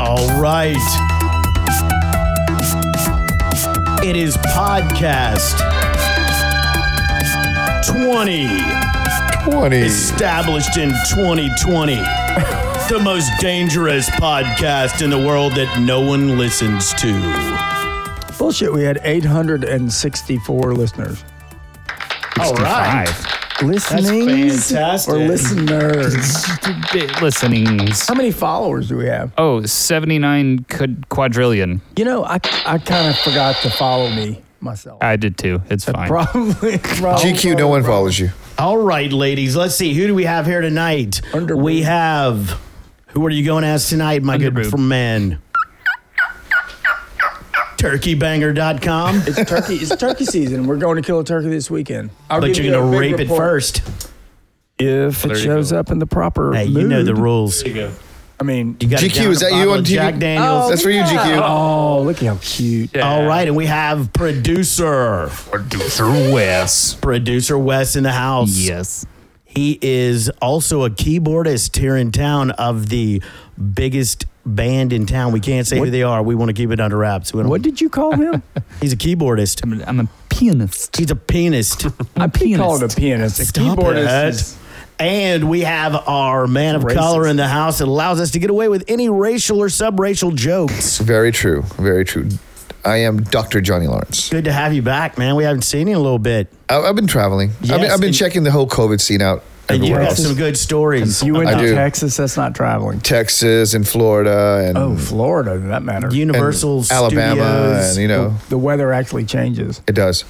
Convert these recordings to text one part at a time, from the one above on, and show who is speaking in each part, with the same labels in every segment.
Speaker 1: All right. It is podcast 20.
Speaker 2: 20.
Speaker 1: established in 2020. The most dangerous podcast in the world that no one listens to.
Speaker 3: Bullshit, we had 864 listeners.
Speaker 1: All right.
Speaker 3: Listenings
Speaker 1: fantastic.
Speaker 3: or listeners?
Speaker 4: Bit listenings.
Speaker 3: How many followers do we have?
Speaker 4: Oh, 79 quad- quadrillion.
Speaker 3: You know, I, I kind of forgot to follow me myself.
Speaker 4: I did too. It's fine.
Speaker 3: Probably. probably-
Speaker 2: GQ, no one follows you.
Speaker 1: All right, ladies. Let's see. Who do we have here tonight?
Speaker 3: Underboob.
Speaker 1: We have. Who are you going to ask tonight, my good
Speaker 4: Underboob.
Speaker 1: friend? man? Turkeybanger.com.
Speaker 3: It's turkey. It's turkey season. We're going to kill a turkey this weekend. I'll
Speaker 1: But you're
Speaker 3: give you
Speaker 1: going to
Speaker 3: a big
Speaker 1: rape it
Speaker 3: report
Speaker 1: first.
Speaker 3: if it shows up in the proper.
Speaker 1: Hey, you know the
Speaker 3: mood.
Speaker 1: rules.
Speaker 3: I mean,
Speaker 1: You got
Speaker 2: GQ, is that you on TV?
Speaker 1: Jack Daniels.
Speaker 2: That's for you, GQ.
Speaker 3: oh, look how cute. Uh,
Speaker 1: All right, and we have producer.
Speaker 4: Producer Wes.
Speaker 1: Producer Wes in the house.
Speaker 4: Yes.
Speaker 1: He is also a keyboardist here in town of the biggest band in town. We can't say who they are. We want to keep it under wraps. We don't-
Speaker 3: What did you call him?
Speaker 1: He's a keyboardist.
Speaker 4: I'm, I'm a pianist.
Speaker 1: He's a pianist.
Speaker 4: I'm a
Speaker 3: He
Speaker 4: pianist.
Speaker 3: called a pianist. A
Speaker 1: Stop
Speaker 3: keyboardist.
Speaker 1: it.
Speaker 3: is-
Speaker 1: And we have our man of
Speaker 3: Racist.
Speaker 1: color in the house that allows us to get away with any racial or subracial jokes.
Speaker 2: Very true. Very true. I am Dr. Johnny Lawrence.
Speaker 1: Good to have you back, man. We haven't seen you in a little bit.
Speaker 2: I- I've been traveling. I've been,
Speaker 1: Yes,
Speaker 2: I've been
Speaker 1: and-
Speaker 2: checking the whole COVID scene out
Speaker 1: And you
Speaker 2: everywhere
Speaker 1: got
Speaker 2: else.
Speaker 1: some good stories.
Speaker 3: You went
Speaker 2: I
Speaker 3: to
Speaker 2: do.
Speaker 3: Texas. That's not traveling.
Speaker 2: Texas and Florida and,
Speaker 1: Mm-hmm.
Speaker 3: Oh, Florida, for that matter.
Speaker 2: and
Speaker 1: Universal
Speaker 2: Alabama
Speaker 1: Studios.
Speaker 2: and you know
Speaker 3: the weather actually changes.
Speaker 2: it does.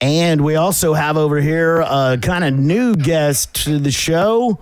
Speaker 1: And we also have over here a kind of new guest to the show,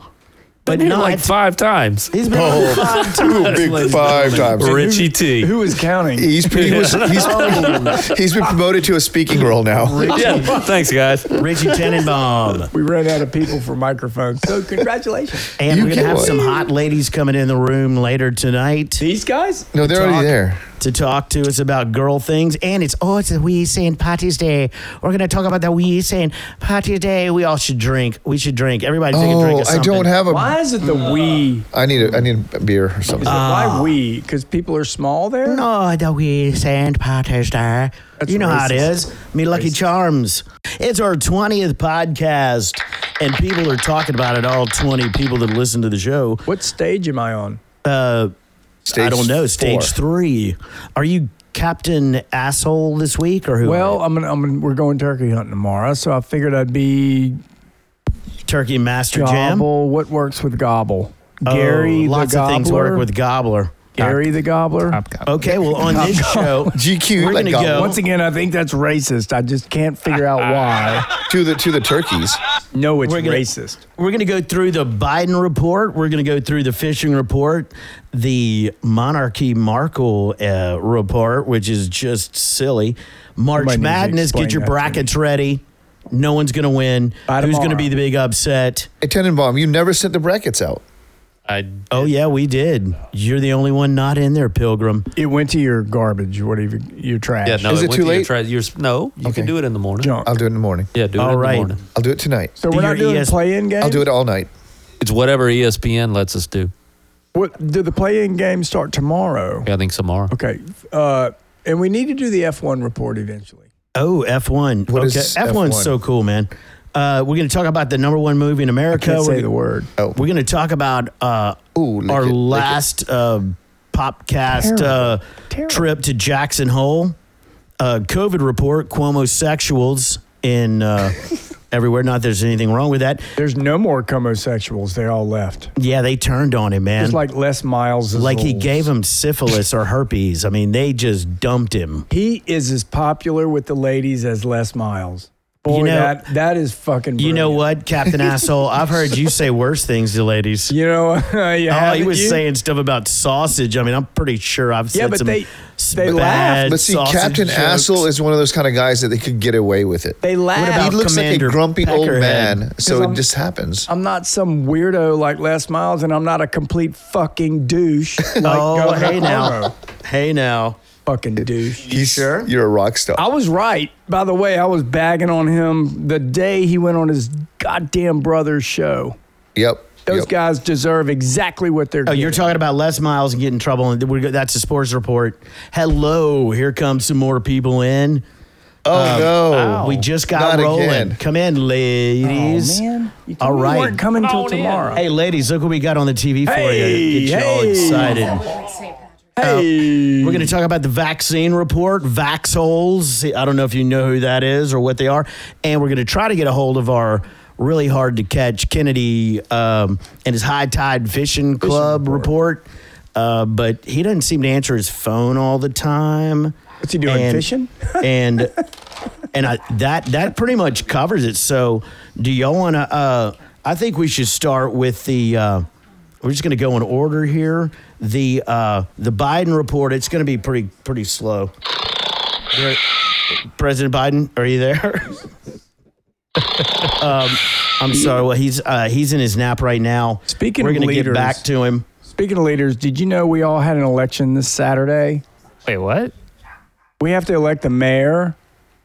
Speaker 1: but not
Speaker 5: like five times.
Speaker 1: He's been on five
Speaker 2: Ooh,
Speaker 1: times.
Speaker 2: big
Speaker 1: ladies.
Speaker 2: five times.
Speaker 5: Richie T.
Speaker 3: Who is counting?
Speaker 2: He's he was,
Speaker 1: Oh.
Speaker 2: he's he's been promoted to a speaking role now.
Speaker 5: Yeah, thanks guys.
Speaker 1: Richie Tenenbaum.
Speaker 3: We ran out of people for microphones. So congratulations.
Speaker 1: And
Speaker 2: You
Speaker 1: we're going to have
Speaker 2: killed
Speaker 1: some
Speaker 2: it.
Speaker 1: hot ladies coming in the room later tonight
Speaker 3: These guys?
Speaker 2: No, they're
Speaker 1: Talk.
Speaker 2: already there.
Speaker 1: to talk to us about girl things. And it's, oh, it's a Wee Saint Patty's Day. We're going to talk about the Wee Saint Patty's Day. We all should drink. We should drink. Everybody take a drink
Speaker 2: Oh,
Speaker 1: of
Speaker 2: I
Speaker 1: something.
Speaker 2: don't have a.
Speaker 3: Why is it the
Speaker 1: Uh,
Speaker 3: we?
Speaker 2: I need a. I need a beer or something.
Speaker 3: Why we? Because people are small there?
Speaker 1: Oh, the wee Saint Patrick's Day.
Speaker 3: That's
Speaker 1: you know how it
Speaker 3: racist.
Speaker 1: is. Me Lucky Charms. It's our 20th podcast, and people are talking about it, all 20 people that listen to the show. Uh,
Speaker 3: What stage am I on?
Speaker 2: Stage
Speaker 1: I don't know, stage
Speaker 2: four.
Speaker 1: three. Are you Captain Asshole this week, or who?
Speaker 3: Well, I'm gonna, I'm gonna, we're going turkey hunting tomorrow, so I figured I'd be
Speaker 1: Turkey Master Jam?
Speaker 3: gobble. What works with gobble?
Speaker 1: Oh,
Speaker 3: Gary the
Speaker 1: lots
Speaker 3: gobbler.
Speaker 1: of things work with Gobbler.
Speaker 3: Gary the gobbler.
Speaker 4: Top cop.
Speaker 1: Okay, well, on this show,
Speaker 2: GQ,
Speaker 1: We're
Speaker 2: like
Speaker 1: gonna
Speaker 2: gobble.
Speaker 1: go-
Speaker 3: Once again, I think that's racist. I just can't figure out why.
Speaker 2: to the to the turkeys.
Speaker 3: No, it's
Speaker 1: We're gonna-
Speaker 3: racist.
Speaker 1: We're going to go through the Biden report. We're going to go through the fishing report, the monarchy Markle uh, report, which is just silly. March
Speaker 3: Somebody needs to
Speaker 1: Madness,
Speaker 3: explain
Speaker 1: get your
Speaker 3: that to
Speaker 1: brackets ready. No one's going to win.
Speaker 3: By
Speaker 1: Who's going to
Speaker 3: tomorrow.
Speaker 1: be the big upset?
Speaker 2: Hey, Tenenbaum, you never sent the brackets out.
Speaker 5: I
Speaker 1: Oh, yeah, we did. You're the only one not in there, Pilgrim.
Speaker 3: It went to your garbage, whatever your trash.
Speaker 5: yeah no.
Speaker 2: Is it
Speaker 5: went
Speaker 2: too
Speaker 5: to your
Speaker 2: late?
Speaker 5: tri- your s- no, you
Speaker 2: Okay.
Speaker 5: can do it in the morning.
Speaker 3: Junk.
Speaker 2: I'll do it in the morning.
Speaker 5: Yeah, do it
Speaker 1: All
Speaker 5: in
Speaker 1: right.
Speaker 5: the morning.
Speaker 2: I'll do it tonight.
Speaker 3: So we're
Speaker 1: Your E
Speaker 3: not doing
Speaker 1: ES
Speaker 3: play-in games.
Speaker 2: I'll do it all night.
Speaker 5: It's whatever E ESPN lets us do.
Speaker 3: What do the play-in games start tomorrow?
Speaker 5: I think tomorrow.
Speaker 3: Okay, uh, and we need to do the F1 report eventually.
Speaker 1: Oh, F1.
Speaker 2: What is
Speaker 1: F1's
Speaker 2: F1?
Speaker 1: so cool, man. Uh, we're going to talk about the number one movie in
Speaker 3: I
Speaker 1: America.
Speaker 3: can't
Speaker 1: We're
Speaker 3: say the
Speaker 1: gonna-
Speaker 3: word.
Speaker 2: Oh,
Speaker 1: We're going to talk about uh,
Speaker 2: Ooh, lick
Speaker 1: our
Speaker 2: it, lick it.
Speaker 1: last uh, popcast
Speaker 3: Terrible.
Speaker 1: uh,
Speaker 3: Terrible.
Speaker 1: trip to Jackson Hole. Uh, COVID report, Cuomosexuals in uh, everywhere. Not that there's anything wrong with that.
Speaker 3: There's no more homosexuals. They all left.
Speaker 1: Yeah, they turned on him, man.
Speaker 3: It's like Les Miles.
Speaker 1: Like he gave him syphilis or herpes. I mean, they just dumped him.
Speaker 3: He is as popular with the ladies as Les Miles. Boy,
Speaker 1: You know-
Speaker 3: that that is fucking.
Speaker 1: You know
Speaker 3: brilliant.
Speaker 1: what, Captain Asshole? I've heard you say worse things to ladies.
Speaker 3: You know. you
Speaker 1: Oh, he
Speaker 3: haven't
Speaker 1: was
Speaker 3: you?
Speaker 1: saying stuff about sausage. I mean, I'm pretty sure I've said
Speaker 3: Yeah, but
Speaker 1: some
Speaker 3: they-
Speaker 1: s-
Speaker 3: they
Speaker 1: bad
Speaker 3: laugh.
Speaker 2: But see,
Speaker 1: sausage
Speaker 2: Captain
Speaker 1: jokes.
Speaker 2: Asshole is one of those kind of guys that they could get away with it.
Speaker 3: They laugh.
Speaker 1: about-
Speaker 2: he looks
Speaker 1: Commander
Speaker 2: like a grumpy old
Speaker 1: Peckerhead?
Speaker 2: man, so
Speaker 3: Because
Speaker 2: it
Speaker 3: I'm-
Speaker 2: just happens.
Speaker 3: I'm not some weirdo like Les Miles, and I'm not a complete fucking douche. Like
Speaker 1: Oh,
Speaker 3: Governor
Speaker 1: hey now.
Speaker 3: Cuomo.
Speaker 1: Hey now.
Speaker 3: fucking douche.
Speaker 2: He's,
Speaker 1: sure?
Speaker 2: You're a rock star.
Speaker 3: I was right. By the way, I was bagging on him the day he went on his goddamn brother's show.
Speaker 2: yep.
Speaker 3: Those
Speaker 2: Yep.
Speaker 3: guys deserve exactly what they're
Speaker 1: Oh,
Speaker 3: getting.
Speaker 1: you're talking about Les Miles and getting in trouble, and we go, that's a sports report. Hello, here comes some more people in. Um,
Speaker 2: Oh no!
Speaker 1: We just got
Speaker 2: Not
Speaker 1: rolling.
Speaker 2: again.
Speaker 1: Come in, ladies.
Speaker 3: Oh, man. You
Speaker 1: All
Speaker 3: we
Speaker 1: right.
Speaker 3: weren't coming
Speaker 5: Come
Speaker 3: till
Speaker 5: on in.
Speaker 3: tomorrow.
Speaker 1: Hey, ladies, look what we got on the TV for
Speaker 3: Hey,
Speaker 1: you. Get you all
Speaker 3: hey.
Speaker 1: excited.
Speaker 3: Hey.
Speaker 1: We're going to talk about the vaccine report, vax holes. I don't know if you know who that is or what they are. And we're going to try to get a hold of our really hard to catch Kennedy um, and his high tide fishing club report. Uh, but he doesn't seem to answer his phone all the time.
Speaker 3: What's he doing,
Speaker 1: And-
Speaker 3: fishing?
Speaker 1: and and I, that that pretty much covers it. So, do y'all want to? Uh, I think we should start with the. Uh, we're just going to go in order here. The uh, the Biden report. It's going to be pretty pretty slow. There- President Biden, are you there? um, I'm sorry. Well, he's uh, he's in his nap right now.
Speaker 3: Speaking
Speaker 1: we're
Speaker 3: of
Speaker 1: gonna get
Speaker 3: leaders-
Speaker 1: back to him.
Speaker 3: Speaking of leaders, did you know we all had an election this Saturday?
Speaker 4: Wait, what?
Speaker 3: We have to elect the mayor.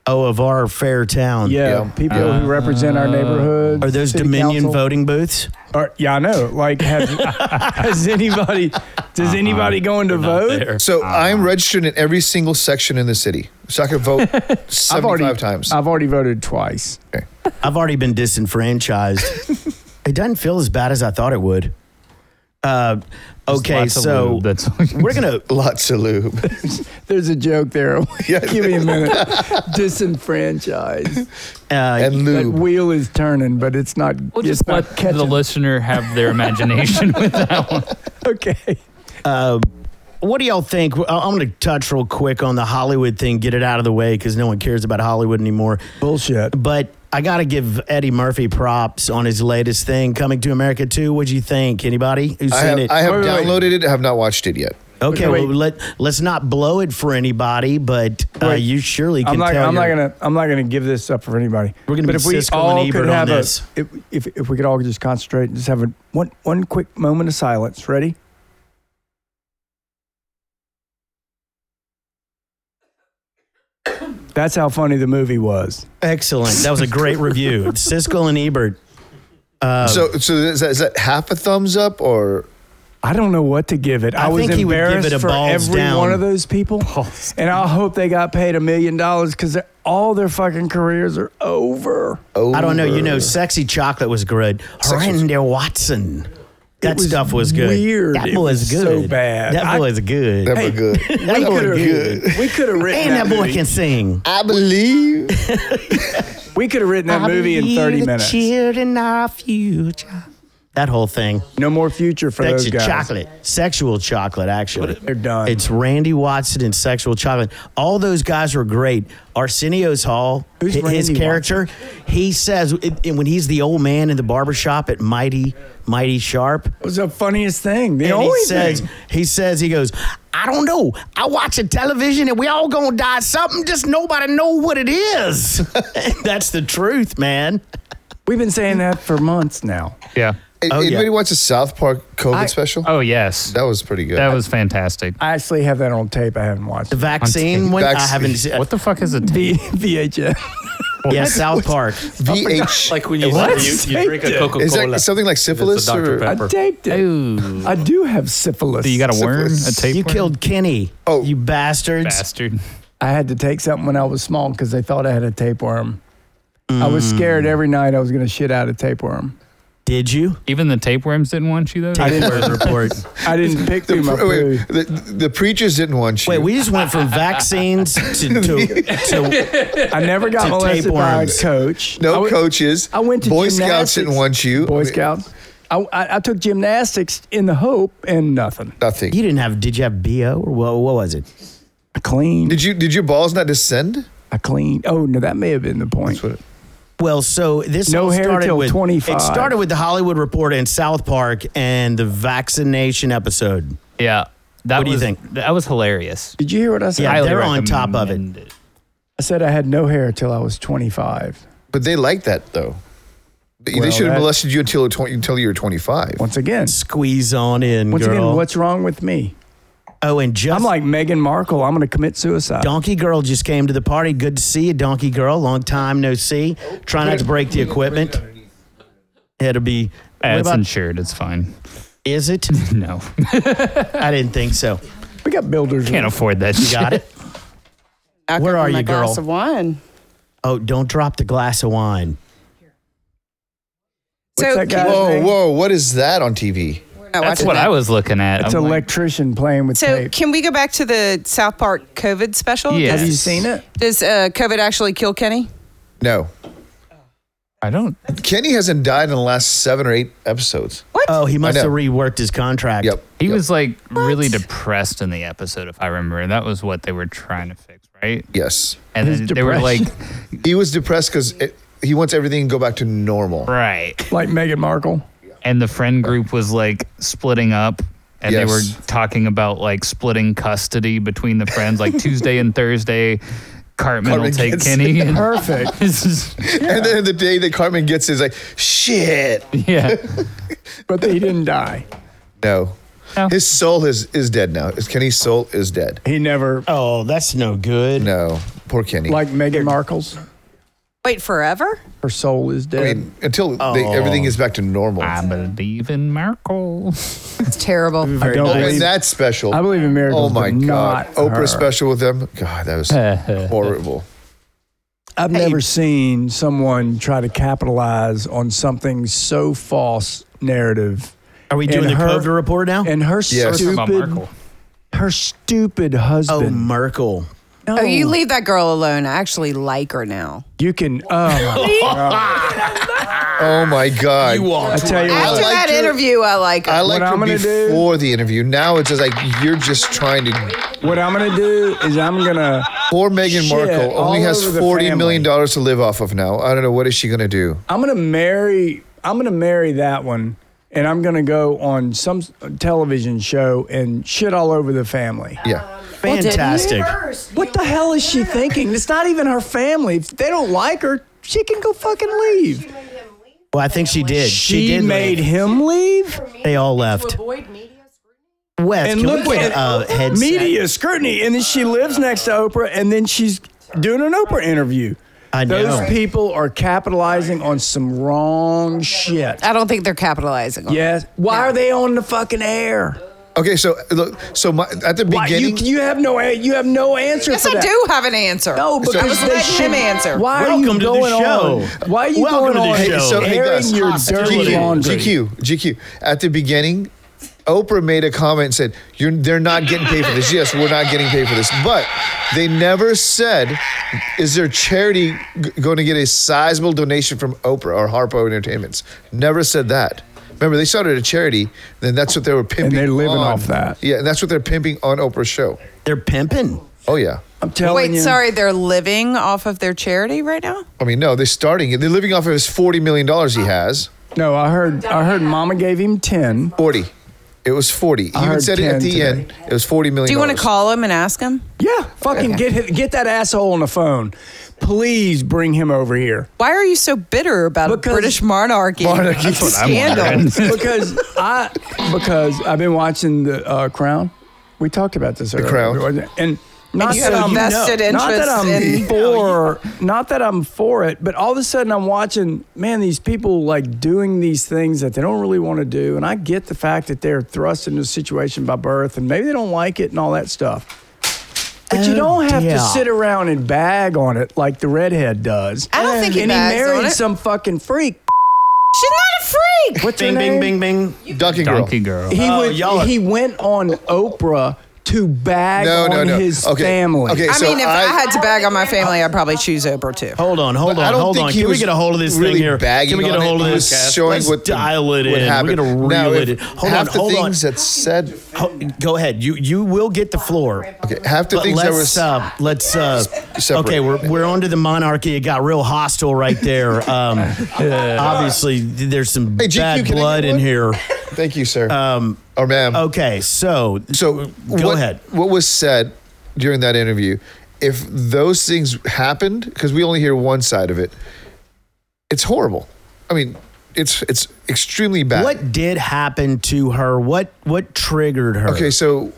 Speaker 1: Oh, of our fair town.
Speaker 3: Yeah,
Speaker 2: Yeah.
Speaker 3: people who represent
Speaker 5: Uh,
Speaker 3: our neighborhoods.
Speaker 1: Um, Are those
Speaker 3: city
Speaker 1: Dominion
Speaker 3: council.
Speaker 1: voting booths?
Speaker 3: Or- yeah, I know. Like, have, has anybody? Does
Speaker 1: Uh-uh.
Speaker 3: anybody going to vote?
Speaker 2: So I'm registered in every single section in the city, so I could vote 75
Speaker 3: I've already
Speaker 2: times.
Speaker 3: I've already voted twice.
Speaker 1: I've already been disenfranchised. it doesn't feel as bad as I thought it would. Uh, okay,
Speaker 4: Lots of
Speaker 1: so
Speaker 4: lube, that's
Speaker 1: we're gonna.
Speaker 2: Lots of lube.
Speaker 3: There's a joke there.
Speaker 2: Yeah.
Speaker 3: Give me a minute. Disenfranchised.
Speaker 1: Uh,
Speaker 2: and
Speaker 3: That
Speaker 2: lube.
Speaker 3: wheel is turning, but it's not.
Speaker 4: We'll
Speaker 3: it's
Speaker 4: just
Speaker 3: not
Speaker 4: let
Speaker 3: catching.
Speaker 4: the listener have their imagination with that one.
Speaker 3: okay.
Speaker 1: uh, what do y'all think? I- I'm gonna touch real quick on the Hollywood thing. Get it out of the way because no one cares about Hollywood anymore.
Speaker 3: Bullshit.
Speaker 1: But I gotta give Eddie Murphy props on his latest thing, Coming to America 2. What'd you think? Anybody who's
Speaker 2: I
Speaker 1: seen
Speaker 2: have,
Speaker 1: it?
Speaker 2: I have
Speaker 3: Wait, wait,
Speaker 2: downloaded
Speaker 3: wait.
Speaker 2: it. I have not watched it yet.
Speaker 1: okay,
Speaker 3: Okay,
Speaker 1: well,
Speaker 3: wait.
Speaker 1: let let's not blow it for anybody, but uh,
Speaker 3: Wait.
Speaker 1: you surely can
Speaker 3: I'm not.
Speaker 1: tell.
Speaker 3: I'm not
Speaker 1: your-
Speaker 3: gonna. I'm not gonna give this up for anybody.
Speaker 1: We're gonna
Speaker 3: but
Speaker 1: be
Speaker 3: if we
Speaker 1: Siskel and
Speaker 3: all
Speaker 1: Ebert
Speaker 3: could
Speaker 1: on
Speaker 3: have
Speaker 1: this.
Speaker 3: a, if, if if we could all just concentrate and just have a one one quick moment of silence. Ready? That's how funny the movie was.
Speaker 1: Excellent. That was a great review. Siskel and Ebert. Um, Uh,
Speaker 2: so, so is that, is that half a thumbs up or?
Speaker 3: I don't know what to give it. I,
Speaker 1: I
Speaker 3: was
Speaker 1: think he would give
Speaker 3: embarrassed
Speaker 1: it a
Speaker 3: for
Speaker 1: balls
Speaker 3: every
Speaker 1: down.
Speaker 3: one of those people, and I hope they got paid a million dollars because all their fucking careers are over.
Speaker 2: Over?
Speaker 1: I don't know. You know, sexy chocolate oh. was good. Randy Watson. That
Speaker 3: was
Speaker 1: stuff was good.
Speaker 3: weird.
Speaker 1: That
Speaker 3: It
Speaker 1: boy
Speaker 3: was
Speaker 1: is good.
Speaker 3: so bad.
Speaker 1: That
Speaker 3: I-
Speaker 1: boy is good.
Speaker 2: That was good.
Speaker 1: that boy
Speaker 3: could've-
Speaker 1: is good.
Speaker 3: We could have written
Speaker 1: And that boy
Speaker 3: movie.
Speaker 1: can sing.
Speaker 2: I believe.
Speaker 3: We could have written that
Speaker 1: I
Speaker 3: movie in
Speaker 1: believe
Speaker 3: 30
Speaker 1: the
Speaker 3: minutes.
Speaker 1: Children are future. That whole thing.
Speaker 3: No more future for
Speaker 1: That's
Speaker 3: those
Speaker 1: your
Speaker 3: guys.
Speaker 1: chocolate. Sexual chocolate, actually.
Speaker 3: They're done.
Speaker 1: It's Randy Watson and Sexual Chocolate. All those guys were great. Arsenio's Hall,
Speaker 3: Who's
Speaker 1: hi- his
Speaker 3: Randy
Speaker 1: character, he says it- it- when he's the old man in the barbershop at Mighty Mighty Sharp,
Speaker 3: It was the funniest thing. The
Speaker 1: and
Speaker 3: only
Speaker 1: he says
Speaker 3: thing.
Speaker 1: he says he goes, I don't know. I watch a television and we all gonna die something. Just nobody know what it is. That's the truth, man.
Speaker 3: We've been saying that for months now.
Speaker 4: Yeah.
Speaker 1: Oh, yeah.
Speaker 2: Anybody watch the South Park COVID
Speaker 3: I-
Speaker 2: special?
Speaker 4: Oh yes,
Speaker 2: That was pretty good.
Speaker 4: that was fantastic.
Speaker 3: I actually have that on tape. I haven't watched
Speaker 1: The
Speaker 3: it.
Speaker 1: vaccine
Speaker 2: tape.
Speaker 1: one, I
Speaker 2: Vaccine.
Speaker 1: haven't. Seen,
Speaker 4: What the fuck is a
Speaker 3: V- VHS.
Speaker 1: Yeah, South Park.
Speaker 2: VH.
Speaker 5: Like when you,
Speaker 3: What?
Speaker 5: you, you drink a Coca
Speaker 2: is
Speaker 5: Cola.
Speaker 2: that something like syphilis?
Speaker 5: Dr.
Speaker 2: Or,
Speaker 5: Pepper.
Speaker 3: I taped it.
Speaker 4: Ooh.
Speaker 3: I do have syphilis.
Speaker 4: Do you got a worm? A
Speaker 2: Syphilis.
Speaker 4: tapeworm?
Speaker 1: You killed Kenny.
Speaker 2: Oh.
Speaker 1: you bastards!
Speaker 4: bastard.
Speaker 3: I had to take something when I was small because they thought I had a tapeworm. I was
Speaker 2: Mm.
Speaker 3: scared every night I was going to shit out a tapeworm.
Speaker 1: Did you?
Speaker 4: Even the tapeworms didn't want you though.
Speaker 3: I didn't-
Speaker 1: Tapeworm report.
Speaker 3: I didn't pick through my
Speaker 2: Oh, wait,
Speaker 3: food.
Speaker 2: the, the preachers didn't want you.
Speaker 1: Wait, we just went from vaccines to, to, to
Speaker 3: I never got
Speaker 1: To
Speaker 3: molested by a
Speaker 1: tapeworms.
Speaker 3: coach.
Speaker 2: no
Speaker 3: I wa-
Speaker 2: coaches.
Speaker 3: I went to
Speaker 2: Boy
Speaker 3: gymnastics.
Speaker 2: Scouts didn't want you. I
Speaker 3: Boy
Speaker 2: mean,
Speaker 3: Scouts. I, I, I took gymnastics in the hope and nothing.
Speaker 2: Nothing.
Speaker 1: you didn't have. Did you have bo or what, what was it?
Speaker 3: I cleaned.
Speaker 2: Did you? Did your balls not descend?
Speaker 3: I cleaned. Oh no, that may have been the point.
Speaker 2: That's what it-
Speaker 1: Well, so this
Speaker 3: No
Speaker 1: all
Speaker 3: hair
Speaker 1: started
Speaker 3: till
Speaker 1: with
Speaker 3: 25.
Speaker 1: It started with the Hollywood Report and South Park and the vaccination episode.
Speaker 4: Yeah. That
Speaker 1: What do you
Speaker 4: was-
Speaker 1: think?
Speaker 4: That was hilarious.
Speaker 3: Did you hear what I said?
Speaker 1: Yeah.
Speaker 4: Highly
Speaker 1: they're on top of it.
Speaker 4: recommend
Speaker 3: I said I had no hair till I was 25.
Speaker 2: But they like that though. They-
Speaker 3: Well,
Speaker 2: they should have
Speaker 3: that-
Speaker 2: molested you until 20, until you were 25.
Speaker 3: Once again,
Speaker 1: Squeeze on in,
Speaker 3: once
Speaker 1: girl.
Speaker 3: again, what's wrong with me?
Speaker 1: oh, and just
Speaker 3: I'm like Meghan Markle. I'm going to commit suicide.
Speaker 1: Donkey Girl just came to the party. Good to see you, Donkey Girl. Long time no see. Try not to break the equipment. It'll be
Speaker 4: Eh,
Speaker 1: what
Speaker 4: it's
Speaker 1: about-
Speaker 4: insured. It's fine.
Speaker 1: Is it?
Speaker 4: No,
Speaker 1: I didn't think so.
Speaker 3: We got builders.
Speaker 4: can't afford that.
Speaker 1: You got it.
Speaker 6: I
Speaker 1: Where
Speaker 6: could
Speaker 1: are
Speaker 6: bring my
Speaker 1: you, girl?
Speaker 6: Glass of wine.
Speaker 1: Oh, don't drop the glass of wine.
Speaker 3: What's that guy's
Speaker 2: Whoa,
Speaker 3: name?
Speaker 2: whoa, what is that on TV?
Speaker 6: we're not
Speaker 4: That's
Speaker 6: watching
Speaker 4: what
Speaker 6: that.
Speaker 4: I was looking at.
Speaker 3: It's
Speaker 4: I'm
Speaker 3: an
Speaker 4: like,
Speaker 3: electrician playing with
Speaker 6: So,
Speaker 3: tape.
Speaker 6: can we go back to the South Park COVID special?
Speaker 4: Yes.
Speaker 3: Have you
Speaker 6: Does,
Speaker 3: seen it?
Speaker 6: does uh, COVID actually kill Kenny?
Speaker 2: No.
Speaker 4: I don't.
Speaker 2: Kenny hasn't died in the last seven or eight episodes.
Speaker 6: What?
Speaker 1: Oh, he must
Speaker 2: know.
Speaker 1: have reworked his contract.
Speaker 2: Yep.
Speaker 4: He
Speaker 2: yep,
Speaker 4: was like really depressed in the episode, if I remember. That was what they were trying to fix, right?
Speaker 2: Yes.
Speaker 4: And
Speaker 3: His
Speaker 4: then they were like,
Speaker 3: depression.
Speaker 2: He was depressed because he wants everything to go back to normal.
Speaker 4: right.
Speaker 3: Like Meghan Markle.
Speaker 4: And the friend group was like splitting up. And they
Speaker 2: Yes.
Speaker 4: were talking about like splitting custody between the friends, like Tuesday and Thursday. Cartman, will
Speaker 2: Cartman
Speaker 4: take
Speaker 2: gets-
Speaker 4: Kenny. And
Speaker 3: Perfect.
Speaker 4: this is,
Speaker 2: And then the day that Cartman gets is like, shit.
Speaker 4: yeah.
Speaker 3: but he didn't die.
Speaker 2: No.
Speaker 4: No.
Speaker 2: His soul is, is dead now. His- Kenny's soul is dead.
Speaker 3: He never
Speaker 1: Oh, that's no good.
Speaker 2: No. Poor Kenny.
Speaker 3: like Meghan Markle's.
Speaker 6: Wait, forever?
Speaker 3: Her soul is dead.
Speaker 2: I mean, until they,
Speaker 3: Oh.
Speaker 2: everything is back to normal.
Speaker 4: I believe in Markle.
Speaker 6: It's terrible.
Speaker 3: I don't
Speaker 2: Oh,
Speaker 3: believe.
Speaker 2: and that's special.
Speaker 3: I believe in miracles.
Speaker 2: Oh my
Speaker 3: but
Speaker 2: God.
Speaker 3: Not
Speaker 2: Oprah
Speaker 3: her.
Speaker 2: special with them. God, that was horrible.
Speaker 3: I've never seen someone try to capitalize on something so false narrative.
Speaker 1: Are we
Speaker 3: And
Speaker 1: doing the
Speaker 3: her-
Speaker 1: COVID report
Speaker 6: Oh.
Speaker 1: now?
Speaker 3: And her
Speaker 2: Yes. Talking
Speaker 4: about
Speaker 3: stupid,
Speaker 4: Merkel.
Speaker 3: her stupid
Speaker 1: oh,
Speaker 3: husband.
Speaker 1: Merkel.
Speaker 3: no,
Speaker 6: Oh, you leave that girl alone. I actually like her now.
Speaker 3: You can. Oh,
Speaker 2: Oh my God.
Speaker 3: I tell you what.
Speaker 6: After
Speaker 2: liked
Speaker 6: that
Speaker 2: her.
Speaker 6: interview, I like her.
Speaker 2: I liked
Speaker 3: What I'm
Speaker 2: her
Speaker 3: gonna do-
Speaker 2: before the interview. Now it's just like you're just trying to.
Speaker 3: What I'm gonna do is I'm gonna.
Speaker 2: Poor Meghan
Speaker 3: Shit,
Speaker 2: Markle
Speaker 3: all
Speaker 2: only has
Speaker 3: over the
Speaker 2: forty million
Speaker 3: family.
Speaker 2: dollars to live off of now. I don't know what is she gonna do.
Speaker 3: I'm gonna marry. I'm gonna marry that one, and I'm gonna go on some s- television show and shit all over the family.
Speaker 2: Yeah,
Speaker 6: didn't you?
Speaker 1: Fantastic.
Speaker 3: What the hell is she thinking? It's not even her family. If they don't like her, she can go fucking leave.
Speaker 1: Well, I think she did. She, did
Speaker 3: made
Speaker 1: leave.
Speaker 3: him leave.
Speaker 1: They all left. Wes,
Speaker 3: And
Speaker 1: can
Speaker 3: look
Speaker 1: we get
Speaker 3: at-
Speaker 1: a headset?
Speaker 3: Media scrutiny, and then she lives next to Oprah, and then she's doing an Oprah interview.
Speaker 1: I know.
Speaker 3: Those people are capitalizing on some wrong shit.
Speaker 6: I don't think they're capitalizing on
Speaker 3: Yes. Why
Speaker 6: No.
Speaker 3: are they on the fucking air?
Speaker 2: Okay, so look, so my, at the
Speaker 3: Why, you,
Speaker 2: beginning,
Speaker 3: you have no a- you have no answer
Speaker 6: Yes,
Speaker 3: for
Speaker 6: I
Speaker 3: that.
Speaker 6: do have an answer.
Speaker 3: No,
Speaker 6: So I was
Speaker 3: because they
Speaker 6: letting
Speaker 3: should
Speaker 6: him answer.
Speaker 3: Why are
Speaker 1: Welcome to
Speaker 3: you
Speaker 1: the
Speaker 3: going
Speaker 1: show.
Speaker 3: on? Why are you
Speaker 1: Welcome
Speaker 3: going
Speaker 1: to the
Speaker 3: on
Speaker 1: show. Hey,
Speaker 3: airing
Speaker 2: Gus,
Speaker 3: your dirty
Speaker 1: GQ,
Speaker 3: laundry?
Speaker 2: GQ, GQ. At the beginning, Oprah made a comment and said, You're, "They're not getting paid for this." Yes, we're not getting paid for this, but they never said, "Is their charity g- going to get a sizable donation from Oprah or Harpo Entertainments?" Never said that. Remember, they started a charity, then that's what they were pimping.
Speaker 3: they're living
Speaker 2: on.
Speaker 3: off that.
Speaker 2: Yeah, that's what they're pimping on Oprah's show.
Speaker 1: They're pimping.
Speaker 2: Oh yeah.
Speaker 3: I'm telling
Speaker 6: Wait,
Speaker 3: you.
Speaker 6: sorry, they're living off of their charity right now?
Speaker 2: I mean, no, they're starting it. They're living off of his forty million dollars he has.
Speaker 3: No, I heard. I heard. Mama gave him ten.
Speaker 2: Forty. It was forty. He
Speaker 3: I
Speaker 2: even
Speaker 3: heard
Speaker 2: said it at
Speaker 3: 10
Speaker 2: the
Speaker 3: today.
Speaker 2: end. It was forty million.
Speaker 6: Do you want to call him and ask him?
Speaker 3: Yeah, fucking get hit- get that asshole on the phone. Please bring him over here
Speaker 6: Why are you so bitter about a
Speaker 3: Because-
Speaker 6: British monarchy?
Speaker 2: Monarchy.
Speaker 6: It's
Speaker 2: That's
Speaker 6: a
Speaker 2: what I'm
Speaker 6: scandal.
Speaker 3: because I because I've been watching the uh, Crown. We talked about this. The
Speaker 2: Crown.
Speaker 3: and. Not
Speaker 6: you
Speaker 3: that,
Speaker 6: have
Speaker 3: I'm,
Speaker 6: vested
Speaker 3: not that
Speaker 6: interests
Speaker 3: I'm
Speaker 6: in-
Speaker 3: for, not that I'm for it, but all of a sudden I'm watching, man, these people like doing these things that they don't really want to do, and I get the fact that they're thrust into a situation by birth, and maybe they don't like it and all that stuff. But you don't have
Speaker 1: dear.
Speaker 3: to sit around and bag on it like the redhead does.
Speaker 6: I don't think he
Speaker 3: and he
Speaker 6: bags on
Speaker 3: married
Speaker 6: it.
Speaker 3: some fucking freak.
Speaker 6: She's not a freak.
Speaker 3: What's her
Speaker 1: Bing, bing,
Speaker 3: name?
Speaker 1: bing, bing.
Speaker 2: Donkey Girl?
Speaker 4: Donkey girl.
Speaker 3: He
Speaker 1: Oh,
Speaker 3: would.
Speaker 1: y'all are-
Speaker 3: He went on Oprah to bag
Speaker 2: No,
Speaker 3: on
Speaker 2: no, no.
Speaker 3: his
Speaker 2: Okay,
Speaker 3: family.
Speaker 2: okay.
Speaker 6: I
Speaker 2: So
Speaker 6: mean, if I,
Speaker 2: I-
Speaker 6: had to bag on my family, I'd probably choose Oprah too.
Speaker 1: Hold on, hold
Speaker 2: I
Speaker 1: on,
Speaker 2: don't
Speaker 1: hold
Speaker 2: think
Speaker 1: on.
Speaker 2: he
Speaker 1: Can we
Speaker 2: was
Speaker 1: get a hold of this
Speaker 2: really
Speaker 1: thing here? Can
Speaker 2: bagging
Speaker 1: we get
Speaker 2: on
Speaker 1: a
Speaker 2: it.
Speaker 1: hold
Speaker 2: He
Speaker 1: of
Speaker 2: was
Speaker 1: this?
Speaker 2: showing
Speaker 1: Let's
Speaker 2: what the-
Speaker 1: dial it
Speaker 2: what
Speaker 1: in.
Speaker 2: happened.
Speaker 1: We're gonna
Speaker 2: Now,
Speaker 1: reel it
Speaker 2: if
Speaker 1: in. Hold
Speaker 2: half
Speaker 1: on,
Speaker 2: the
Speaker 1: hold on.
Speaker 2: things that said.
Speaker 1: Ho- Go ahead. You you will get the floor.
Speaker 2: Okay, half the
Speaker 1: But
Speaker 2: things that were.
Speaker 1: let's uh, let's uh,
Speaker 2: separate.
Speaker 1: okay. We're we're onto the monarchy. It got real hostile right there. Um, obviously, there's some
Speaker 2: Hey, GQ,
Speaker 1: bad
Speaker 2: can I
Speaker 1: blood
Speaker 2: get
Speaker 1: in
Speaker 2: one?
Speaker 1: here.
Speaker 2: thank you, sir. Um, or ma'am.
Speaker 1: Okay, so
Speaker 2: so
Speaker 1: oh, go
Speaker 2: what,
Speaker 1: ahead.
Speaker 2: What was said during that interview? If those things happened, because we only hear one side of it, it's horrible. I mean, it's it's extremely bad.
Speaker 1: What did happen to her? What what triggered her?
Speaker 2: Okay, so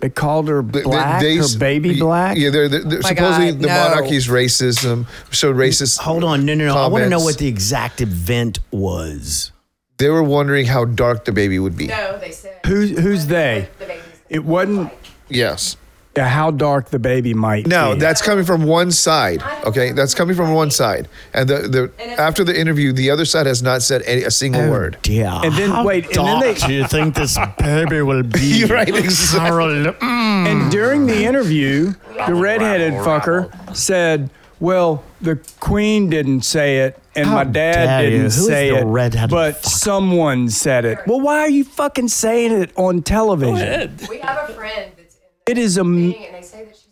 Speaker 3: They called her
Speaker 2: They- they-
Speaker 3: black,
Speaker 2: they-
Speaker 3: her baby black.
Speaker 2: Yeah, they're, they're, they're-
Speaker 6: my
Speaker 2: supposedly
Speaker 6: God,
Speaker 2: the
Speaker 6: no.
Speaker 2: monarchy's racism. So racist.
Speaker 1: Hold on, no, no, no. I want to know
Speaker 2: comments.
Speaker 1: what the exact event was.
Speaker 2: They were wondering how dark the baby would be.
Speaker 7: No, Oh, they said.
Speaker 3: Who's who's they?
Speaker 7: The babies.
Speaker 3: It wasn't
Speaker 2: Yes.
Speaker 3: uh, how dark the baby might.
Speaker 2: No,
Speaker 3: be.
Speaker 2: that's coming from one side. Okay, that's coming from one side. And the, the after the interview, the other side has not said any, a single word.
Speaker 1: Yeah.
Speaker 3: And then-
Speaker 1: How
Speaker 3: wait, and then they-
Speaker 1: dark do you think this baby will be?
Speaker 2: You're right, exactly.
Speaker 1: Harold, mm.
Speaker 3: And during the interview, the redheaded fucker said, "Well, the queen didn't say it, and
Speaker 1: How
Speaker 3: my dad
Speaker 1: dare you.
Speaker 3: didn't
Speaker 1: Who is
Speaker 3: say
Speaker 1: the
Speaker 3: it,
Speaker 1: redheaded
Speaker 3: but
Speaker 1: fucker?"
Speaker 3: someone said it." Well, why are you fucking saying it on television?
Speaker 7: We have a friend that's
Speaker 3: It
Speaker 7: in
Speaker 3: is a
Speaker 7: the
Speaker 3: m-
Speaker 7: thing, and they say that she's.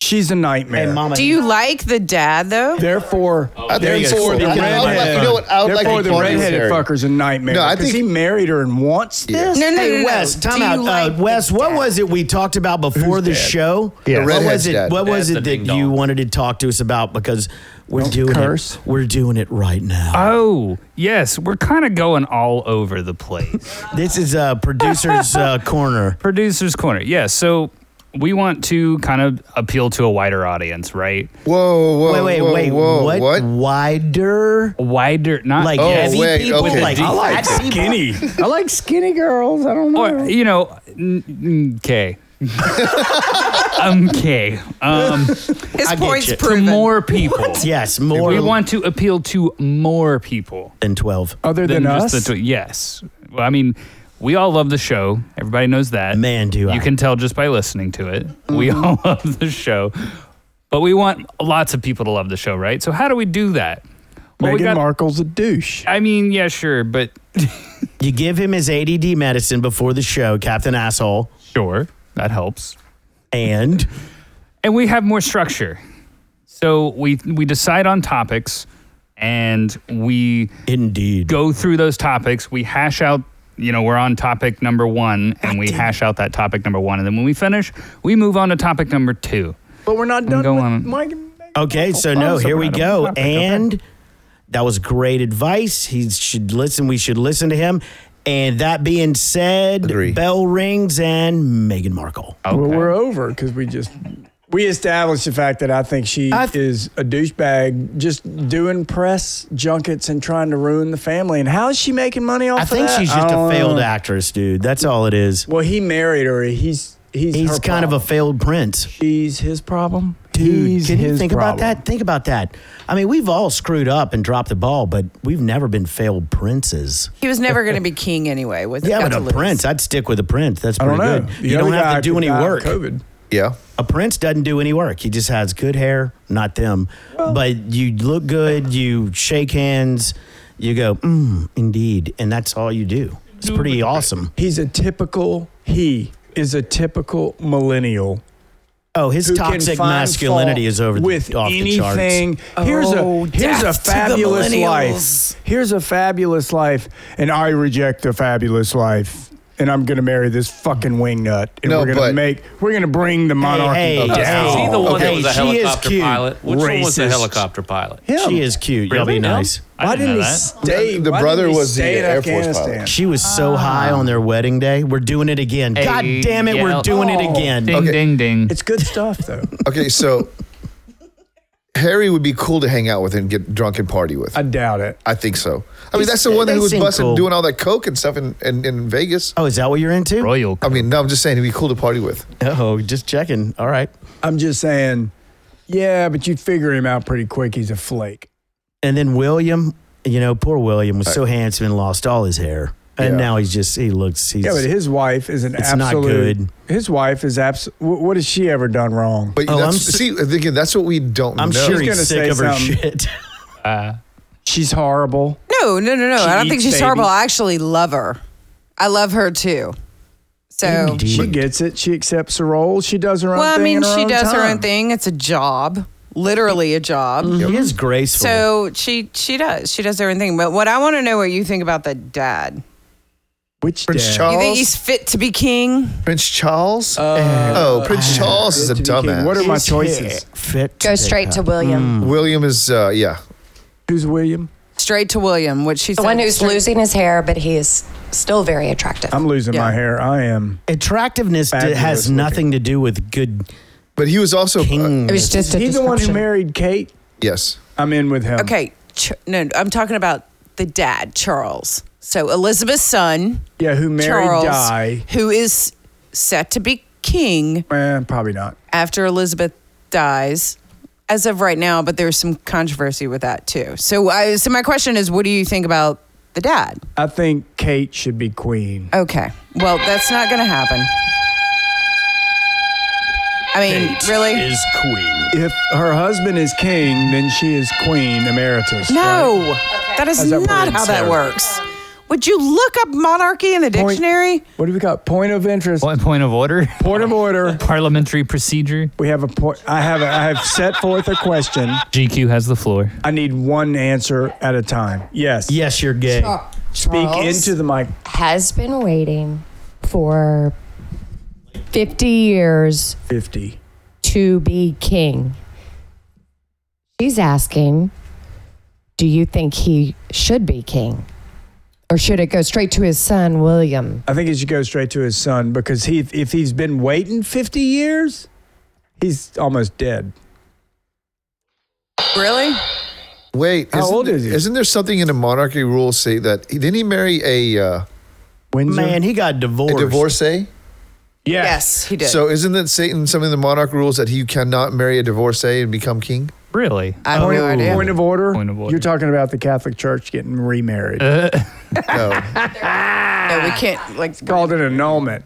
Speaker 3: she's a nightmare.
Speaker 1: Hey, mama.
Speaker 6: Do you like the dad though?
Speaker 3: Therefore,
Speaker 2: I think
Speaker 1: you go.
Speaker 3: therefore
Speaker 2: for
Speaker 3: the
Speaker 1: I would like-
Speaker 3: redheaded,
Speaker 2: Uh, you know what? I would like
Speaker 3: therefore
Speaker 2: to
Speaker 3: the
Speaker 2: call this
Speaker 3: redheaded
Speaker 2: area.
Speaker 3: fucker's a nightmare.
Speaker 2: No, I
Speaker 3: because
Speaker 2: think-
Speaker 3: he married her and wants this.
Speaker 6: No, no, no,
Speaker 1: Hey
Speaker 6: no,
Speaker 1: Wes,
Speaker 6: no.
Speaker 1: time
Speaker 6: Do you
Speaker 1: out.
Speaker 6: like
Speaker 1: uh, Wes,
Speaker 6: the
Speaker 1: what
Speaker 6: dad?
Speaker 1: was it we talked about before the show?
Speaker 4: Yeah. The
Speaker 1: What was
Speaker 2: redhead's
Speaker 1: it?
Speaker 2: dad.
Speaker 1: What was
Speaker 5: That's the
Speaker 1: it that
Speaker 5: ding dong.
Speaker 1: you wanted to talk to us about? Because we're doing
Speaker 3: curse.
Speaker 1: it. We're doing it right now.
Speaker 2: Uh,
Speaker 4: Oh, yes. We're kind of going all over the place.
Speaker 1: this is uh, producer's uh, corner.
Speaker 4: Producer's Corner. Yeah. So we want to kind of appeal to a wider audience, right?
Speaker 2: Whoa, whoa,
Speaker 1: Wait, wait,
Speaker 2: whoa,
Speaker 1: wait.
Speaker 2: whoa,
Speaker 1: what? Wider?
Speaker 4: Wider, not
Speaker 1: Like
Speaker 2: Oh,
Speaker 1: heavy
Speaker 2: wait,
Speaker 1: people?
Speaker 2: okay.
Speaker 1: Like
Speaker 2: I
Speaker 1: like
Speaker 3: skinny. I like skinny girls. I don't know.
Speaker 4: or you know, okay, um, okay, um,
Speaker 6: His
Speaker 1: I get
Speaker 6: points
Speaker 1: you.
Speaker 4: to
Speaker 6: proven.
Speaker 4: more people.
Speaker 1: Yes, more
Speaker 4: we want to appeal to more people
Speaker 1: than 12.
Speaker 2: Oh.
Speaker 3: Other than, us,
Speaker 4: the tw- yes. Well, I mean, we all love the show. Everybody knows that.
Speaker 1: Man, do
Speaker 4: you
Speaker 1: I.
Speaker 4: can tell just by listening to it. We all love the show, but we want lots of people to love the show, right? So how do we do that? Well,
Speaker 3: Meghan
Speaker 4: we got-
Speaker 3: Markle's a douche.
Speaker 4: I mean, yeah, sure, but
Speaker 1: You give him his ADD medicine before the show, Captain Asshole,
Speaker 4: sure, that helps.
Speaker 1: and
Speaker 4: and we have more structure. So we we decide on topics, and we
Speaker 1: indeed.
Speaker 4: go through those topics. We hash out. You know, we're on topic number one, and we hash out that topic number one, and then when we finish, we move on to topic number two.
Speaker 3: But we're not done
Speaker 4: go
Speaker 3: with
Speaker 4: on.
Speaker 3: Mike and Meghan.
Speaker 1: Okay, so
Speaker 4: Oh,
Speaker 1: no,
Speaker 4: so
Speaker 1: here we
Speaker 4: proud of
Speaker 1: go.
Speaker 4: him. Okay.
Speaker 1: And that was great advice. He should listen. We should listen to him. And that being said,
Speaker 2: Agree.
Speaker 1: bell rings and Meghan Markle.
Speaker 3: Well, we're over because we just we established the fact that I think she
Speaker 1: I th-
Speaker 3: is a douchebag, just doing press junkets and trying to ruin the family. And how is she making money off?
Speaker 1: I
Speaker 3: of
Speaker 1: think
Speaker 3: that?
Speaker 1: she's just a
Speaker 3: don't
Speaker 1: failed
Speaker 3: know.
Speaker 1: actress, dude. That's all it is.
Speaker 3: Well, he married her. He's he's
Speaker 1: He's
Speaker 3: her
Speaker 1: kind of a
Speaker 3: problem.
Speaker 1: failed prince.
Speaker 3: she's his problem.
Speaker 1: Dude,
Speaker 3: he's
Speaker 1: can you
Speaker 3: his
Speaker 1: think about
Speaker 3: problem.
Speaker 1: that? Think about that. I mean, we've all screwed up and dropped the ball, but we've never been failed princes.
Speaker 6: He was never going to be king anyway. What's he
Speaker 1: Yeah,
Speaker 6: got
Speaker 1: but
Speaker 6: to
Speaker 1: a
Speaker 6: lose?
Speaker 1: prince, I'd stick with a prince. That's
Speaker 3: I
Speaker 1: pretty
Speaker 3: don't know.
Speaker 1: good.
Speaker 3: The
Speaker 1: you
Speaker 3: other
Speaker 1: don't have
Speaker 3: guy
Speaker 1: to do
Speaker 3: could
Speaker 1: any
Speaker 3: die of
Speaker 1: work.
Speaker 3: COVID.
Speaker 2: Yeah.
Speaker 1: A prince doesn't do any work. He just has good hair, not them. but you look good, you shake hands, you go, mm, indeed. And that's all you do. It's pretty awesome.
Speaker 3: He's a typical. He is a typical millennial
Speaker 1: Oh, his
Speaker 3: who can
Speaker 1: toxic
Speaker 3: find
Speaker 1: masculinity
Speaker 3: fault
Speaker 1: is over the,
Speaker 3: with
Speaker 1: off the charts.
Speaker 3: anything. Here's
Speaker 6: Oh,
Speaker 3: a here's a
Speaker 6: death to the
Speaker 3: fabulous
Speaker 6: millennials.
Speaker 3: life. Here's a fabulous life, and I reject the fabulous life. And I'm gonna marry this fucking wingnut, and
Speaker 2: No,
Speaker 3: we're gonna
Speaker 2: but-
Speaker 3: make we're gonna bring the monarchy
Speaker 1: hey,
Speaker 3: down.
Speaker 1: hey,
Speaker 5: Is he the one
Speaker 1: Okay,
Speaker 5: that was a
Speaker 1: she is
Speaker 5: helicopter
Speaker 1: cute.
Speaker 5: pilot? Which one was the
Speaker 3: Racist.
Speaker 5: helicopter pilot?
Speaker 3: Him.
Speaker 1: She is cute. Y'all be
Speaker 5: Really?
Speaker 1: nice.
Speaker 5: I
Speaker 3: Why
Speaker 5: didn't
Speaker 3: didn't
Speaker 5: know
Speaker 3: he
Speaker 5: that.
Speaker 3: stay?
Speaker 2: The
Speaker 3: why
Speaker 2: brother
Speaker 3: didn't he
Speaker 2: was the
Speaker 3: stay in
Speaker 2: Air Force pilot.
Speaker 3: Afghanistan?
Speaker 1: She was
Speaker 3: Ah.
Speaker 1: so high on their wedding day. We're doing it again.
Speaker 4: Hey,
Speaker 1: God damn it,
Speaker 4: yeah.
Speaker 1: we're doing it
Speaker 3: Oh.
Speaker 1: again.
Speaker 4: Ding,
Speaker 2: Okay.
Speaker 4: ding, ding.
Speaker 3: It's good stuff though.
Speaker 2: Okay, so Harry would be cool to hang out with and get drunk and party with.
Speaker 3: I
Speaker 2: I,
Speaker 3: doubt it.
Speaker 2: think so. I mean,
Speaker 1: They-
Speaker 2: that's the one
Speaker 1: they
Speaker 2: that he was
Speaker 1: seem
Speaker 2: busting,
Speaker 1: cool.
Speaker 2: doing all that coke and stuff in, in, in Vegas.
Speaker 1: Oh, is that what you're into?
Speaker 4: Royal.
Speaker 2: I mean, no, I'm just saying he'd be cool to party with.
Speaker 1: Oh, just checking. All right.
Speaker 3: I'm just saying. Yeah, but you figure him out pretty quick. He's a flake.
Speaker 1: And then William, you know, poor William was so handsome and lost all his hair. And
Speaker 2: Yeah.
Speaker 1: now he's just, he looks, he's.
Speaker 3: Yeah, but his wife is an
Speaker 1: It's not
Speaker 3: absolute.
Speaker 1: good.
Speaker 3: His wife is absolute. What has she ever done wrong?
Speaker 2: But
Speaker 1: Oh,
Speaker 2: that's,
Speaker 1: I'm s-
Speaker 2: see, again, that's what we don't
Speaker 1: I'm
Speaker 2: know.
Speaker 1: sure he's
Speaker 3: She's gonna
Speaker 1: sick
Speaker 3: say
Speaker 1: of her
Speaker 3: something.
Speaker 1: shit.
Speaker 4: Uh,
Speaker 3: She's horrible.
Speaker 6: No, no, no, no.
Speaker 3: She
Speaker 6: I don't think
Speaker 3: eats
Speaker 6: she's
Speaker 3: babies.
Speaker 6: horrible. I actually love her. I love her too. So,
Speaker 1: Indeed.
Speaker 3: She gets it. She accepts her role. She does her own
Speaker 6: well, I
Speaker 3: thing.
Speaker 6: mean,
Speaker 3: in her
Speaker 6: she
Speaker 3: own
Speaker 6: does her own
Speaker 3: time.
Speaker 6: thing. It's a job, literally a job.
Speaker 1: He is graceful.
Speaker 6: So she she does she does her own thing. But what I want to know what you think about the dad.
Speaker 3: Which
Speaker 2: Prince
Speaker 3: dad?
Speaker 2: Charles.
Speaker 6: You think he's fit to be king?
Speaker 2: Prince Charles?
Speaker 1: Uh,
Speaker 2: oh, Prince Charles is a
Speaker 3: Did you kid-
Speaker 2: dumbass.
Speaker 3: What are my
Speaker 1: Is
Speaker 3: choices?
Speaker 1: he Fit
Speaker 7: Go
Speaker 1: take
Speaker 7: straight
Speaker 1: that?
Speaker 7: to
Speaker 3: Mm.
Speaker 7: William,
Speaker 2: William is, uh, yeah.
Speaker 3: Who's William?
Speaker 6: Straight to William, which she's
Speaker 7: the one who's losing his hair, but he is still very attractive.
Speaker 3: I'm losing
Speaker 6: Yeah.
Speaker 3: my hair. I am.
Speaker 1: Attractiveness d-
Speaker 3: Fabulous
Speaker 1: has
Speaker 3: looking.
Speaker 1: nothing to do with good
Speaker 2: But he was also. uh,
Speaker 1: king.
Speaker 7: it was just a
Speaker 3: He's the one who
Speaker 7: description.
Speaker 3: married Kate.
Speaker 2: yes.
Speaker 3: I'm in with him.
Speaker 6: Okay, Ch- no, I'm talking about the dad, Charles. So Elizabeth's son,
Speaker 3: Yeah, who married
Speaker 6: Charles,
Speaker 3: Di.
Speaker 6: who is set to be king
Speaker 3: Eh, probably not.
Speaker 6: after Elizabeth dies, as of right now. But there's some controversy with that too. So, I, so my question is, what do you think about the dad?
Speaker 3: I think Kate should be queen.
Speaker 6: Okay. Well, that's not going to happen. I mean, really?
Speaker 1: Is queen.
Speaker 3: If her husband is king, then she is queen emeritus.
Speaker 6: no.
Speaker 3: right?
Speaker 6: That is
Speaker 3: How's that
Speaker 6: not
Speaker 3: worded,
Speaker 6: how that
Speaker 3: Sarah?
Speaker 6: works. Would you look up monarchy in the
Speaker 3: Point-
Speaker 6: dictionary?
Speaker 3: What do we got? Point of interest.
Speaker 4: Point, point of order.
Speaker 3: Point of order.
Speaker 4: Parliamentary procedure.
Speaker 3: We have a point. I have. A, I have set forth a question.
Speaker 4: GQ has the floor.
Speaker 3: I need one answer at a time. Yes.
Speaker 1: Yes, you're gay.
Speaker 3: Speak into the mic.
Speaker 7: has been waiting for 50 years
Speaker 3: Fifty.
Speaker 7: to be king. She's asking, do you think he should be king? Or should it go straight to his son, William?
Speaker 3: I think he should go straight to his son because he, if he's been waiting fifty years, he's almost dead.
Speaker 6: Really?
Speaker 2: Wait,
Speaker 3: How
Speaker 2: isn't
Speaker 3: old
Speaker 2: there-
Speaker 3: is he?
Speaker 2: Isn't there something in the monarchy rules say that didn't he marry a uh,
Speaker 3: Windsor.
Speaker 1: Man, he got
Speaker 2: a
Speaker 1: divorced.
Speaker 2: divorcee?
Speaker 6: Yes, he did.
Speaker 2: So isn't that Satan something in the monarch rules that he cannot marry a divorcee and become king?
Speaker 4: Really?
Speaker 6: I have no idea.
Speaker 3: Point of order.
Speaker 4: Point of order. Uh,
Speaker 3: You're talking about the Catholic Church getting remarried.
Speaker 2: No.
Speaker 6: No, we can't. Like,
Speaker 3: Called an annulment.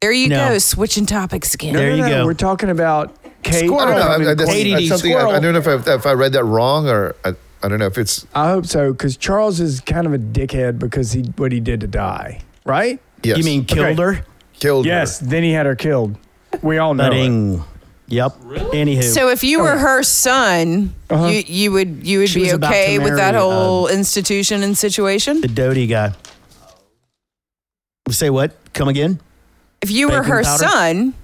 Speaker 6: there you
Speaker 1: No.
Speaker 6: go, switching topics again.
Speaker 1: There you go.
Speaker 3: We're talking about Kate.
Speaker 2: I don't know. I, I,
Speaker 3: becoming
Speaker 2: that's,
Speaker 3: queen.
Speaker 1: ADD
Speaker 2: that's something I, I
Speaker 1: squirrel.
Speaker 2: don't know if I, if I read that wrong or I, I don't know if it's
Speaker 3: I hope so, because Charles is kind of a dickhead because he what he did to die, right?
Speaker 2: yes.
Speaker 1: You mean killed her?
Speaker 2: killed? her.
Speaker 3: Yes. Then he had her killed. We all know. it.
Speaker 1: Budding. Yep. Anywho.
Speaker 6: So if you were her son, you, you would you would
Speaker 1: Uh-huh. She
Speaker 6: be
Speaker 1: was about to
Speaker 6: okay with that
Speaker 1: marry, um,
Speaker 6: whole institution and situation?
Speaker 1: the Doty guy. Say what? Come again?
Speaker 6: If you were
Speaker 1: baking
Speaker 6: her
Speaker 1: powder?
Speaker 6: son,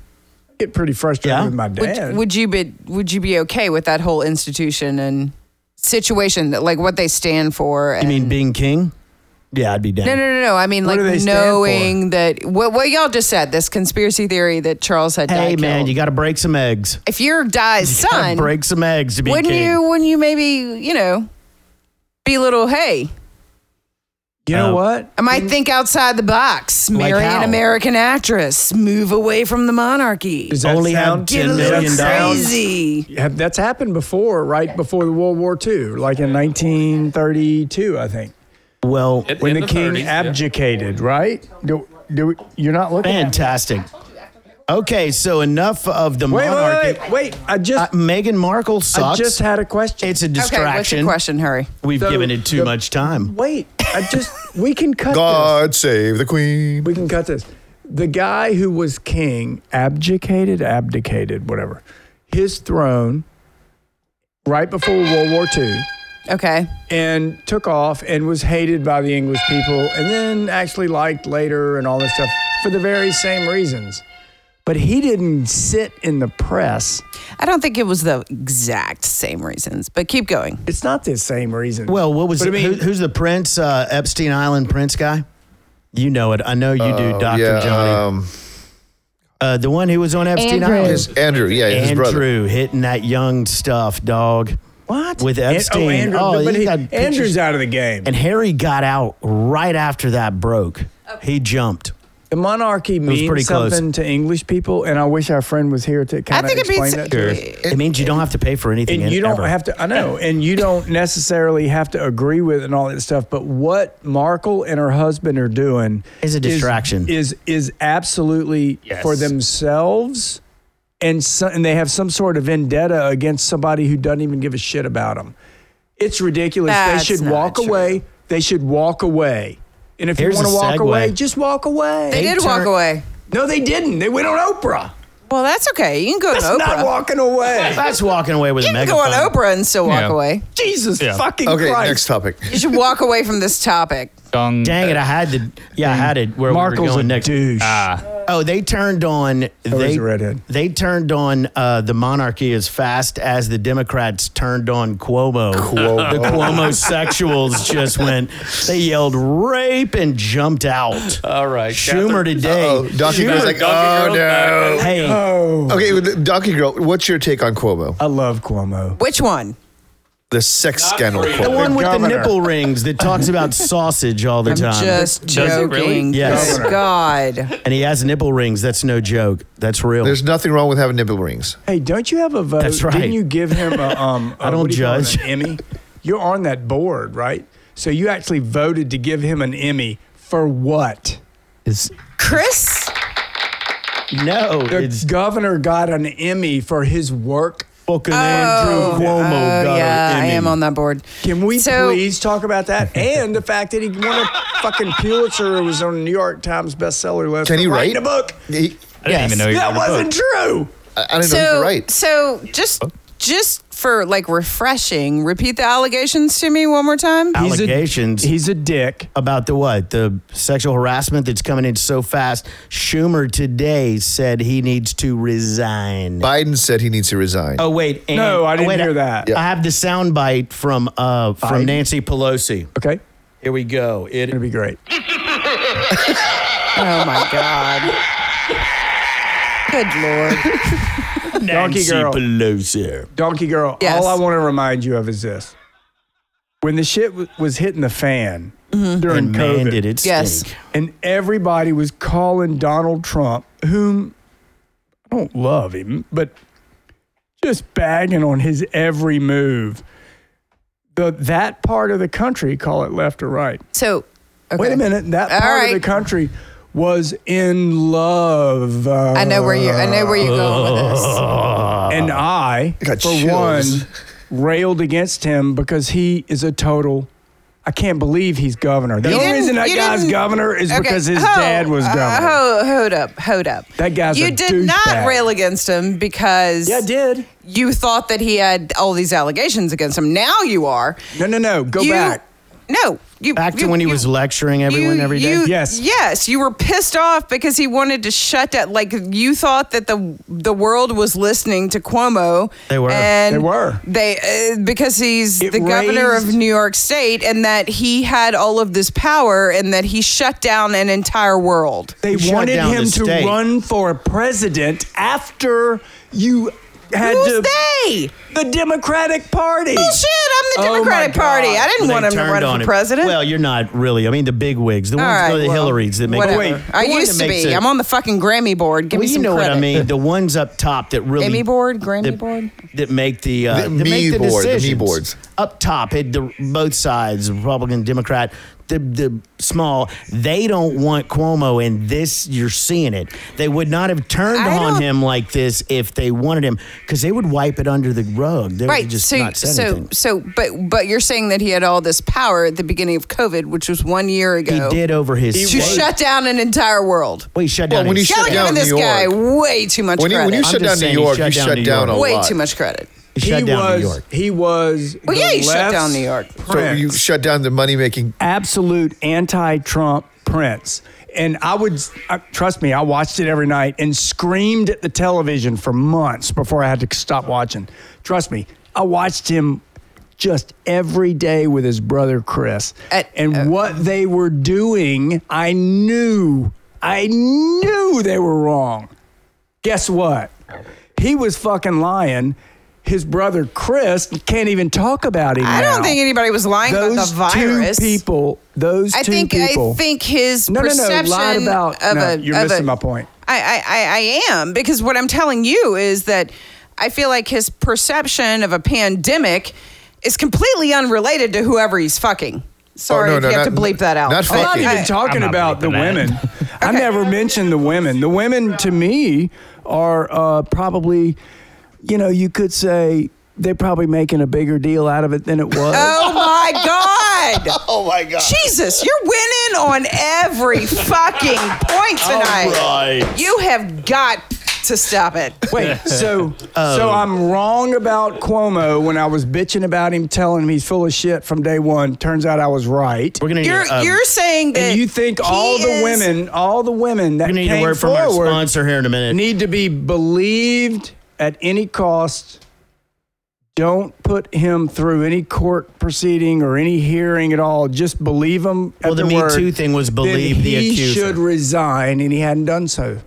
Speaker 3: Get pretty frustrated
Speaker 1: Yeah.
Speaker 3: with my
Speaker 6: would,
Speaker 3: dad.
Speaker 6: would you be would you be okay with that whole institution and situation that like what they stand for? And,
Speaker 1: You mean being king? Yeah, I'd be down.
Speaker 6: No, no, no, no. I mean,
Speaker 3: What do they
Speaker 6: like
Speaker 3: stand for?
Speaker 6: knowing that what, what y'all just said, this conspiracy theory that Charles had
Speaker 1: Hey
Speaker 6: died
Speaker 1: man,
Speaker 6: killed.
Speaker 1: you got to break some eggs.
Speaker 6: if you're Di's
Speaker 1: You gotta
Speaker 6: son,
Speaker 1: break some eggs to be
Speaker 6: wouldn't
Speaker 1: king.
Speaker 6: you? Wouldn't you maybe you know be a little hey?
Speaker 3: you know
Speaker 1: Uh,
Speaker 3: what?
Speaker 6: I might think outside the box.
Speaker 1: Like
Speaker 6: Marry
Speaker 1: how?
Speaker 6: an American actress. Move away from the monarchy.
Speaker 3: Does that
Speaker 1: Only have
Speaker 3: sound
Speaker 1: Get
Speaker 6: Get
Speaker 1: a
Speaker 6: a
Speaker 1: $10
Speaker 6: little
Speaker 1: million
Speaker 6: crazy.
Speaker 3: Have- That's happened before, right before the World War II, like in 1932, I think,
Speaker 1: Well,
Speaker 3: when the, king abdicated, right? Do, do we, you're not looking at
Speaker 1: fantastic. Okay, so enough of the
Speaker 3: Wait,
Speaker 1: monarchy. Uh,
Speaker 3: wait, wait, wait. I just,
Speaker 1: Meghan Markle
Speaker 3: I
Speaker 1: sucks.
Speaker 3: just had a question.
Speaker 1: it's a
Speaker 6: Okay, what's your
Speaker 1: distraction.
Speaker 6: question? Hurry.
Speaker 1: We've
Speaker 3: So,
Speaker 1: given it too
Speaker 3: the-
Speaker 1: much time.
Speaker 3: wait, I just, we can cut this.
Speaker 2: God save the queen.
Speaker 3: We can cut this. The guy who was king abdicated, abdicated, whatever, his throne right before World War II.
Speaker 6: Okay.
Speaker 3: and took off and was hated by the English people and then actually liked later and all this stuff for the very same reasons. But he didn't sit in the press.
Speaker 6: I don't think it was the exact same reasons, but keep going.
Speaker 3: It's not the same reason.
Speaker 1: Well, what was
Speaker 3: But I mean-
Speaker 1: who, who's the prince? Uh, Epstein Island prince guy. You know it. I know you do, Doctor
Speaker 2: Oh, yeah,
Speaker 1: Johnny.
Speaker 2: um,
Speaker 1: uh, the one who was on Epstein
Speaker 7: Andrew.
Speaker 1: Island.
Speaker 2: his Andrew. Yeah, his brother.
Speaker 1: Andrew hitting that young stuff, dog.
Speaker 3: what?
Speaker 1: with
Speaker 3: An-
Speaker 1: Epstein.
Speaker 3: Oh, Andrew,
Speaker 1: Oh,
Speaker 3: but
Speaker 1: he
Speaker 3: he-
Speaker 1: got pictures-
Speaker 3: Andrew's out of the game.
Speaker 1: And Harry got out right after that broke. He jumped.
Speaker 3: the monarchy
Speaker 1: was pretty
Speaker 3: means
Speaker 1: close.
Speaker 3: something to English people, and I wish our friend was here to
Speaker 6: I
Speaker 3: kind of
Speaker 6: think it'd be.
Speaker 3: explain that to us.
Speaker 6: s-
Speaker 1: It, means you don't have to pay for anything.
Speaker 3: and
Speaker 1: in-
Speaker 3: you don't
Speaker 1: ever.
Speaker 3: have to i know and you don't necessarily have to agree with and all that stuff but what markle and her husband are doing
Speaker 1: Is a distraction.
Speaker 3: is is, absolutely
Speaker 4: Yes.
Speaker 3: for themselves and so, and they have some sort of vendetta against somebody who doesn't even give a shit about them it's ridiculous
Speaker 6: That's
Speaker 3: they should
Speaker 6: not
Speaker 3: walk
Speaker 6: true.
Speaker 3: away they should walk away and if
Speaker 1: Here's
Speaker 3: you want
Speaker 1: a
Speaker 3: to walk
Speaker 1: segue.
Speaker 3: away just walk away
Speaker 6: They did walk
Speaker 1: turn-
Speaker 6: away.
Speaker 3: no they didn't they went on oprah
Speaker 6: Well, that's okay. You can go
Speaker 3: that's
Speaker 6: on Oprah.
Speaker 3: not walking away
Speaker 1: That's walking away with a
Speaker 6: you can go
Speaker 1: megaphone.
Speaker 6: on Oprah and still walk
Speaker 4: Yeah.
Speaker 6: away.
Speaker 3: jesus
Speaker 4: Yeah.
Speaker 3: fucking
Speaker 2: Okay,
Speaker 3: christ
Speaker 2: next topic.
Speaker 6: You should walk away from this topic.
Speaker 4: Dong.
Speaker 1: Dang it! I had to. Yeah, I had it. Where we were
Speaker 4: Markle's
Speaker 1: going
Speaker 4: a
Speaker 1: next?
Speaker 3: douche
Speaker 4: Ah,
Speaker 1: Oh, they turned on. They,
Speaker 3: a redhead.
Speaker 1: they turned on uh, the monarchy as fast as the Democrats turned on Cuomo.
Speaker 2: Cuomo.
Speaker 1: The Cuomo sexuals just went. They yelled rape and jumped out.
Speaker 5: All right,
Speaker 1: Schumer today.
Speaker 2: Oh, Donkey Girl's like,
Speaker 5: Donkey
Speaker 2: oh
Speaker 5: Girl.
Speaker 2: no.
Speaker 1: Hey,
Speaker 3: oh
Speaker 2: Okay, with the- Donkey Girl, what's your take on Cuomo?
Speaker 3: I love Cuomo.
Speaker 6: Which one?
Speaker 2: The sex scandal
Speaker 1: The
Speaker 2: quote.
Speaker 1: one with the
Speaker 3: governor.
Speaker 1: nipple rings that talks about sausage all the
Speaker 6: I'm
Speaker 1: time.
Speaker 6: just
Speaker 5: Does it
Speaker 6: joking.
Speaker 5: really?
Speaker 1: Yes.
Speaker 6: Good God.
Speaker 1: and he has nipple rings. That's no joke. That's real.
Speaker 2: There's nothing wrong with having nipple rings.
Speaker 3: Hey, don't you have a vote?
Speaker 1: That's right.
Speaker 3: Didn't you give him a, um, I
Speaker 1: I don't judge.
Speaker 3: an Emmy? You're on that board, right? So you actually voted to give him an Emmy for what?
Speaker 5: Is
Speaker 6: Chris?
Speaker 1: no,
Speaker 3: The
Speaker 1: it's
Speaker 3: governor got an Emmy for his work.
Speaker 1: fucking Andrew Cuomo.
Speaker 6: Oh,
Speaker 1: got
Speaker 6: yeah,
Speaker 1: an
Speaker 6: I am
Speaker 1: Emmy.
Speaker 6: on that board.
Speaker 3: Can we
Speaker 6: So-
Speaker 3: please talk about that? And the fact that he won a fucking Pulitzer and was on the New York Times bestseller list.
Speaker 2: Can
Speaker 3: for
Speaker 2: he
Speaker 3: writing
Speaker 2: write?
Speaker 3: a book?
Speaker 2: He-
Speaker 4: I didn't even know you
Speaker 3: That
Speaker 4: wrote a
Speaker 3: wasn't
Speaker 4: book.
Speaker 3: true.
Speaker 2: I, I didn't know you
Speaker 6: So,
Speaker 2: were right.
Speaker 6: so just just for like refreshing, repeat the allegations to me one more time.
Speaker 3: He's a-
Speaker 1: Allegations.
Speaker 3: He's a dick.
Speaker 1: about the what the sexual harassment that's coming in so fast. Schumer today said he needs to resign.
Speaker 2: Biden said he needs to resign.
Speaker 1: oh wait, and,
Speaker 3: No, I
Speaker 1: oh,
Speaker 3: didn't
Speaker 1: wait,
Speaker 3: hear that.
Speaker 1: I have the soundbite from uh from Nancy Pelosi.
Speaker 3: Okay.
Speaker 1: Here we go. It
Speaker 3: It'd be great.
Speaker 6: Oh my God. Good Lord.
Speaker 3: Donkey girl.
Speaker 1: Pelosi.
Speaker 3: Donkey Girl,
Speaker 6: Yes.
Speaker 3: all I want to remind you of is this. When the shit w- was hitting the fan during
Speaker 1: And
Speaker 3: COVID,
Speaker 1: man, did it stink.
Speaker 6: Yes.
Speaker 3: and everybody was calling Donald Trump, whom I don't love him, but just bagging on his every move. The, that part of the country, call it left or right.
Speaker 6: So, okay.
Speaker 3: Wait a minute, that
Speaker 6: All
Speaker 3: part of the
Speaker 6: right.
Speaker 3: country was in love. Uh,
Speaker 6: I know where you. I know where you're going
Speaker 3: Oh.
Speaker 6: with this.
Speaker 3: and
Speaker 1: Uh-huh.
Speaker 3: I,
Speaker 2: got
Speaker 3: for
Speaker 2: chills.
Speaker 3: one, railed against him because he is a total. I can't believe he's governor. The
Speaker 6: You
Speaker 3: only
Speaker 6: didn't-
Speaker 3: reason that
Speaker 6: you
Speaker 3: guy's
Speaker 6: didn't-
Speaker 3: governor is
Speaker 6: Okay,
Speaker 3: because his
Speaker 6: ho-
Speaker 3: dad was
Speaker 6: uh,
Speaker 3: governor.
Speaker 6: ho- hold up, hold up.
Speaker 3: That guy's
Speaker 6: You
Speaker 3: a
Speaker 6: did not
Speaker 3: douchebag.
Speaker 6: rail against him because
Speaker 3: yeah, I did.
Speaker 6: you thought that he had all these allegations against him. Now you are.
Speaker 3: No, no, no. Go
Speaker 6: You-
Speaker 3: back.
Speaker 6: No, you
Speaker 1: Back to
Speaker 6: you-
Speaker 1: when he
Speaker 6: you-
Speaker 1: was lecturing everyone
Speaker 6: you-
Speaker 1: every day.
Speaker 6: you-
Speaker 3: Yes.
Speaker 6: Yes. You were pissed off because he wanted to shut down. Like you thought that the the world was listening to Cuomo.
Speaker 1: They were.
Speaker 6: And
Speaker 3: They were.
Speaker 6: They uh, because he's
Speaker 3: It
Speaker 6: the governor of
Speaker 3: raised-
Speaker 6: New York State, and that he had all of this power, and that he shut down an entire world.
Speaker 3: They
Speaker 1: shut
Speaker 3: wanted
Speaker 1: down
Speaker 3: him
Speaker 1: the
Speaker 3: to
Speaker 1: state.
Speaker 3: run for president after you had
Speaker 6: Who's
Speaker 3: to.
Speaker 6: they?
Speaker 3: The Democratic Party.
Speaker 6: Shit! I'm the
Speaker 3: Oh my
Speaker 6: Democratic Party.
Speaker 3: God.
Speaker 6: I didn't
Speaker 1: They
Speaker 6: want him to
Speaker 1: turned
Speaker 6: run
Speaker 1: on
Speaker 6: for
Speaker 1: him.
Speaker 6: president.
Speaker 1: Well, you're not really. I mean, the big wigs, the ones,
Speaker 6: All right,
Speaker 1: the
Speaker 6: well,
Speaker 1: Hillarys that make.
Speaker 6: whatever.
Speaker 1: Wait,
Speaker 6: I
Speaker 1: the one
Speaker 6: used
Speaker 1: that
Speaker 6: to
Speaker 1: makes
Speaker 6: be.
Speaker 1: it-
Speaker 6: I'm on the fucking Grammy board. Give
Speaker 1: Well,
Speaker 6: me
Speaker 1: you
Speaker 6: some
Speaker 1: know
Speaker 6: credit.
Speaker 1: what I mean. The ones up top that really
Speaker 6: Emmy board, Grammy
Speaker 1: that-
Speaker 6: board?
Speaker 1: that make the, uh,
Speaker 2: The
Speaker 1: that make
Speaker 2: me
Speaker 1: the
Speaker 2: board, the me
Speaker 1: decisions.
Speaker 2: boards.
Speaker 1: up top. It, the, both sides, Republican, Democrat, the the small. They don't want Cuomo, and this you're seeing it. They would not have turned
Speaker 6: I
Speaker 1: on
Speaker 6: don't-
Speaker 1: him like this if they wanted him, because they would wipe it under the rug. They
Speaker 6: Right.
Speaker 1: would just
Speaker 6: so,
Speaker 1: not say
Speaker 6: so,
Speaker 1: anything.
Speaker 6: so, but, but you're saying that he had all this power at the beginning of COVID, which was one year
Speaker 1: He
Speaker 6: ago.
Speaker 1: did over his.
Speaker 6: to
Speaker 1: state.
Speaker 6: shut down an entire world.
Speaker 1: Well, he shut
Speaker 2: Well,
Speaker 1: down.
Speaker 2: when
Speaker 1: his
Speaker 2: he shut
Speaker 6: Y'all are
Speaker 2: down
Speaker 6: giving this
Speaker 2: New
Speaker 6: guy
Speaker 2: York.
Speaker 6: way too much
Speaker 2: When you,
Speaker 6: credit.
Speaker 2: when you
Speaker 1: I'm
Speaker 2: shut
Speaker 1: just
Speaker 2: down New
Speaker 1: saying he
Speaker 2: York,
Speaker 1: shut
Speaker 2: you
Speaker 1: down
Speaker 2: shut
Speaker 1: New
Speaker 2: down a
Speaker 1: York.
Speaker 6: way
Speaker 2: lot.
Speaker 6: too much credit.
Speaker 1: He
Speaker 3: He
Speaker 1: shut down
Speaker 3: was.
Speaker 1: New York.
Speaker 3: He was.
Speaker 6: Well, yeah,
Speaker 3: the
Speaker 6: you shut down
Speaker 3: left's
Speaker 6: New York.
Speaker 2: So you
Speaker 3: prince.
Speaker 2: shut down the money making.
Speaker 3: absolute anti-Trump prince. And I would I, trust me, I watched it every night and screamed at the television for months before I had to stop watching. Trust me, I watched him just every day with his brother Chris.
Speaker 6: At-
Speaker 3: and
Speaker 6: uh,
Speaker 3: what they were doing, I knew. I knew they were wrong. Guess what? He was fucking lying. His brother Chris can't even talk about him.
Speaker 6: I don't
Speaker 3: now
Speaker 6: think anybody was lying about
Speaker 3: those
Speaker 6: the virus.
Speaker 3: two people. Those
Speaker 6: I
Speaker 3: two
Speaker 6: think
Speaker 3: people.
Speaker 6: I think his
Speaker 3: no, no, no,
Speaker 6: perception
Speaker 3: lied about.
Speaker 6: of
Speaker 3: no,
Speaker 6: a
Speaker 3: you're
Speaker 6: of
Speaker 3: missing
Speaker 6: a-
Speaker 3: my point.
Speaker 6: I, I, I- I am because what I'm telling you is that I feel like his perception of a pandemic is completely unrelated to whoever he's fucking. Sorry
Speaker 2: no,
Speaker 6: if
Speaker 2: no,
Speaker 6: you have
Speaker 2: not-
Speaker 6: to bleep that out.
Speaker 2: not
Speaker 3: I'm not
Speaker 2: fucking.
Speaker 6: I-
Speaker 3: even talking
Speaker 4: I'm not
Speaker 3: about the
Speaker 4: believing that.
Speaker 3: women. I never mentioned the women. The women to me are uh, probably, you know, you could say they're probably making a bigger deal out of it than it was.
Speaker 6: Oh my God. oh my God. Jesus, you're winning on every fucking point tonight. You have got to stop it.
Speaker 3: Wait, so
Speaker 4: Oh.
Speaker 3: so I'm wrong about Cuomo when I was bitching about him, telling him he's full of shit from day one. Turns out I was right.
Speaker 1: We're gonna.
Speaker 6: You're,
Speaker 1: um,
Speaker 6: you're saying that.
Speaker 3: And you think
Speaker 6: he
Speaker 3: all the
Speaker 6: is-
Speaker 3: women, all the women that
Speaker 1: We need a
Speaker 3: came
Speaker 1: word from our
Speaker 3: forward
Speaker 1: sponsor here in a minute.
Speaker 3: need to be believed at any cost. Don't put him through any court proceeding or any hearing at all. Just believe him. At
Speaker 1: Well, the
Speaker 3: the
Speaker 1: Me
Speaker 3: word.
Speaker 1: Too thing was
Speaker 3: Then
Speaker 1: believe the
Speaker 3: he
Speaker 1: accuser.
Speaker 3: should resign, and he hadn't done so.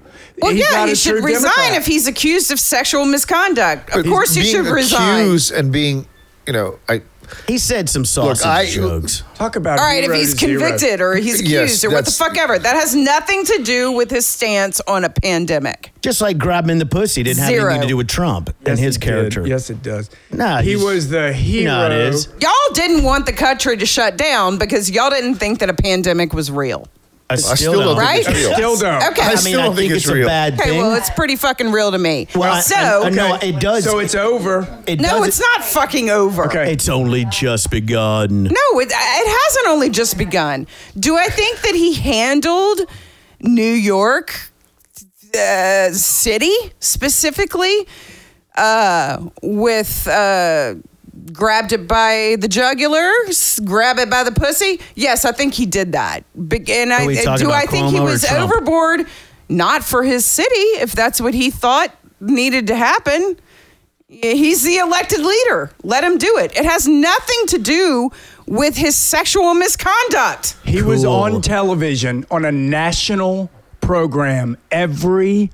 Speaker 6: Well,
Speaker 3: He's
Speaker 6: yeah,
Speaker 3: not
Speaker 6: he
Speaker 3: a
Speaker 6: should
Speaker 3: true
Speaker 6: resign
Speaker 3: Democrat.
Speaker 6: if he's accused of sexual misconduct. Of course, he
Speaker 2: being
Speaker 6: should resign.
Speaker 2: accused and being you know, I
Speaker 1: He said some sausage
Speaker 2: I-
Speaker 1: jokes.
Speaker 3: Talk about
Speaker 6: All right, if
Speaker 3: zero
Speaker 6: he's
Speaker 3: to zero.
Speaker 6: convicted or
Speaker 2: Yes,
Speaker 6: he's accused or what the
Speaker 2: that's-
Speaker 6: fuck ever, that has nothing to do with his stance on a pandemic.
Speaker 1: Just like grabbing the pussy didn't have
Speaker 6: Zero.
Speaker 1: anything to do with Trump and
Speaker 3: Yes,
Speaker 1: his
Speaker 3: it did.
Speaker 1: character.
Speaker 3: Yes, it does.
Speaker 1: Nah,
Speaker 3: he
Speaker 1: he's-
Speaker 3: was the hero.
Speaker 1: No, it is.
Speaker 6: Y'all didn't want the country to shut down because y'all didn't think that a pandemic was real.
Speaker 1: I
Speaker 2: I still don't think
Speaker 6: Right?
Speaker 2: it's real.
Speaker 3: Still don't.
Speaker 6: Okay.
Speaker 1: I
Speaker 2: I
Speaker 1: mean,
Speaker 2: still
Speaker 1: I
Speaker 2: don't
Speaker 1: think, it's, a
Speaker 2: real.
Speaker 1: bad
Speaker 6: Okay,
Speaker 1: thing.
Speaker 6: well, it's pretty fucking real to me.
Speaker 1: Well, I-
Speaker 6: so,
Speaker 1: I- I know
Speaker 3: Okay.
Speaker 1: it does.
Speaker 3: So it's over.
Speaker 1: it
Speaker 6: no,
Speaker 1: does-
Speaker 6: it's not fucking over.
Speaker 3: Okay.
Speaker 1: It's only just begun.
Speaker 6: No, it, it hasn't only just begun. Do I think that he handled New York uh, City specifically uh, with uh, grabbed it by the jugular, s- grab it by the pussy? Yes, I think he did that. Be- and I,
Speaker 1: Are we
Speaker 6: and
Speaker 1: talking
Speaker 6: do I
Speaker 1: about
Speaker 6: think he
Speaker 1: Cuomo or
Speaker 6: was
Speaker 1: Trump?
Speaker 6: overboard, not for his city, if that's what he thought needed to happen? Yeah, He's the elected leader. Let him do it. It has nothing to do with his sexual misconduct.
Speaker 3: He was
Speaker 1: Cool.
Speaker 3: on television on a national program every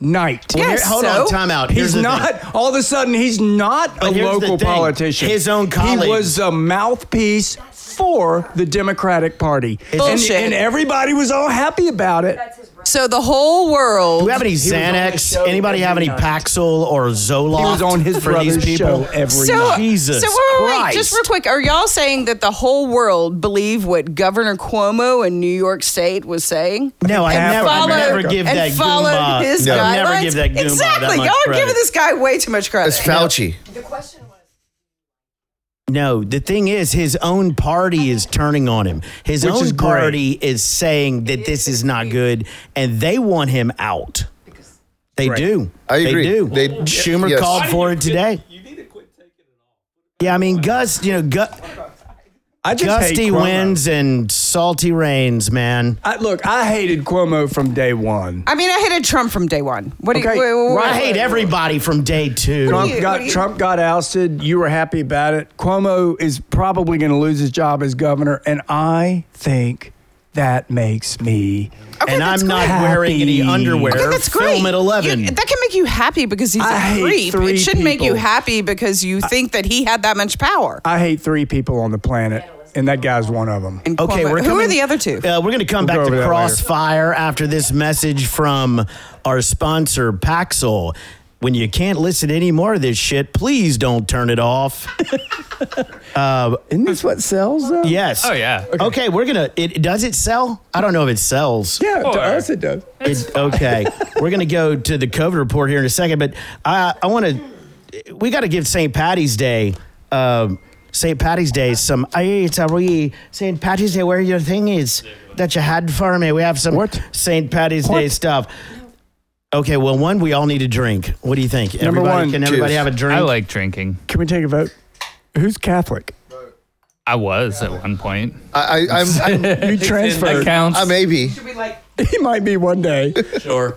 Speaker 3: night.
Speaker 6: Yeah,
Speaker 1: Here- hold
Speaker 6: so-
Speaker 1: on, time out. Here's
Speaker 3: He's
Speaker 1: the thing.
Speaker 3: not. All of a sudden, he's not
Speaker 1: But
Speaker 3: a
Speaker 1: here's the
Speaker 3: local
Speaker 1: thing.
Speaker 3: politician.
Speaker 1: His own
Speaker 3: He
Speaker 1: colleagues.
Speaker 3: was a mouthpiece for the Democratic Party, and,
Speaker 6: Bullshit.
Speaker 3: and everybody was all happy about it.
Speaker 6: So the whole
Speaker 1: Do
Speaker 6: world.
Speaker 1: we have any
Speaker 3: was on his
Speaker 1: Xanax?
Speaker 3: show
Speaker 1: Anybody have
Speaker 3: every
Speaker 1: any
Speaker 3: night.
Speaker 1: Paxil or Zoloft?
Speaker 3: He was on his
Speaker 1: for these
Speaker 3: brother's show
Speaker 1: people.
Speaker 3: every
Speaker 6: So,
Speaker 3: night.
Speaker 1: Jesus
Speaker 6: so wait, wait, wait,
Speaker 1: Christ.
Speaker 6: just real quick, are y'all saying that the whole world believe what Governor Cuomo in New York State was saying?
Speaker 1: No, I
Speaker 3: And
Speaker 1: never,
Speaker 3: followed-
Speaker 1: never give
Speaker 6: and
Speaker 1: that
Speaker 6: followed
Speaker 1: Goomba.
Speaker 6: his
Speaker 1: no.
Speaker 6: guidelines.
Speaker 1: Never give that Goomba
Speaker 6: exactly.
Speaker 1: that much
Speaker 6: y'all are
Speaker 1: credit.
Speaker 6: giving this guy way too much credit.
Speaker 2: That's Fauci.
Speaker 1: No, the thing is, his own party is turning on him. His
Speaker 3: Which is
Speaker 1: own
Speaker 3: great.
Speaker 1: party is saying that this is not good, and they want him out. They do.
Speaker 2: I agree.
Speaker 1: They do.
Speaker 2: They-
Speaker 1: Schumer
Speaker 2: yes.
Speaker 1: called for it today. You need to quit taking it off. Yeah, I mean, Gus, you know, Gu-
Speaker 3: I just hate
Speaker 1: Gusty
Speaker 3: Cuomo.
Speaker 1: winds and salty rains, man.
Speaker 3: I, look, I hated Cuomo from day one.
Speaker 6: I mean, I hated Trump from day one. What do you?
Speaker 3: Okay,
Speaker 6: wait, wait, wait,
Speaker 1: I
Speaker 6: wait.
Speaker 1: hate everybody from day two.
Speaker 3: Trump
Speaker 6: you- what
Speaker 3: got
Speaker 6: do you-
Speaker 3: Trump got ousted. You were happy about it. Cuomo is probably going to lose his job as governor, and I think that makes me.
Speaker 6: Okay,
Speaker 1: and
Speaker 6: that's
Speaker 1: I'm not
Speaker 3: great.
Speaker 1: wearing any
Speaker 3: Happy.
Speaker 1: underwear.
Speaker 6: I think that's great.
Speaker 1: Film at
Speaker 6: You-
Speaker 1: 11.
Speaker 6: that can make you happy because he's a
Speaker 3: I hate
Speaker 6: creep.
Speaker 3: three
Speaker 6: It should make you
Speaker 3: people.
Speaker 6: happy because you think that he had that much power.
Speaker 3: I hate three people on the planet, and that guy's one of them.
Speaker 6: And
Speaker 1: Okay,
Speaker 6: Cuomo-
Speaker 1: we're
Speaker 6: who
Speaker 1: coming,
Speaker 6: are the other two?
Speaker 1: Uh, we're going to come
Speaker 3: We'll go
Speaker 1: back
Speaker 3: over
Speaker 1: to
Speaker 3: that
Speaker 1: Crossfire after this message from our sponsor, Paxil. When you can't listen to any more of this shit, please don't turn it off.
Speaker 3: Isn't this what sells? uh, Though?
Speaker 1: yes.
Speaker 4: Oh, yeah.
Speaker 1: Okay, we're gonna. It does it sell? I don't know if it sells.
Speaker 3: Yeah,
Speaker 4: Or-
Speaker 3: to us it does.
Speaker 1: It, okay, we're gonna go to the COVID report here in a second, but I I want to. We got to give St. Patty's Day. Um, St. Patty's Day, some. Hey, it's a we St. Patty's Day. Where your thing is that you had for me? We have some
Speaker 3: What?
Speaker 1: St. Patty's
Speaker 3: What?
Speaker 1: Day stuff. Okay, well, one, we all need a drink. What do you think?
Speaker 3: Number
Speaker 1: everybody,
Speaker 3: one,
Speaker 1: can everybody
Speaker 2: juice.
Speaker 1: have a drink?
Speaker 4: I like drinking.
Speaker 3: Can we take a vote? Who's Catholic?
Speaker 4: I was at one point.
Speaker 2: I, I, I'm, I'm,
Speaker 3: You
Speaker 4: That
Speaker 3: transferred.
Speaker 4: counts.
Speaker 2: I may be.
Speaker 3: He might be one day.
Speaker 5: Sure.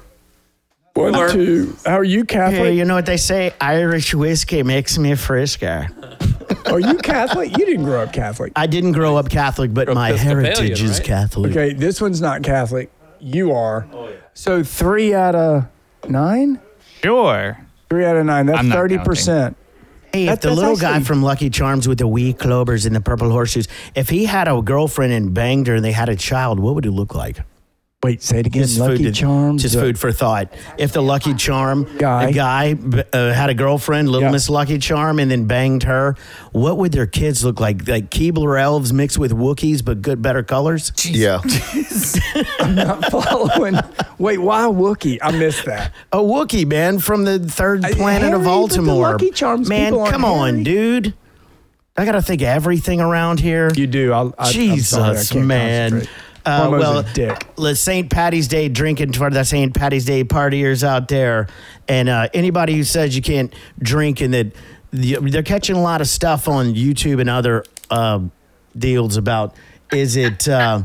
Speaker 3: One, two. How are you
Speaker 1: Hey,
Speaker 3: Catholic?
Speaker 1: you know what they say? Irish whiskey makes me frisky.
Speaker 3: Are you Catholic? You didn't grow up Catholic.
Speaker 1: I didn't grow up Catholic, but my
Speaker 5: Episcopalian,
Speaker 1: heritage is
Speaker 5: right?
Speaker 1: Catholic.
Speaker 3: Okay, this one's not Catholic. You are. So three out of nine?
Speaker 4: sure.
Speaker 3: Three out of nine. That's
Speaker 4: I'm not
Speaker 3: thirty percent.
Speaker 1: Hey, if
Speaker 3: That-
Speaker 1: the
Speaker 3: that's
Speaker 1: little guy
Speaker 3: actually-
Speaker 1: from Lucky Charms with the wee clovers and the purple horseshoes, if he had a girlfriend and banged her and they had a child, what would it look like?
Speaker 3: Wait, say it again. Lucky
Speaker 1: to-
Speaker 3: Charms. uh,
Speaker 1: Just food for thought. If the Lucky Charm
Speaker 3: Guy.
Speaker 1: the guy b- uh, had a girlfriend, Little
Speaker 3: Yeah.
Speaker 1: Miss Lucky Charm, and then banged her, what would their kids look like? Like Keebler elves mixed with Wookiees, but good, better colors?
Speaker 2: Yeah.
Speaker 3: Following. Wait, why Wookie? I missed that.
Speaker 1: A Wookiee, man, from the third
Speaker 3: Uh,
Speaker 1: planet
Speaker 3: Harry, but
Speaker 1: of
Speaker 3: the
Speaker 1: Baltimore.
Speaker 3: Lucky Charms
Speaker 1: man,
Speaker 3: people aren't
Speaker 1: come on,
Speaker 3: Harry.
Speaker 1: dude. I got to think of everything around here.
Speaker 3: You do. I, I, I'm sorry, I
Speaker 1: Jesus,
Speaker 3: can't
Speaker 1: man.
Speaker 3: concentrate.
Speaker 1: Uh,
Speaker 3: Cuomo's
Speaker 1: well,
Speaker 3: a dick.
Speaker 1: let's St. Patty's Day drinking for the St. Patty's Day partiers out there, and uh, anybody who says you can't drink and that the, they're catching a lot of stuff on YouTube and other uh, deals about is it uh,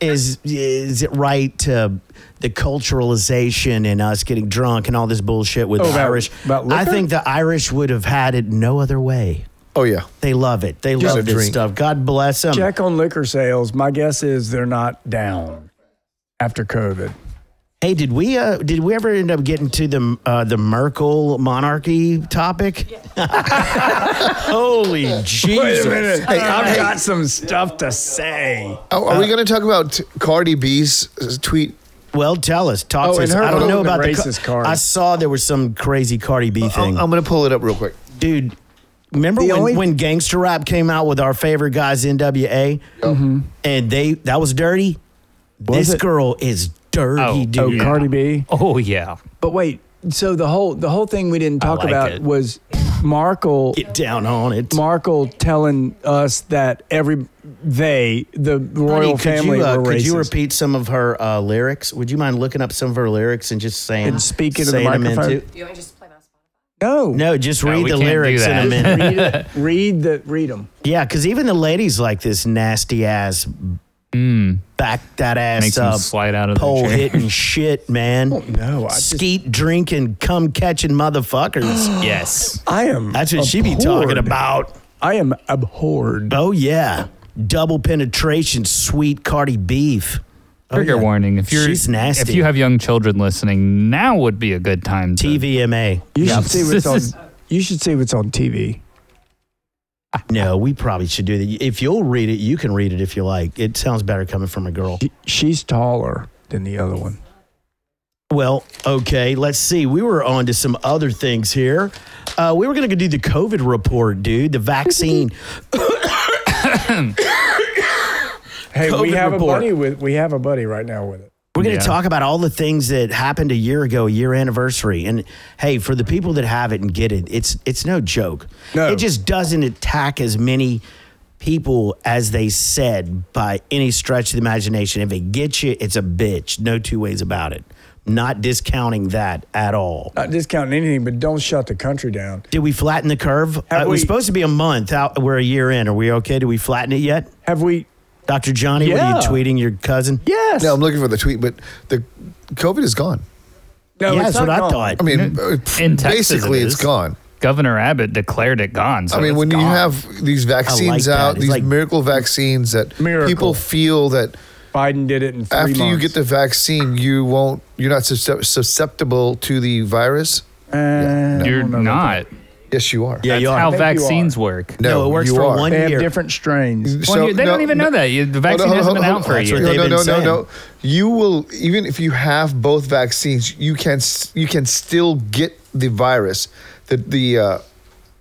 Speaker 1: is is it right to the culturalization and us getting drunk and all this bullshit with
Speaker 3: Oh,
Speaker 1: the
Speaker 3: about-
Speaker 1: Irish?
Speaker 3: about
Speaker 1: I
Speaker 3: liquor?
Speaker 1: think the Irish would have had it no other way.
Speaker 2: Oh yeah.
Speaker 1: They love it. They
Speaker 2: Just a
Speaker 1: love this
Speaker 2: drink.
Speaker 1: stuff. God bless them.
Speaker 3: Check on liquor sales. My guess is they're not down after COVID.
Speaker 1: Hey, did we uh, did we ever end up getting to the uh, the Merkel monarchy topic? Holy Jesus!
Speaker 3: Wait a minute.
Speaker 2: Hey,
Speaker 3: I've
Speaker 2: hey.
Speaker 3: got some stuff to say.
Speaker 2: Oh, are we going to talk about Cardi B's uh, tweet?
Speaker 1: Well, tell us. Talk
Speaker 3: Oh,
Speaker 1: to
Speaker 3: and
Speaker 1: us.
Speaker 3: her
Speaker 1: I don't
Speaker 3: vote
Speaker 1: know
Speaker 3: in the
Speaker 1: about the
Speaker 3: racist card. Uh, um,
Speaker 1: I saw there was some crazy Cardi B thing.
Speaker 2: I'm going to pull it up real quick.
Speaker 1: Dude, remember
Speaker 3: The
Speaker 1: when,
Speaker 3: only-
Speaker 1: when gangster rap came out with our favorite guys, NWA? And they that was dirty? this
Speaker 3: it?
Speaker 1: girl is dirty,
Speaker 4: Oh,
Speaker 1: dude.
Speaker 3: Oh, Cardi B.
Speaker 4: Oh yeah.
Speaker 3: But wait, so the whole the whole thing we didn't talk
Speaker 5: like
Speaker 3: about
Speaker 5: it.
Speaker 3: was Markle
Speaker 1: Get down on it.
Speaker 3: Markle telling us that every they the
Speaker 1: Honey,
Speaker 3: royal family
Speaker 1: you, uh,
Speaker 3: were
Speaker 1: could
Speaker 3: racist.
Speaker 1: you repeat some of her uh, lyrics? Would you mind looking up some of her lyrics and just saying
Speaker 3: And speaking to the
Speaker 1: saying them
Speaker 3: microphone?
Speaker 1: into-
Speaker 8: You want me to just play that spot?
Speaker 3: no,
Speaker 1: No, just
Speaker 4: No,
Speaker 1: read
Speaker 4: we
Speaker 1: the
Speaker 4: can't do
Speaker 1: lyrics in a
Speaker 4: that.
Speaker 1: minute.
Speaker 3: read, it, read the read them.
Speaker 1: Yeah, because even the ladies like this nasty ass, back that ass
Speaker 4: Hmm. Makes 'em
Speaker 1: up,
Speaker 4: slide out of their
Speaker 1: pole
Speaker 4: chair.
Speaker 1: hitting shit, man.
Speaker 3: no, I just-
Speaker 1: skeet drinking, cum catching motherfuckers.
Speaker 4: Yes.
Speaker 3: I am.
Speaker 1: That's what she be talking
Speaker 3: abhorred.
Speaker 1: about.
Speaker 3: I am abhorred.
Speaker 1: Oh yeah, double penetration, sweet Cardi beef. Oh,
Speaker 4: Trigger
Speaker 1: yeah.
Speaker 4: warning. If you're
Speaker 1: she's nasty.
Speaker 4: if you have young children listening, now would be a good time to
Speaker 1: TVMA,
Speaker 3: You
Speaker 1: Yeah.
Speaker 3: should see what's on. You should see what's on TV.
Speaker 1: No, we probably should do that. If you'll read it, you can read it if you like. It sounds better coming from a girl.
Speaker 3: She- She's taller than the other one.
Speaker 1: Well, okay, let's see. We were on to some other things here. Uh, we were going to do the COVID report, dude, the vaccine.
Speaker 3: Hey, we
Speaker 1: COVID report.
Speaker 3: have a buddy with. We have a buddy right now with it.
Speaker 1: We're going to
Speaker 4: Yeah.
Speaker 1: talk about all the things that happened a year ago, a year anniversary. And hey, for the people that have it and get it, it's it's no joke.
Speaker 3: No.
Speaker 1: It just doesn't attack as many people as they said by any stretch of the imagination. If it gets you, it's a bitch. No two ways about it. Not discounting that at all.
Speaker 3: Not discounting anything, but don't shut the country down.
Speaker 1: Did we flatten the curve? Uh,
Speaker 3: Have
Speaker 1: it was
Speaker 3: we-
Speaker 1: supposed to be a month. Out, we're a year in. Are we okay? Did we flatten it yet?
Speaker 3: Have we?
Speaker 1: Dr. Johnny,
Speaker 3: Yeah.
Speaker 1: what are you tweeting your cousin?
Speaker 3: Yes.
Speaker 2: No, I'm looking for the tweet, but the COVID is gone.
Speaker 3: No,
Speaker 1: yeah,
Speaker 3: it's
Speaker 1: that's what
Speaker 3: not
Speaker 1: I
Speaker 3: gone.
Speaker 1: thought.
Speaker 2: I mean, uh,
Speaker 4: Mm-hmm. in Texas
Speaker 2: basically,
Speaker 4: it
Speaker 2: it's
Speaker 4: is.
Speaker 2: gone.
Speaker 4: Governor Abbott declared it gone. So
Speaker 2: I mean,
Speaker 4: it's
Speaker 2: when you
Speaker 4: gone.
Speaker 2: have these vaccines
Speaker 1: that.
Speaker 2: out,
Speaker 1: It's
Speaker 2: these
Speaker 1: like-
Speaker 2: miracle vaccines that
Speaker 3: Miracle.
Speaker 2: people feel that
Speaker 3: Biden did it in three
Speaker 2: after you
Speaker 3: months.
Speaker 2: get the vaccine, you won't, you're not suscep- susceptible to the virus.
Speaker 3: Uh, I
Speaker 4: you're
Speaker 3: don't know about that.
Speaker 4: not.
Speaker 2: Yes, you are.
Speaker 1: yeah,
Speaker 4: That's
Speaker 1: you are.
Speaker 4: how
Speaker 3: think you are.
Speaker 4: vaccines work.
Speaker 1: no, it works
Speaker 2: you
Speaker 1: for
Speaker 2: are.
Speaker 1: one
Speaker 3: They have
Speaker 1: year.
Speaker 3: different strains.
Speaker 4: One year- they don't even know that. You- The vaccine
Speaker 2: Hold on,
Speaker 4: hasn't
Speaker 2: hold
Speaker 4: been
Speaker 2: on,
Speaker 4: out for a
Speaker 1: That's what
Speaker 4: year.
Speaker 1: they-
Speaker 2: No,
Speaker 1: they've
Speaker 2: no,
Speaker 1: been
Speaker 2: no, no,
Speaker 1: saying.
Speaker 2: no. You will even if you have both vaccines, you can s- you can still get the virus. The the uh,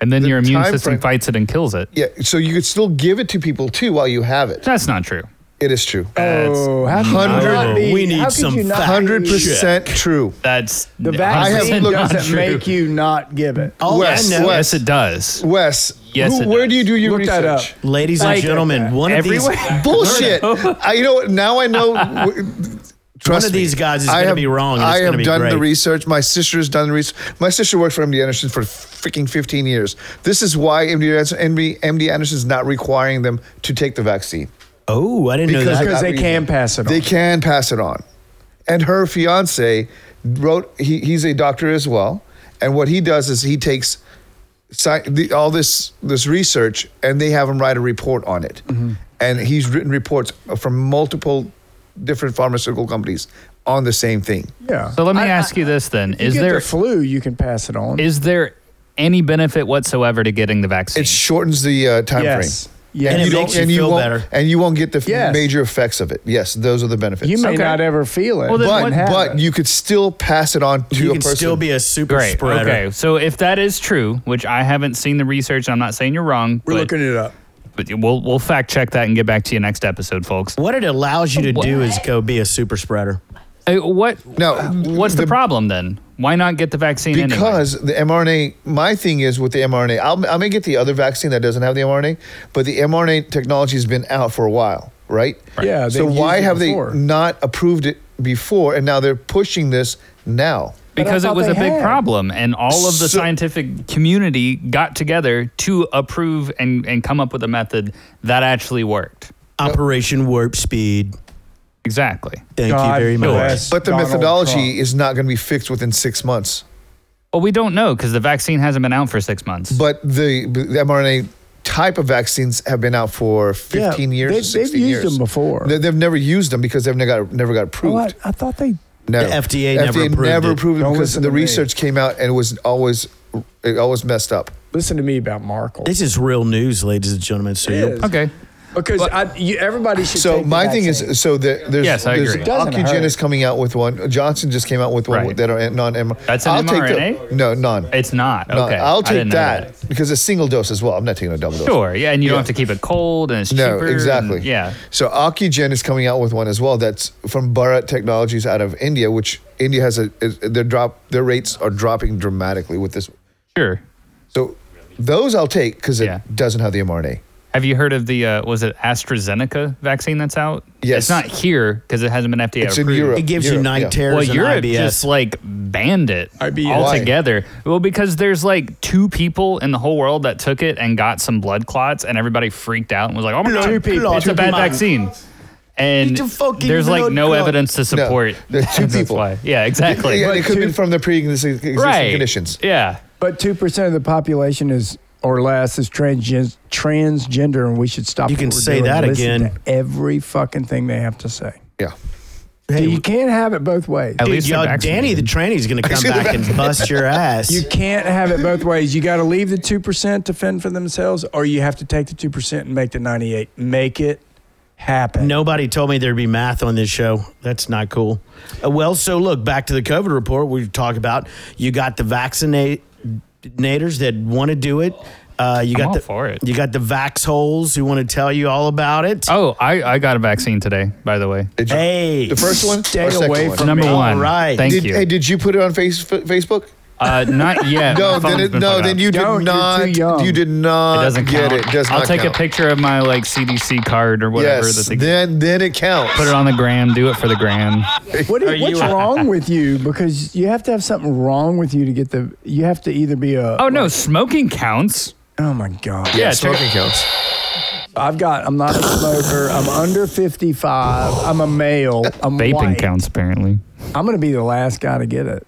Speaker 4: And then
Speaker 2: the
Speaker 4: your immune
Speaker 2: time
Speaker 4: system
Speaker 2: frame-
Speaker 4: fights it and kills it.
Speaker 2: yeah, so you could still give it to people too while you have it.
Speaker 4: That's not true.
Speaker 2: It is true.
Speaker 3: Oh, how could you
Speaker 2: Hundred-
Speaker 3: not be-
Speaker 1: We need
Speaker 3: how could
Speaker 1: some
Speaker 3: you not
Speaker 1: facts.
Speaker 2: Hundred
Speaker 3: be-
Speaker 2: percent true.
Speaker 4: That's
Speaker 3: The
Speaker 4: 100%
Speaker 3: vaccine
Speaker 2: looked-
Speaker 4: not
Speaker 3: doesn't
Speaker 4: true.
Speaker 3: make you not give it.
Speaker 4: Oh,
Speaker 1: All
Speaker 2: Wes,
Speaker 1: I know,
Speaker 2: Wes.
Speaker 4: Yes, it does.
Speaker 2: Wes,
Speaker 4: Yes,
Speaker 2: who-
Speaker 4: it
Speaker 2: where
Speaker 4: does.
Speaker 2: do you do your
Speaker 3: Look
Speaker 2: research?
Speaker 3: that up.
Speaker 1: ladies and
Speaker 3: Like-
Speaker 1: gentlemen, one of these
Speaker 4: Everywhere.
Speaker 2: Bullshit. I, you know what? Now I know. w- Trust
Speaker 1: of
Speaker 2: me,
Speaker 1: these guys is
Speaker 2: I
Speaker 1: gonna
Speaker 2: have-
Speaker 1: be wrong, and it's
Speaker 2: I
Speaker 1: gonna
Speaker 2: have
Speaker 1: be
Speaker 2: done
Speaker 1: great.
Speaker 2: the research. My sister has done the research. My sister worked for MD Anderson for freaking 15 years. This is why MD Anderson, MD, MD Anderson is not requiring them to take the vaccine.
Speaker 1: Oh, I didn't
Speaker 2: Because-
Speaker 1: know
Speaker 3: Because
Speaker 1: that.
Speaker 3: they can pass it on.
Speaker 2: They can pass it on. And her fiance wrote, he, he's a doctor as well. And what he does is he takes sci- the, all this, this research and they have him write a report on it. And he's written reports from multiple different pharmaceutical companies on the same thing.
Speaker 3: yeah.
Speaker 4: So let me ask you this then:
Speaker 3: If
Speaker 4: Is
Speaker 3: you get
Speaker 4: there
Speaker 3: the flu? You can pass it on.
Speaker 4: is there any benefit whatsoever to getting the vaccine?
Speaker 2: It shortens the uh, time
Speaker 3: yes.
Speaker 2: frame.
Speaker 3: Yes.
Speaker 1: And it
Speaker 2: don't-
Speaker 1: makes you feel
Speaker 2: won't,
Speaker 1: better.
Speaker 2: And you won't get the f-
Speaker 3: Yes.
Speaker 2: major effects of it. Yes, those are the benefits.
Speaker 3: you may
Speaker 4: Okay.
Speaker 3: not ever feel it.
Speaker 4: Well, then
Speaker 2: but
Speaker 4: what-
Speaker 3: have
Speaker 2: but
Speaker 3: it.
Speaker 2: you could still pass it on to
Speaker 1: You
Speaker 2: a
Speaker 1: can
Speaker 2: person.
Speaker 1: still be a super
Speaker 4: Great.
Speaker 1: spreader.
Speaker 4: Okay. So if that is true, which I haven't seen the research, I'm not saying you're wrong.
Speaker 3: we're
Speaker 4: but,
Speaker 3: looking it up.
Speaker 4: but we'll we'll fact check that and get back to you next episode, folks.
Speaker 1: What it allows you to do is go be a super spreader.
Speaker 4: Uh, what?
Speaker 2: No,
Speaker 4: What's the,
Speaker 2: the-
Speaker 4: problem then? Why not get the vaccine? anyway?
Speaker 2: because the mRNA. My thing is with the mRNA. I'll, I may get the other vaccine that doesn't have the mRNA, but the mRNA technology has been out for a while, right?
Speaker 3: Yeah,
Speaker 2: So
Speaker 3: they used
Speaker 2: why
Speaker 3: it
Speaker 2: have
Speaker 3: before.
Speaker 2: they not approved it before, and now they're pushing this now?
Speaker 3: But I
Speaker 4: because it
Speaker 3: thought
Speaker 4: was a
Speaker 3: they
Speaker 4: big
Speaker 3: had.
Speaker 4: problem and all of the
Speaker 2: So-
Speaker 4: scientific community got together to approve and, and come up with a method that actually worked
Speaker 1: Operation Warp Speed.
Speaker 4: exactly
Speaker 1: Thank you
Speaker 3: God
Speaker 1: very much.
Speaker 3: bless
Speaker 2: But the
Speaker 3: Donald
Speaker 2: methodology
Speaker 3: Trump.
Speaker 2: is not going to be fixed within six months.
Speaker 4: well we don't know because the vaccine hasn't been out for six months
Speaker 2: But the, the mRNA type of vaccines have been out for 15
Speaker 3: Yeah,
Speaker 2: years.
Speaker 3: they-
Speaker 2: or
Speaker 3: they've
Speaker 2: 16
Speaker 3: used
Speaker 2: years.
Speaker 3: them before.
Speaker 2: They, have never used them because they've never got never got approved.
Speaker 3: Well, Oh, I, I thought they
Speaker 2: No,
Speaker 1: The FDA never approved
Speaker 2: never
Speaker 1: it.
Speaker 2: approved it
Speaker 3: Don't
Speaker 2: because
Speaker 3: listen
Speaker 2: the
Speaker 3: to me.
Speaker 2: research came out and it was always it always messed up.
Speaker 3: Listen to me about Markle.
Speaker 1: This is real news, ladies and gentlemen. So
Speaker 3: It
Speaker 1: you'll-
Speaker 3: is.
Speaker 4: Okay.
Speaker 3: Because I, you, everybody should.
Speaker 2: So
Speaker 3: take the
Speaker 2: my thing
Speaker 3: vaccine.
Speaker 2: is, so there, there's
Speaker 4: Yes, I
Speaker 2: there's
Speaker 4: agree.
Speaker 3: Doesn't hurt.
Speaker 2: Ocugen is coming out with one. Johnson just came out with one
Speaker 4: Right.
Speaker 2: that are non mRNA.
Speaker 4: That's an mRNA?
Speaker 2: no, none.
Speaker 4: It's not.
Speaker 2: None.
Speaker 4: Okay. I
Speaker 2: I'll take
Speaker 4: didn't know
Speaker 2: that, because it's single dose as well. I'm not taking a double dose.
Speaker 4: Sure. Yeah, and you don't have to keep it cold and it's
Speaker 2: No,
Speaker 4: cheaper. and-
Speaker 2: exactly.
Speaker 4: yeah.
Speaker 2: So Ocugen is coming out with one as well. That's from Bharat Technologies out of India, which India has a is- their drop their rates are dropping dramatically with this.
Speaker 4: Sure.
Speaker 2: So those I'll take because it
Speaker 4: Yeah.
Speaker 2: doesn't have the mRNA.
Speaker 4: Have you heard of the uh, was it AstraZeneca vaccine that's out?
Speaker 2: Yes.
Speaker 4: It's not here because it hasn't been FDA
Speaker 2: It's in
Speaker 4: approved.
Speaker 2: Europe.
Speaker 1: it gives you
Speaker 2: Europe,
Speaker 1: night
Speaker 2: yeah.
Speaker 1: terrors
Speaker 4: Well,
Speaker 1: and
Speaker 4: Europe
Speaker 1: IBS.
Speaker 4: just like banned it
Speaker 3: IBS.
Speaker 4: altogether. Well, because there's like two people in the whole world that took it and got some blood clots, and everybody freaked out and was like, "Oh my
Speaker 1: Blood
Speaker 4: god,
Speaker 1: clots.
Speaker 4: it's a
Speaker 1: Two
Speaker 4: bad
Speaker 1: people.
Speaker 4: vaccine." And
Speaker 1: It's a fucking
Speaker 4: there's like
Speaker 1: blood
Speaker 4: no
Speaker 1: clot.
Speaker 4: evidence to
Speaker 2: No,
Speaker 4: support.
Speaker 2: there's two
Speaker 4: That's
Speaker 2: people.
Speaker 4: why. Yeah, exactly.
Speaker 2: Yeah, and it could have been from the pre-existing
Speaker 4: right.
Speaker 2: conditions.
Speaker 4: Yeah.
Speaker 3: But two percent of the population is or less is transgen- transgender, and we should stop.
Speaker 1: You
Speaker 3: what
Speaker 1: can
Speaker 3: we're
Speaker 1: say
Speaker 3: doing and
Speaker 1: that
Speaker 3: listen
Speaker 1: again.
Speaker 3: to every fucking thing they have to say.
Speaker 2: Yeah.
Speaker 1: Hey,
Speaker 3: you can't have it both ways.
Speaker 4: At
Speaker 1: dude,
Speaker 4: least they're
Speaker 1: y'all,
Speaker 4: vaccinated.
Speaker 1: Danny the tranny's going to come back and bust your ass.
Speaker 3: You can't have it both ways. You got to leave the two percent to fend for themselves, or you have to take the two percent and make the ninety-eight. Make it happen.
Speaker 1: Nobody told me there'd be math on this show. That's not cool. Uh, well, so look back to the COVID report. We talk about you got the vaccinators that want to do it. Uh, you got
Speaker 4: all
Speaker 1: the
Speaker 4: for it.
Speaker 1: you got the vax holes who want to tell you all about it.
Speaker 4: Oh, I, I got a vaccine today, by the way.
Speaker 2: Did you-
Speaker 1: hey,
Speaker 2: The first one,
Speaker 3: Stay
Speaker 2: or second
Speaker 3: away
Speaker 2: one?
Speaker 3: from
Speaker 4: Number
Speaker 1: All
Speaker 4: one.
Speaker 1: right.
Speaker 4: Thank
Speaker 2: Did,
Speaker 4: you.
Speaker 2: Hey, did you put it on face, Facebook?
Speaker 4: uh, not yet.
Speaker 2: No,
Speaker 4: My phone's
Speaker 2: then it,
Speaker 4: been
Speaker 2: no,
Speaker 4: fucked
Speaker 2: then
Speaker 4: up.
Speaker 2: you did
Speaker 3: Don't, you're
Speaker 2: not.
Speaker 3: too young.
Speaker 2: You did not
Speaker 4: It doesn't
Speaker 2: get
Speaker 4: count.
Speaker 2: it. Does
Speaker 4: I'll
Speaker 2: not
Speaker 4: take
Speaker 2: count.
Speaker 4: a picture of my like CDC card or whatever.
Speaker 2: Yes,
Speaker 4: that they
Speaker 2: then then it counts.
Speaker 4: put it on the gram. Do it for the gram.
Speaker 3: What is,
Speaker 4: you-
Speaker 3: what's wrong with you? Because you have to have something wrong with you to get the. You have to either be a.
Speaker 4: Oh no, smoking counts.
Speaker 3: Oh my god.
Speaker 2: yeah,
Speaker 4: Yeah, check-
Speaker 2: smoking counts.
Speaker 3: I've got. I'm not a smoker. I'm under 55. I'm a male. I'm
Speaker 4: Vaping
Speaker 3: white.
Speaker 4: counts apparently.
Speaker 3: I'm gonna be the last guy to get it.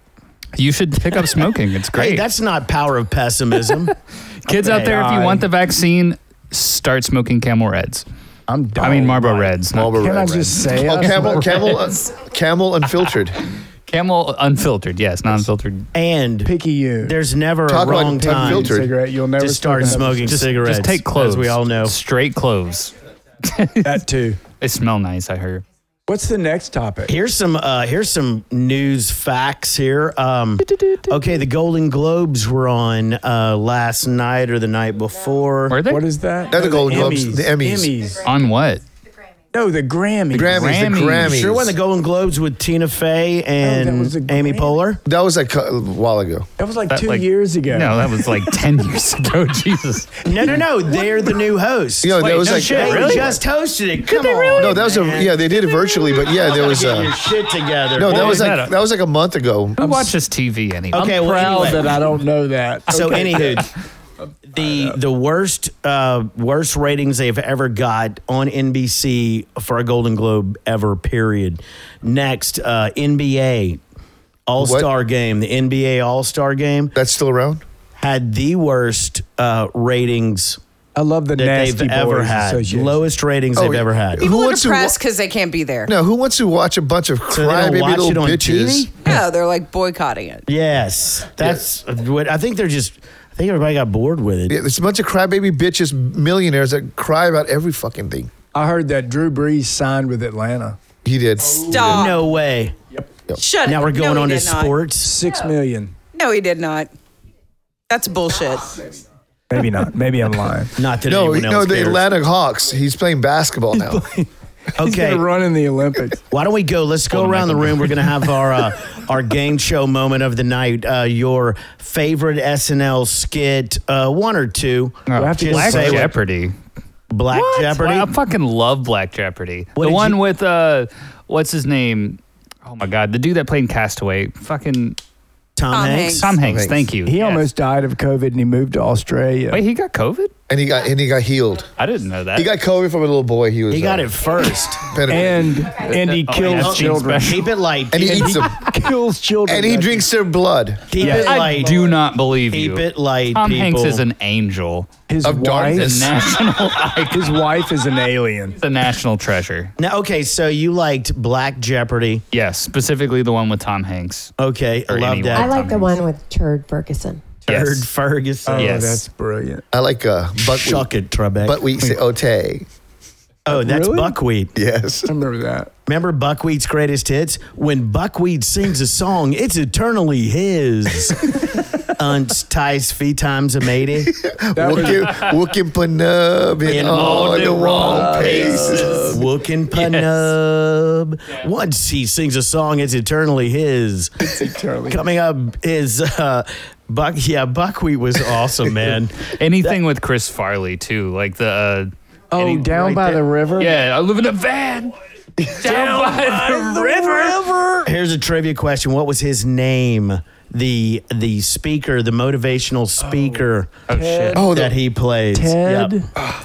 Speaker 4: You should pick up smoking. It's great.
Speaker 1: Hey, that's not power of pessimism.
Speaker 4: Kids out there, if you
Speaker 3: I-
Speaker 4: want the vaccine, start smoking Camel Reds.
Speaker 3: I'm done.
Speaker 4: I mean Marlboro Reds. not
Speaker 2: Marlboro
Speaker 3: Can
Speaker 2: Red,
Speaker 3: I
Speaker 2: Red.
Speaker 3: just say?
Speaker 2: Oh,
Speaker 3: I
Speaker 2: camel,
Speaker 3: smoke-
Speaker 2: camel, uh, camel unfiltered.
Speaker 4: Camel unfiltered. Yes, non-filtered.
Speaker 1: and
Speaker 3: Picky you.
Speaker 1: there's never
Speaker 2: Talk
Speaker 1: a
Speaker 2: about
Speaker 1: wrong time
Speaker 2: unfiltered.
Speaker 3: cigarette. You'll never
Speaker 1: to start
Speaker 3: smoke another-
Speaker 1: smoking
Speaker 4: Just,
Speaker 1: cigarettes.
Speaker 4: just take cloves.
Speaker 1: as we all know.
Speaker 4: Straight cloves.
Speaker 3: that too.
Speaker 4: They smell nice. I heard.
Speaker 3: What's the next topic?
Speaker 1: Here's some uh, here's some news facts here. Um, okay, the Golden Globes were on uh, last night or the night before.
Speaker 4: Were they
Speaker 3: What is that?
Speaker 2: That's the Golden
Speaker 3: Emmys.
Speaker 2: Globes. The Emmys.
Speaker 4: on what?
Speaker 3: No, the Grammy.
Speaker 2: Grammys, the
Speaker 4: Grammys.
Speaker 2: Grammys.
Speaker 1: Sure won the Golden Globes with Tina Fey and
Speaker 3: Oh, was a
Speaker 1: Amy
Speaker 3: Grammy.
Speaker 1: Poehler.
Speaker 2: That was like a while ago.
Speaker 3: That was like
Speaker 4: That,
Speaker 3: two
Speaker 4: like-
Speaker 3: years ago.
Speaker 4: No, that was like ten years ago. Jesus.
Speaker 1: No, no, no. They're the new hosts.
Speaker 2: You know, that
Speaker 4: Wait,
Speaker 2: was
Speaker 4: no
Speaker 2: like
Speaker 4: shit,
Speaker 1: they
Speaker 4: really?
Speaker 1: just hosted it. Come on.
Speaker 2: no, that was a
Speaker 1: man.
Speaker 2: yeah. They did it virtually, but yeah, there was
Speaker 1: Get
Speaker 2: a
Speaker 1: your shit together.
Speaker 2: no. That
Speaker 4: What
Speaker 2: was
Speaker 4: was
Speaker 2: like
Speaker 4: that?
Speaker 2: that was like a month ago.
Speaker 4: Who watches TV anyway?
Speaker 1: okay. Well,
Speaker 3: proud
Speaker 1: anyway.
Speaker 3: that I don't know that.
Speaker 1: So, anywho, the the worst uh, worst ratings they've ever got on NBC for a Golden Globe ever. Period. Next, uh, NBA All Star Game. The NBA All Star Game
Speaker 2: That's still around.
Speaker 1: had the worst uh, ratings
Speaker 3: I love the
Speaker 1: that
Speaker 3: nasty
Speaker 1: they've
Speaker 3: boys
Speaker 1: ever had.
Speaker 3: association.
Speaker 1: Lowest ratings they've
Speaker 2: yeah.
Speaker 1: ever had.
Speaker 2: Who
Speaker 6: People are
Speaker 2: wants to wa-
Speaker 6: depressed because they can't be there.
Speaker 2: No, who wants to watch a bunch of
Speaker 1: So they don't
Speaker 2: crybaby
Speaker 1: watch
Speaker 2: little
Speaker 1: it on
Speaker 2: bitches?
Speaker 1: TV?
Speaker 6: No, they're like boycotting it.
Speaker 1: Yes, that's what I think. They're just. I think everybody got bored with it.
Speaker 2: Yeah, there's a bunch of crybaby bitches, millionaires that cry about every fucking thing.
Speaker 3: I heard that Drew Brees signed with Atlanta.
Speaker 2: He did.
Speaker 1: Oh.
Speaker 6: Stop.
Speaker 1: No way.
Speaker 6: Shut
Speaker 1: Now
Speaker 6: it.
Speaker 1: we're going
Speaker 6: no, he
Speaker 1: on to
Speaker 6: did not.
Speaker 1: sports.
Speaker 3: Six million.
Speaker 6: No, he did not. That's bullshit.
Speaker 3: Maybe not. Maybe I'm lying.
Speaker 1: Not that
Speaker 2: No,
Speaker 1: anyone
Speaker 2: no,
Speaker 1: else
Speaker 2: the
Speaker 1: cares.
Speaker 2: Atlanta Hawks. He's playing basketball now.
Speaker 3: He's
Speaker 1: okay,
Speaker 3: gonna run in the Olympics.
Speaker 1: Why don't we go? Let's go
Speaker 4: Hold on,
Speaker 1: around the
Speaker 4: Michael.
Speaker 1: room. We're gonna have our uh, our game show moment of the night. Uh, your favorite SNL skit, uh, one or two.
Speaker 3: Do I have to
Speaker 1: Just
Speaker 4: Oh, Black
Speaker 3: say what-
Speaker 4: Jeopardy.
Speaker 1: Black
Speaker 4: What?
Speaker 1: Jeopardy.
Speaker 4: Wow, I fucking love Black Jeopardy.
Speaker 1: What
Speaker 4: the
Speaker 1: did
Speaker 4: one
Speaker 1: you-
Speaker 4: with uh, what's his name? Oh my god, the dude that played in Castaway. Fucking
Speaker 1: Tom,
Speaker 6: Tom
Speaker 1: Hanks.
Speaker 6: Hanks.
Speaker 4: Tom Hanks.
Speaker 2: Hanks.
Speaker 4: Thank you.
Speaker 3: He
Speaker 4: Yes.
Speaker 3: almost died of COVID and he moved to Australia.
Speaker 4: Wait, he got COVID?
Speaker 2: and he got and he got healed.
Speaker 4: I didn't know that.
Speaker 2: He got COVID from a little boy. He was
Speaker 1: He got
Speaker 2: uh,
Speaker 1: it first.
Speaker 2: pedophile.
Speaker 3: And and he
Speaker 4: Oh,
Speaker 3: kills
Speaker 4: that's being
Speaker 3: children.
Speaker 4: special.
Speaker 1: Keep it light.
Speaker 2: and he
Speaker 1: Keep
Speaker 2: eats them
Speaker 3: kills children.
Speaker 2: and he drinks their blood.
Speaker 1: keep
Speaker 4: Yeah,
Speaker 1: it
Speaker 4: I
Speaker 1: light.
Speaker 4: do not believe
Speaker 1: Keep
Speaker 4: you.
Speaker 1: it light,
Speaker 4: Tom Hanks
Speaker 1: people.
Speaker 4: is an angel.
Speaker 3: his
Speaker 2: of
Speaker 3: wife.
Speaker 2: darkness.
Speaker 4: National,
Speaker 3: His wife is an alien.
Speaker 4: the national treasure.
Speaker 1: Now, okay, so you liked Black Jeopardy.
Speaker 4: Yes, specifically the one with Tom Hanks.
Speaker 1: Okay,
Speaker 4: Or
Speaker 1: love
Speaker 4: anyone.
Speaker 1: that.
Speaker 7: I like
Speaker 4: Tom
Speaker 7: the
Speaker 4: Hanks.
Speaker 7: one with Turd Ferguson.
Speaker 1: Turd
Speaker 4: Yes.
Speaker 1: Ferguson.
Speaker 4: Oh, Yes.
Speaker 3: that's brilliant.
Speaker 2: I like uh, buckwheat.
Speaker 1: Shuck it, Trebek.
Speaker 2: But we say ote.
Speaker 1: oh, that's
Speaker 3: Really?
Speaker 1: buckwheat.
Speaker 2: Yes.
Speaker 3: I remember that.
Speaker 1: Remember Buckwheat's greatest hits? When Buckwheat sings a song, it's eternally his. Unts ties fee times a matey.
Speaker 2: Looking, looking for nub in
Speaker 1: In
Speaker 2: all
Speaker 1: all
Speaker 2: the
Speaker 1: the
Speaker 2: wrong places.
Speaker 1: Wookin' Panub. Once he sings a song, it's eternally his.
Speaker 3: Totally.
Speaker 1: Coming up is uh, Buck. Yeah, Buckwheat was awesome, man.
Speaker 4: Anything with Chris Farley too, like the. Uh,
Speaker 3: Oh,
Speaker 4: any-
Speaker 3: down by the river.
Speaker 4: Yeah, I live in a van. Down by the river.
Speaker 1: Here's a trivia question: What was his name? The the speaker, the motivational speaker
Speaker 4: Oh shit.
Speaker 2: Oh,
Speaker 1: that
Speaker 2: the,
Speaker 1: he plays.
Speaker 3: Ted.
Speaker 1: Yep. Yep.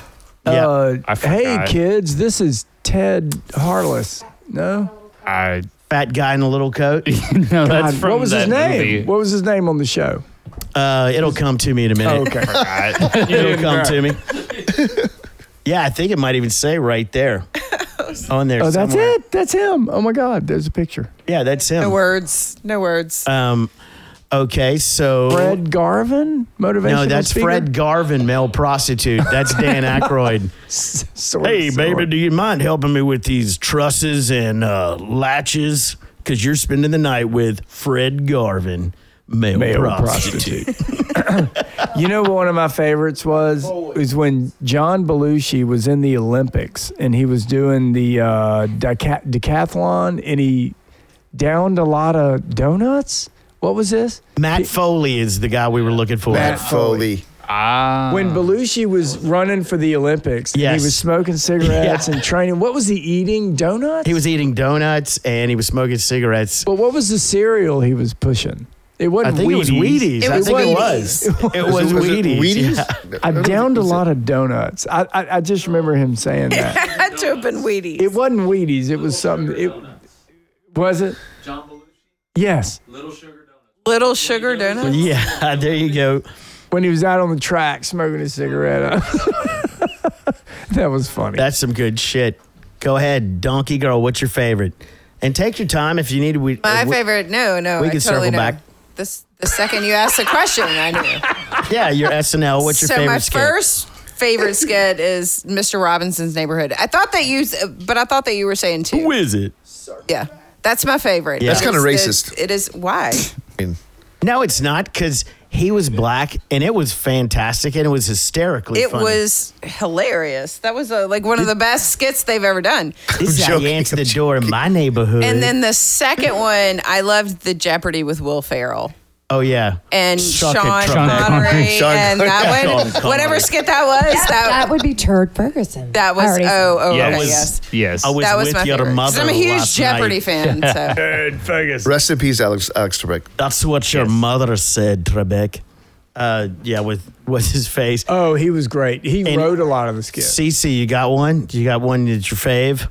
Speaker 3: Uh,
Speaker 4: I
Speaker 3: hey
Speaker 4: forgot.
Speaker 3: kids, this is Ted Harless. No,
Speaker 4: I
Speaker 1: Fat guy in a little coat.
Speaker 4: no, that's
Speaker 3: God,
Speaker 4: from
Speaker 3: what was
Speaker 4: that
Speaker 3: his name?
Speaker 4: movie.
Speaker 3: What was his name on the show?
Speaker 1: Uh, it'll come to me in a minute.
Speaker 3: Okay,
Speaker 4: I-
Speaker 1: It'll come to me. yeah, I think it might even say right there on there.
Speaker 3: oh that's
Speaker 1: somewhere.
Speaker 3: it. That's him. Oh my God, there's a picture.
Speaker 1: Yeah, that's him.
Speaker 6: No words. No words.
Speaker 1: Um, okay, so
Speaker 3: Fred Garvin, motivational.
Speaker 1: no, that's
Speaker 3: speaker?
Speaker 1: Fred Garvin, male prostitute. That's Dan Aykroyd.
Speaker 3: Sort of,
Speaker 1: hey,
Speaker 3: sort
Speaker 1: baby,
Speaker 3: of.
Speaker 1: do you mind helping me with these trusses and uh, latches? Because you're spending the night with Fred Garvin, male,
Speaker 3: Male
Speaker 1: prostitute.
Speaker 3: You know, what one of my favorites was was when John Belushi was in the Olympics and he was doing the uh, deca- decathlon and he downed a lot of donuts. What was this?
Speaker 1: Matt Foley is the guy we were looking for.
Speaker 2: Matt Foley.
Speaker 4: Ah.
Speaker 3: When Belushi was running for the Olympics, and
Speaker 1: Uh-huh. Yes.
Speaker 3: he was smoking cigarettes and training. What was he eating? Donuts.
Speaker 1: He was eating donuts and he was smoking cigarettes.
Speaker 3: But what was the cereal he was pushing? It
Speaker 1: I
Speaker 3: wasn't
Speaker 1: think
Speaker 3: Wheaties.
Speaker 1: it was Wheaties.
Speaker 6: It
Speaker 1: I
Speaker 6: was
Speaker 1: think
Speaker 6: Wheaties.
Speaker 1: it was. It was,
Speaker 2: Was it
Speaker 1: Wheaties.
Speaker 2: Wheaties?
Speaker 1: yeah.
Speaker 3: I downed a lot of donuts. I, I I just remember him saying that.
Speaker 6: Had to have been Wheaties.
Speaker 3: It wasn't Wheaties. It was something. It was it.
Speaker 5: John Belushi,
Speaker 3: Yes,
Speaker 5: Little Sugar Donuts.
Speaker 6: Little sugar donuts.
Speaker 1: Yeah, there you go.
Speaker 3: when he was out on the track smoking a cigarette. that was funny.
Speaker 1: That's some good shit. Go ahead, Donkey Girl. What's your favorite? And take your time if you need. We, uh,
Speaker 6: My
Speaker 1: we-
Speaker 6: favorite. No, no.
Speaker 1: we
Speaker 6: I
Speaker 1: can
Speaker 6: totally
Speaker 1: circle
Speaker 6: know.
Speaker 1: back.
Speaker 6: This, the second you asked the question, I knew.
Speaker 1: Yeah, your SNL. What's your
Speaker 6: so
Speaker 1: favorite?
Speaker 6: my
Speaker 1: skit?
Speaker 6: first favorite skit is Mr. Robinson's Neighborhood. I thought that you, but I thought that you were saying two.
Speaker 1: Who is it?
Speaker 6: Yeah, that's my favorite.
Speaker 1: That's
Speaker 6: It is
Speaker 2: kinda
Speaker 6: the-
Speaker 2: racist.
Speaker 6: It is why.
Speaker 1: No, it's not because he was black and it was fantastic and it was hysterically.
Speaker 6: It
Speaker 1: funny.
Speaker 6: was hilarious. That was a, like one of the best skits they've ever done.
Speaker 1: This is how you
Speaker 2: joking,
Speaker 1: answer the door in my neighborhood.
Speaker 6: And then the second one, I loved the Jeopardy with Will Ferrell.
Speaker 1: oh yeah,
Speaker 6: and
Speaker 1: Shuck
Speaker 6: Sean
Speaker 1: it, Trump.
Speaker 6: Connery
Speaker 2: Sean
Speaker 6: and
Speaker 2: Connery.
Speaker 6: that one,
Speaker 1: Sean Connery.
Speaker 6: whatever skit that was,
Speaker 7: That
Speaker 6: that,
Speaker 7: would be Turd Ferguson.
Speaker 6: that
Speaker 7: I
Speaker 6: was
Speaker 7: already-
Speaker 6: oh oh
Speaker 4: Yes.
Speaker 6: okay, yes,
Speaker 4: Yes.
Speaker 1: I was
Speaker 6: that was
Speaker 1: with
Speaker 6: my
Speaker 1: your
Speaker 6: favorite. 'Cause
Speaker 1: mother.
Speaker 6: I'm a huge
Speaker 1: last night.
Speaker 6: Jeopardy fan, so
Speaker 2: Rest in peace, Alex, Alex Trebek.
Speaker 1: That's what your mother said, Trebek. Uh, yeah, with with his face.
Speaker 3: oh, he was great. He
Speaker 1: And-
Speaker 3: wrote a lot of the skits.
Speaker 1: Cece, you got one? You got one that's your fave?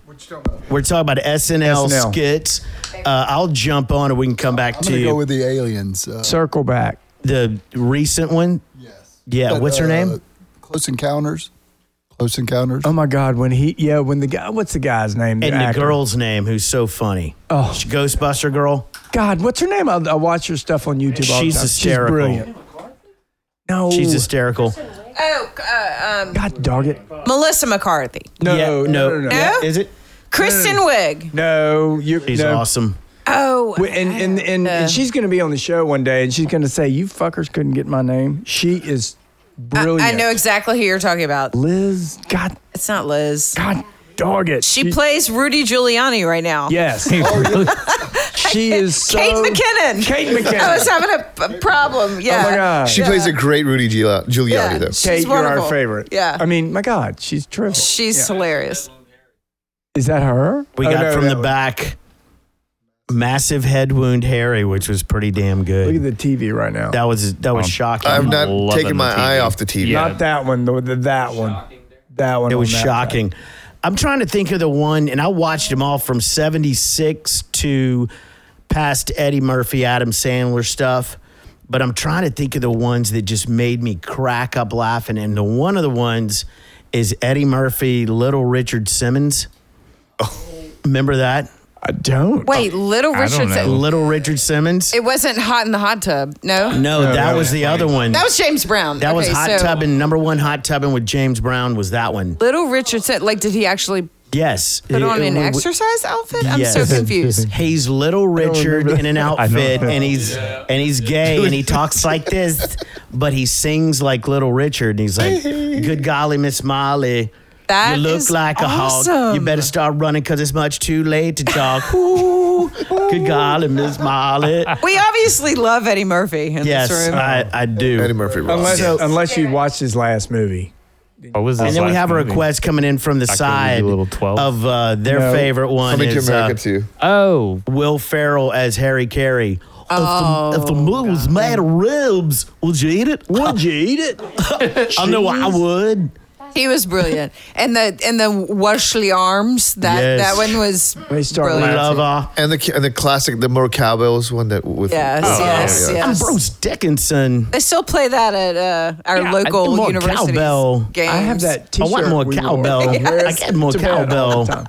Speaker 1: We're talking about SNL,
Speaker 3: SNL.
Speaker 1: skits. Uh, I'll jump on and we can come back
Speaker 8: I'm
Speaker 1: to
Speaker 8: gonna
Speaker 1: you.
Speaker 8: go with the aliens. Uh,
Speaker 3: Circle back.
Speaker 1: the recent one.
Speaker 8: yes.
Speaker 1: Yeah,
Speaker 8: But,
Speaker 1: what's her
Speaker 8: uh,
Speaker 1: name?
Speaker 8: Close Encounters. Close Encounters.
Speaker 3: Oh my God! When he yeah, when the guy what's the guy's name?
Speaker 1: And the
Speaker 3: actor?
Speaker 1: girl's name, who's so funny.
Speaker 3: Oh.
Speaker 1: She- Ghostbuster girl.
Speaker 3: God, what's her name? I, I watch her stuff on YouTube. all the
Speaker 1: She's
Speaker 3: time.
Speaker 1: hysterical.
Speaker 3: She's brilliant. No,
Speaker 1: She's hysterical.
Speaker 6: oh uh, um,
Speaker 3: God dog it.
Speaker 6: Melissa McCarthy,
Speaker 3: No,
Speaker 1: Yeah,
Speaker 3: no, no, no, no.
Speaker 6: No?
Speaker 1: Is it?
Speaker 6: Kristen Wiig.
Speaker 3: No, you.
Speaker 1: She's
Speaker 3: no.
Speaker 1: awesome.
Speaker 6: Oh,
Speaker 3: We- And and and,
Speaker 6: Uh,
Speaker 3: and she's going to be on the show one day, and she's going to say, "You fuckers couldn't get my name." She is brilliant.
Speaker 6: I know exactly who you're talking about.
Speaker 3: Liz. God,
Speaker 6: It's not Liz.
Speaker 3: God, dog it.
Speaker 6: She plays Rudy Giuliani right now.
Speaker 3: Yes, she is so.
Speaker 6: Kate McKinnon.
Speaker 3: Kate McKinnon.
Speaker 6: I was having a, a problem. Yeah.
Speaker 3: Oh my God.
Speaker 2: She plays a great Rudy Giul- Giuliani,
Speaker 6: Yeah.
Speaker 2: though.
Speaker 6: She-
Speaker 3: Kate,
Speaker 6: she's
Speaker 3: you're our
Speaker 6: wonderful.
Speaker 3: favorite.
Speaker 6: Yeah.
Speaker 3: I mean, my God, she's terrific.
Speaker 6: She's hilarious.
Speaker 3: is that her?
Speaker 1: We
Speaker 3: Oh,
Speaker 1: got
Speaker 3: no,
Speaker 1: from
Speaker 3: that
Speaker 1: the
Speaker 3: was-
Speaker 1: back. massive head wound Harry, which was pretty damn
Speaker 3: Look at Um,
Speaker 1: good.
Speaker 3: the TV right now.
Speaker 1: That was that was shocking.
Speaker 2: I've
Speaker 4: loving
Speaker 2: not taken
Speaker 4: the
Speaker 2: my
Speaker 4: TV.
Speaker 2: eye off the TV.
Speaker 4: Yeah.
Speaker 3: Not that one, the, the, that one. That one.
Speaker 1: it
Speaker 3: on
Speaker 1: was
Speaker 3: that
Speaker 1: shocking. I'm trying to think of the one, and I watched them all from '76 to past Eddie Murphy, Adam Sandler stuff. But I'm trying to think of the ones that just made me crack up laughing. And the one of the ones is Eddie Murphy, Little Richard Simmons.
Speaker 6: Oh.
Speaker 1: Remember that?
Speaker 3: side. I don't.
Speaker 6: Wait, Little
Speaker 4: Oh, I don't
Speaker 6: Richard. said-
Speaker 4: know.
Speaker 1: Little Richard Simmons?
Speaker 6: It wasn't hot in the hot tub. No.
Speaker 1: no, that was the other one.
Speaker 6: That was James Brown.
Speaker 1: That was
Speaker 6: Okay,
Speaker 1: hot
Speaker 6: so
Speaker 1: tubbing. Number one hot tubbing with James Brown was that one.
Speaker 6: Little Richard said, like, did he actually
Speaker 1: Yes.
Speaker 6: put
Speaker 1: It-
Speaker 6: on
Speaker 1: it-
Speaker 6: an
Speaker 1: we- we-
Speaker 6: exercise outfit? I'm so
Speaker 1: Yes.
Speaker 6: confused.
Speaker 1: He's little Richard in an outfit, and he's and he's gay, and he talks like this, but he sings like little Richard, and he's like, "Good golly, Miss Molly."
Speaker 6: That
Speaker 1: you look
Speaker 6: is
Speaker 1: like a hog. You
Speaker 6: awesome.
Speaker 1: better start running because it's much too late to talk. Ooh, good golly, Miss Molly.
Speaker 6: We obviously love Eddie Murphy in
Speaker 1: Yes,
Speaker 6: this room.
Speaker 1: I, I do.
Speaker 2: Eddie Murphy. rules.
Speaker 3: Uh, Unless, unless you watched his last movie.
Speaker 4: What was
Speaker 1: And
Speaker 4: his
Speaker 1: then we
Speaker 4: last
Speaker 1: have a
Speaker 4: movie?
Speaker 1: request coming in from the
Speaker 4: Dr.
Speaker 1: side
Speaker 4: Dolittle 12.
Speaker 1: of uh, their
Speaker 3: No.
Speaker 1: favorite one
Speaker 2: Coming to
Speaker 1: is uh,
Speaker 2: America too.
Speaker 4: Oh,
Speaker 1: Will Ferrell as Harry Carey. Oh, if the, if the meat was made of ribs, would you eat it? Would you eat it? I know I would.
Speaker 6: He was brilliant. And the and the Washley Arms, that
Speaker 1: Yes.
Speaker 6: that one was
Speaker 3: They start
Speaker 6: brilliant.
Speaker 3: laughing.
Speaker 1: Love uh,
Speaker 2: And the and the classic, the more cowbells one that with.
Speaker 6: Yes,
Speaker 2: Oh,
Speaker 6: yes,
Speaker 2: yeah.
Speaker 1: I'm
Speaker 6: yes.
Speaker 1: Bruce Dickinson.
Speaker 6: They still play that at uh, our
Speaker 1: Yeah, I need
Speaker 6: local
Speaker 1: more
Speaker 6: university
Speaker 1: cowbell. I have
Speaker 6: games.
Speaker 3: I have that
Speaker 1: I
Speaker 3: T-shirt.
Speaker 1: want more
Speaker 3: we wore.
Speaker 1: cowbell. I
Speaker 3: Yes.
Speaker 1: get more
Speaker 3: To bed all
Speaker 1: cowbell.
Speaker 3: the time.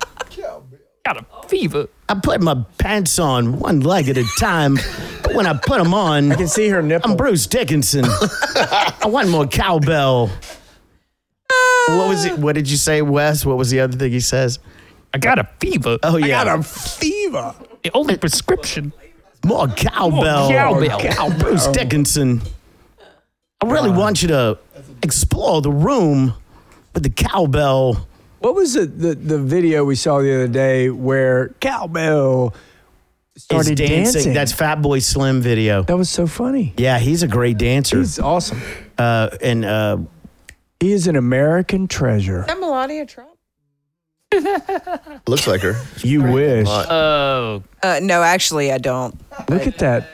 Speaker 4: got a fever.
Speaker 1: I put my pants on one leg at a time, but when I put them on,
Speaker 3: I can see her nipple.
Speaker 1: I'm Bruce Dickinson. I want more cowbell.
Speaker 3: Uh,
Speaker 1: What was it? What did you say, Wes? What was the other thing he says?
Speaker 4: I got a fever.
Speaker 1: Oh yeah,
Speaker 3: I got a fever.
Speaker 4: The only prescription.
Speaker 1: More cowbell.
Speaker 4: cowbell.
Speaker 1: Cow- Bruce
Speaker 3: Um,
Speaker 1: Dickinson. I really want you to explore the room with the cowbell.
Speaker 3: What was the, the the video we saw the other day where cowbell
Speaker 1: Is
Speaker 3: started dancing?
Speaker 1: That's Fat Boy Slim video.
Speaker 3: that was so funny.
Speaker 1: Yeah, he's a great dancer.
Speaker 3: He's awesome.
Speaker 1: uh, and uh,
Speaker 3: He is an American treasure.
Speaker 6: that Melania Trump?
Speaker 2: Looks like her.
Speaker 3: You wish.
Speaker 4: Oh,
Speaker 6: Uh, no, actually, I don't.
Speaker 3: Look at that.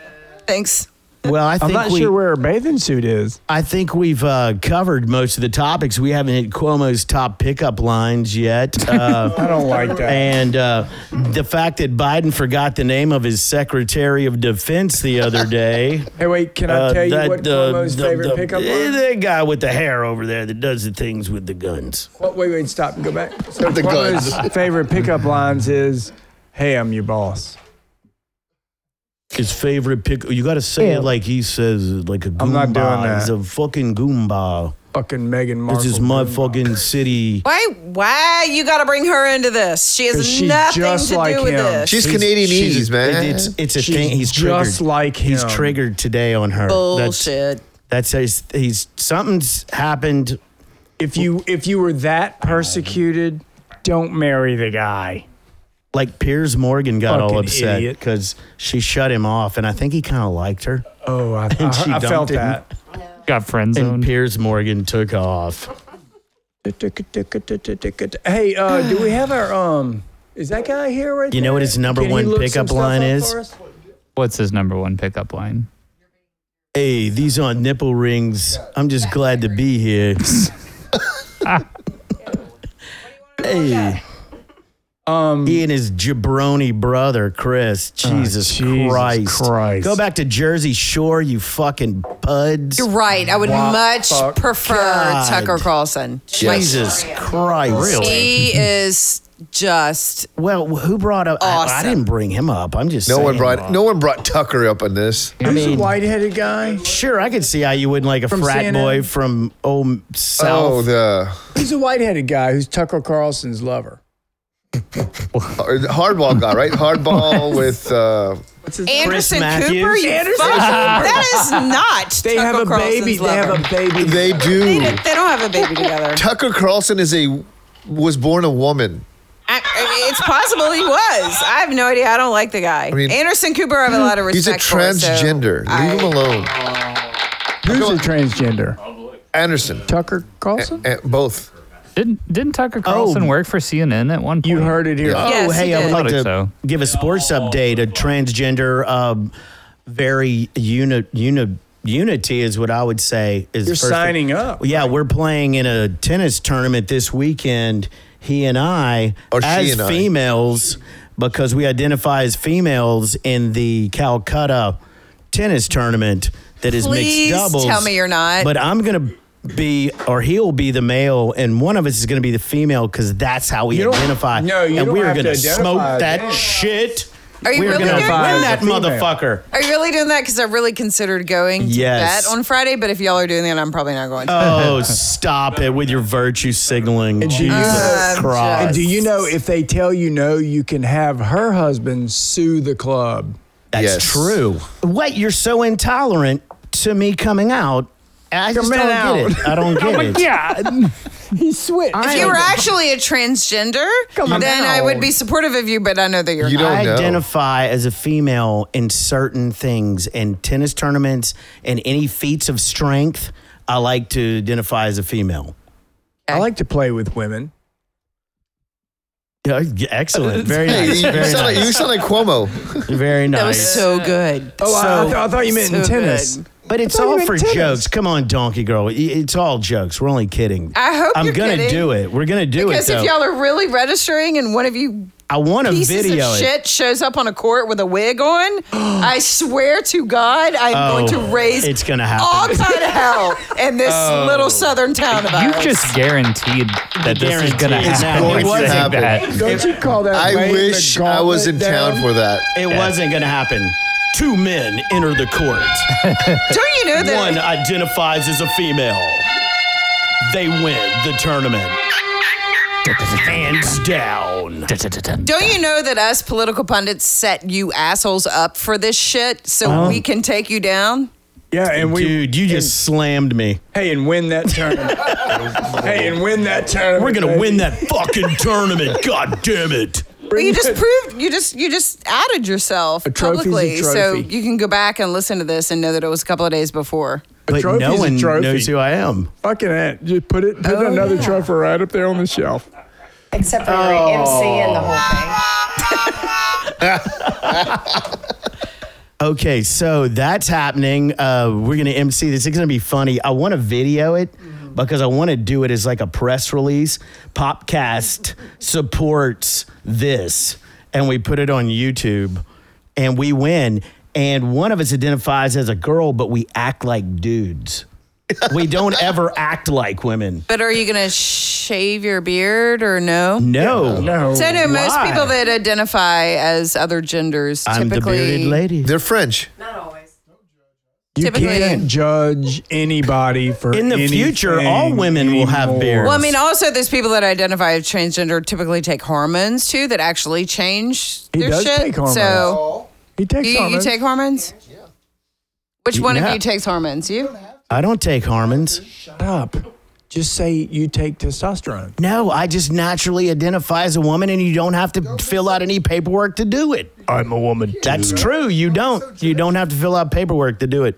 Speaker 6: Thanks.
Speaker 1: well, I
Speaker 3: I'm
Speaker 1: think
Speaker 3: not
Speaker 1: we,
Speaker 3: sure where her bathing suit is.
Speaker 1: I think we've uh, covered most of the topics. We haven't hit Cuomo's top pickup lines yet. Uh,
Speaker 3: I don't like that.
Speaker 1: And uh, the fact that Biden forgot the name of his Secretary of Defense the other day.
Speaker 3: Hey, wait, can I
Speaker 1: Uh,
Speaker 3: tell you
Speaker 1: that,
Speaker 3: what
Speaker 1: uh,
Speaker 3: Cuomo's
Speaker 1: the-
Speaker 3: favorite
Speaker 1: the-
Speaker 3: pickup
Speaker 1: eh,
Speaker 3: line?
Speaker 1: That guy with the hair over there that does the things with the guns.
Speaker 3: What, wait, wait, stop and go back. So
Speaker 2: The
Speaker 3: Cuomo's favorite pickup lines is, "Hey, I'm your boss."
Speaker 1: His favorite pick. You got to say
Speaker 7: Ew.
Speaker 1: it like he says, it, like a goomba.
Speaker 3: I'm not doing that.
Speaker 1: He's a fucking goomba.
Speaker 3: Fucking Meghan Markle.
Speaker 1: This is my fucking city.
Speaker 6: Why? Why you got to bring her into this? She
Speaker 3: 'Cause
Speaker 6: has
Speaker 3: she's
Speaker 6: nothing
Speaker 3: just
Speaker 6: to
Speaker 3: like
Speaker 6: do with
Speaker 3: him.
Speaker 6: this.
Speaker 2: She's,
Speaker 1: She's-
Speaker 2: Canadian
Speaker 1: she's-
Speaker 2: ease, man.
Speaker 1: It's, it's a
Speaker 3: She's
Speaker 1: thing. He's
Speaker 3: just
Speaker 1: triggered.
Speaker 3: like
Speaker 1: He's
Speaker 3: him.
Speaker 1: triggered today on her.
Speaker 6: Bullshit.
Speaker 1: That's, that's he's, he's something's happened.
Speaker 3: If you if you were that persecuted, don't marry the guy.
Speaker 1: like Piers Morgan got all
Speaker 3: Fucking
Speaker 1: upset
Speaker 3: idiot.
Speaker 1: because she shut him off, and I think he kind of liked her.
Speaker 3: Oh, I,
Speaker 1: And she
Speaker 3: I, I felt
Speaker 1: dumped him.
Speaker 3: that.
Speaker 4: got friend
Speaker 1: And
Speaker 4: zoned.
Speaker 1: Piers Morgan took off.
Speaker 3: Hey, uh, do we have our um? Is that guy here right
Speaker 1: You know
Speaker 3: there?
Speaker 1: what his number
Speaker 3: Can he
Speaker 1: one
Speaker 3: look
Speaker 1: pickup
Speaker 3: some stuff
Speaker 1: line
Speaker 3: up
Speaker 1: is?
Speaker 3: for us?
Speaker 4: What's his number one pickup line?
Speaker 1: Hey, these aren't nipple rings. I'm just glad to be here. hey,
Speaker 3: Um,
Speaker 1: he and his jabroni brother Chris.
Speaker 2: Oh,
Speaker 1: Jesus,
Speaker 3: Jesus
Speaker 1: Christ.
Speaker 3: Christ.
Speaker 1: Go back to Jersey Shore, you fucking puds.
Speaker 6: You're right. I would much
Speaker 3: fuck.
Speaker 6: prefer
Speaker 1: God.
Speaker 6: Tucker Carlson. Like,
Speaker 1: Jesus Christ.
Speaker 6: He is just
Speaker 1: Well, who brought up? I, I
Speaker 6: Awesome.
Speaker 1: didn't bring him up. I'm just
Speaker 2: no
Speaker 1: saying.
Speaker 2: one brought no one brought Tucker up on this.
Speaker 3: who's the white-headed guy?
Speaker 1: Sure, I could see how you wouldn't like a
Speaker 3: From
Speaker 1: frat
Speaker 3: CNN?
Speaker 1: boy from old
Speaker 2: Oh,
Speaker 1: South.
Speaker 2: the
Speaker 3: Who's the white-headed guy who's Tucker Carlson's lover?
Speaker 2: hardball guy, right? Hardball with uh,
Speaker 6: Anderson
Speaker 1: Matthews?
Speaker 6: Cooper. You
Speaker 3: Anderson
Speaker 6: fuck. That is not.
Speaker 3: They
Speaker 6: Tucker
Speaker 3: have a
Speaker 6: Carlson's
Speaker 3: baby. They
Speaker 6: lover.
Speaker 3: have a baby.
Speaker 2: they
Speaker 6: They
Speaker 2: do.
Speaker 6: don't, they don't have a baby together.
Speaker 2: Tucker Carlson is a was born a woman.
Speaker 6: I, I mean, it's possible he was. I have no idea. I don't like the guy.
Speaker 2: mean,
Speaker 6: Anderson Cooper, I have a lot of
Speaker 2: He's a
Speaker 6: respect for. so
Speaker 2: transgender. Leave
Speaker 6: I-
Speaker 2: him alone.
Speaker 3: Who's a transgender?
Speaker 2: Anderson,
Speaker 3: Tucker Carlson.
Speaker 2: Eh, both.
Speaker 4: Didn't didn't Tucker Carlson work for CNN at one point?
Speaker 3: You heard it here.
Speaker 1: Oh,
Speaker 6: Yes,
Speaker 1: hey,
Speaker 6: it
Speaker 1: I would
Speaker 6: did. Oh.
Speaker 1: like
Speaker 4: Thought
Speaker 1: to
Speaker 4: it so.
Speaker 1: give a sports update. A transgender, um, very uni, uni, unity is what I would say. Is
Speaker 3: You're
Speaker 1: the first
Speaker 3: signing up,
Speaker 1: Yeah, we're playing in a tennis tournament this weekend. He and I,
Speaker 2: Or she
Speaker 1: as
Speaker 2: and I.
Speaker 1: females, because we identify as females in the Calcutta tennis tournament that is mixed
Speaker 6: Please
Speaker 1: doubles.
Speaker 6: tell me you're not.
Speaker 1: But I'm gonna. Be or he'll be the male, and one of us is going to be the female because that's how we
Speaker 3: You don't-
Speaker 1: identify.
Speaker 3: No, you
Speaker 1: and
Speaker 3: don't
Speaker 1: we are
Speaker 3: have to
Speaker 1: gonna
Speaker 3: identify
Speaker 1: smoke
Speaker 3: as
Speaker 1: that
Speaker 3: anything.
Speaker 1: shit.
Speaker 6: Are you
Speaker 1: We're
Speaker 6: really
Speaker 1: gonna
Speaker 6: doing
Speaker 1: win
Speaker 6: that?
Speaker 1: that
Speaker 3: as a female.
Speaker 1: motherfucker.
Speaker 6: Are you really doing that? Because I really considered going to
Speaker 1: Yes.
Speaker 6: that on Friday, but if y'all are doing that, I'm probably not going to.
Speaker 1: Oh, stop it with your virtue signaling. Jesus
Speaker 6: I'm
Speaker 1: Christ.
Speaker 3: And do you know if they tell you no, you can have her husband sue the club?
Speaker 1: That's
Speaker 2: Yes.
Speaker 1: true. What? You're so intolerant to me coming out. I just
Speaker 3: Coming
Speaker 1: don't
Speaker 3: out.
Speaker 1: get it. I don't get it.
Speaker 4: Yeah,
Speaker 3: He switched.
Speaker 1: I
Speaker 6: if you were actually a transgender,
Speaker 3: Come
Speaker 6: then I
Speaker 3: on.
Speaker 6: would be supportive of you, but I know that you're
Speaker 2: You
Speaker 6: not.
Speaker 2: don't
Speaker 1: I
Speaker 2: know.
Speaker 1: identify as a female in certain things, in tennis tournaments and any feats of strength. I like to identify as a female.
Speaker 3: I like to play with women.
Speaker 1: Yeah, yeah, excellent. Very
Speaker 2: Hey,
Speaker 1: nice.
Speaker 2: you,
Speaker 1: Very
Speaker 2: sound like, you
Speaker 1: nice.
Speaker 2: sound like Cuomo.
Speaker 1: Very nice.
Speaker 6: That was so good.
Speaker 3: Oh, I, I, th- I thought you meant in
Speaker 6: so
Speaker 3: tennis.
Speaker 6: good.
Speaker 1: But it's
Speaker 3: thought you
Speaker 1: all
Speaker 3: meant
Speaker 1: for
Speaker 3: tennis.
Speaker 1: jokes. Come on, Donkey Girl. I- It's all jokes. We're only kidding.
Speaker 6: I hope
Speaker 1: I'm
Speaker 6: you're
Speaker 1: gonna
Speaker 6: kidding.
Speaker 1: do it. We're gonna do
Speaker 6: Because
Speaker 1: it.
Speaker 6: if
Speaker 1: though.
Speaker 6: y'all are really registering and one of you
Speaker 1: I want to
Speaker 6: pieces
Speaker 1: video
Speaker 6: of
Speaker 1: it.
Speaker 6: shit shows up on a court with a wig on, I swear to God, I'm
Speaker 1: Oh,
Speaker 6: going to raise
Speaker 1: it's gonna happen.
Speaker 6: all kind of hell in this little southern town of
Speaker 4: you
Speaker 6: ours.
Speaker 4: just guaranteed that this is gonna
Speaker 1: Guaranteed. It's
Speaker 4: happen.
Speaker 1: going
Speaker 4: You
Speaker 2: to
Speaker 4: said
Speaker 2: happen.
Speaker 4: that.
Speaker 3: Don't you call that?
Speaker 2: I
Speaker 3: laying the
Speaker 2: wish I was in
Speaker 3: gauntlet
Speaker 2: town
Speaker 3: down?
Speaker 2: for that.
Speaker 1: It wasn't going to happen. Two men enter the court.
Speaker 6: Don't you know that?
Speaker 1: One identifies as a female. They win the tournament. Hands down.
Speaker 6: Don't you know that us political pundits set you assholes up for this shit so
Speaker 3: Oh.
Speaker 6: we can take you down?
Speaker 3: Yeah, and we
Speaker 1: Dude, you just slammed me.
Speaker 3: hey and win that tournament. hey and win that tournament.
Speaker 1: We're going to
Speaker 3: baby.
Speaker 1: win that fucking tournament. God damn it.
Speaker 6: Well, you just proved you just you just outed yourself
Speaker 3: trophy's a
Speaker 6: publicly, so
Speaker 3: trophy.
Speaker 6: you can go back and listen to this and know that it was a couple of days before.
Speaker 1: But
Speaker 3: trophy's
Speaker 1: no
Speaker 3: a
Speaker 1: one
Speaker 3: trophy.
Speaker 1: knows who I am.
Speaker 3: Fucking it. Just put it. Put
Speaker 6: Oh,
Speaker 3: another
Speaker 6: yeah.
Speaker 3: trophy right up there on the shelf.
Speaker 7: Except for MC and the whole thing.
Speaker 1: Okay, so that's happening. Uh, we're gonna MC this. It's gonna be funny. I want to video it because I want to do it as like a press release. Popcast supports this, and we put it on YouTube, and we win. And one of us identifies as a girl, but we act like dudes. we don't ever act like women.
Speaker 6: But are you gonna shave your beard or no?
Speaker 1: No,
Speaker 3: No.
Speaker 6: So I know most
Speaker 1: Why?
Speaker 6: people that identify as other genders
Speaker 1: I'm the
Speaker 6: typically
Speaker 1: bearded lady.
Speaker 2: They're French.
Speaker 3: You
Speaker 6: Typically-
Speaker 3: can't judge anybody for
Speaker 1: In the future, all
Speaker 3: anything
Speaker 1: women will have
Speaker 3: anymore.
Speaker 1: beards.
Speaker 6: Well, I mean, also there's people that identify as transgender typically take hormones too that actually change
Speaker 3: He
Speaker 6: their
Speaker 3: does
Speaker 6: shit.
Speaker 3: take hormones.
Speaker 6: So
Speaker 3: He takes
Speaker 6: you, you
Speaker 3: hormones.
Speaker 6: take hormones? Yeah. Which one
Speaker 1: Yeah.
Speaker 6: of you takes hormones? You?
Speaker 1: I don't take Harmons.
Speaker 3: Shut up. Just say you take testosterone.
Speaker 1: No, I just naturally identify as a woman, and you don't have to fill out any paperwork to do it.
Speaker 3: I'm a woman.
Speaker 1: That's true. You don't. You don't have to fill out paperwork to do it.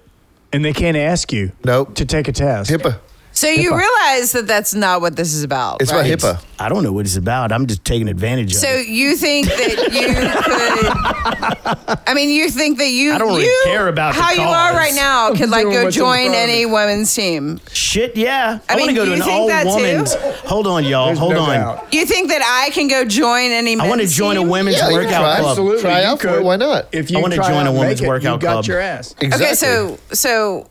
Speaker 3: And they can't ask you
Speaker 2: Nope.
Speaker 3: to take a test.
Speaker 2: HIPAA.
Speaker 6: So you realize that that's not what this is about.
Speaker 2: It's
Speaker 6: right?
Speaker 2: about HIPAA.
Speaker 1: I don't know what it's about. I'm just taking advantage of
Speaker 6: So
Speaker 1: it.
Speaker 6: you think that you could? I mean, you think that you?
Speaker 1: I don't really
Speaker 6: you-
Speaker 1: care about the
Speaker 6: how you are
Speaker 1: cause.
Speaker 6: right now. Could like
Speaker 3: doing
Speaker 6: go
Speaker 3: what's in front
Speaker 6: join
Speaker 3: of me.
Speaker 6: any women's team.
Speaker 1: Shit, yeah. I,
Speaker 6: I
Speaker 1: want to
Speaker 6: mean,
Speaker 1: go to
Speaker 6: you
Speaker 1: an
Speaker 6: think
Speaker 1: all
Speaker 6: that too?
Speaker 1: woman's. Hold on, y'all.
Speaker 3: There's
Speaker 1: Hold
Speaker 3: no
Speaker 1: on.
Speaker 3: doubt.
Speaker 6: You think that I can go join any?
Speaker 1: I want to
Speaker 6: men's
Speaker 1: join a
Speaker 6: team?
Speaker 1: women's
Speaker 2: Yeah, you can
Speaker 1: workout
Speaker 2: try.
Speaker 1: club.
Speaker 3: Absolutely.
Speaker 2: Try
Speaker 3: you
Speaker 2: out for
Speaker 3: could.
Speaker 2: it. Why not?
Speaker 3: If you
Speaker 1: I wanna
Speaker 3: try
Speaker 1: join a
Speaker 3: out and
Speaker 1: women's
Speaker 3: make it,
Speaker 1: workout
Speaker 3: you got
Speaker 1: club.
Speaker 3: your ass.
Speaker 2: Exactly.
Speaker 6: Okay, so so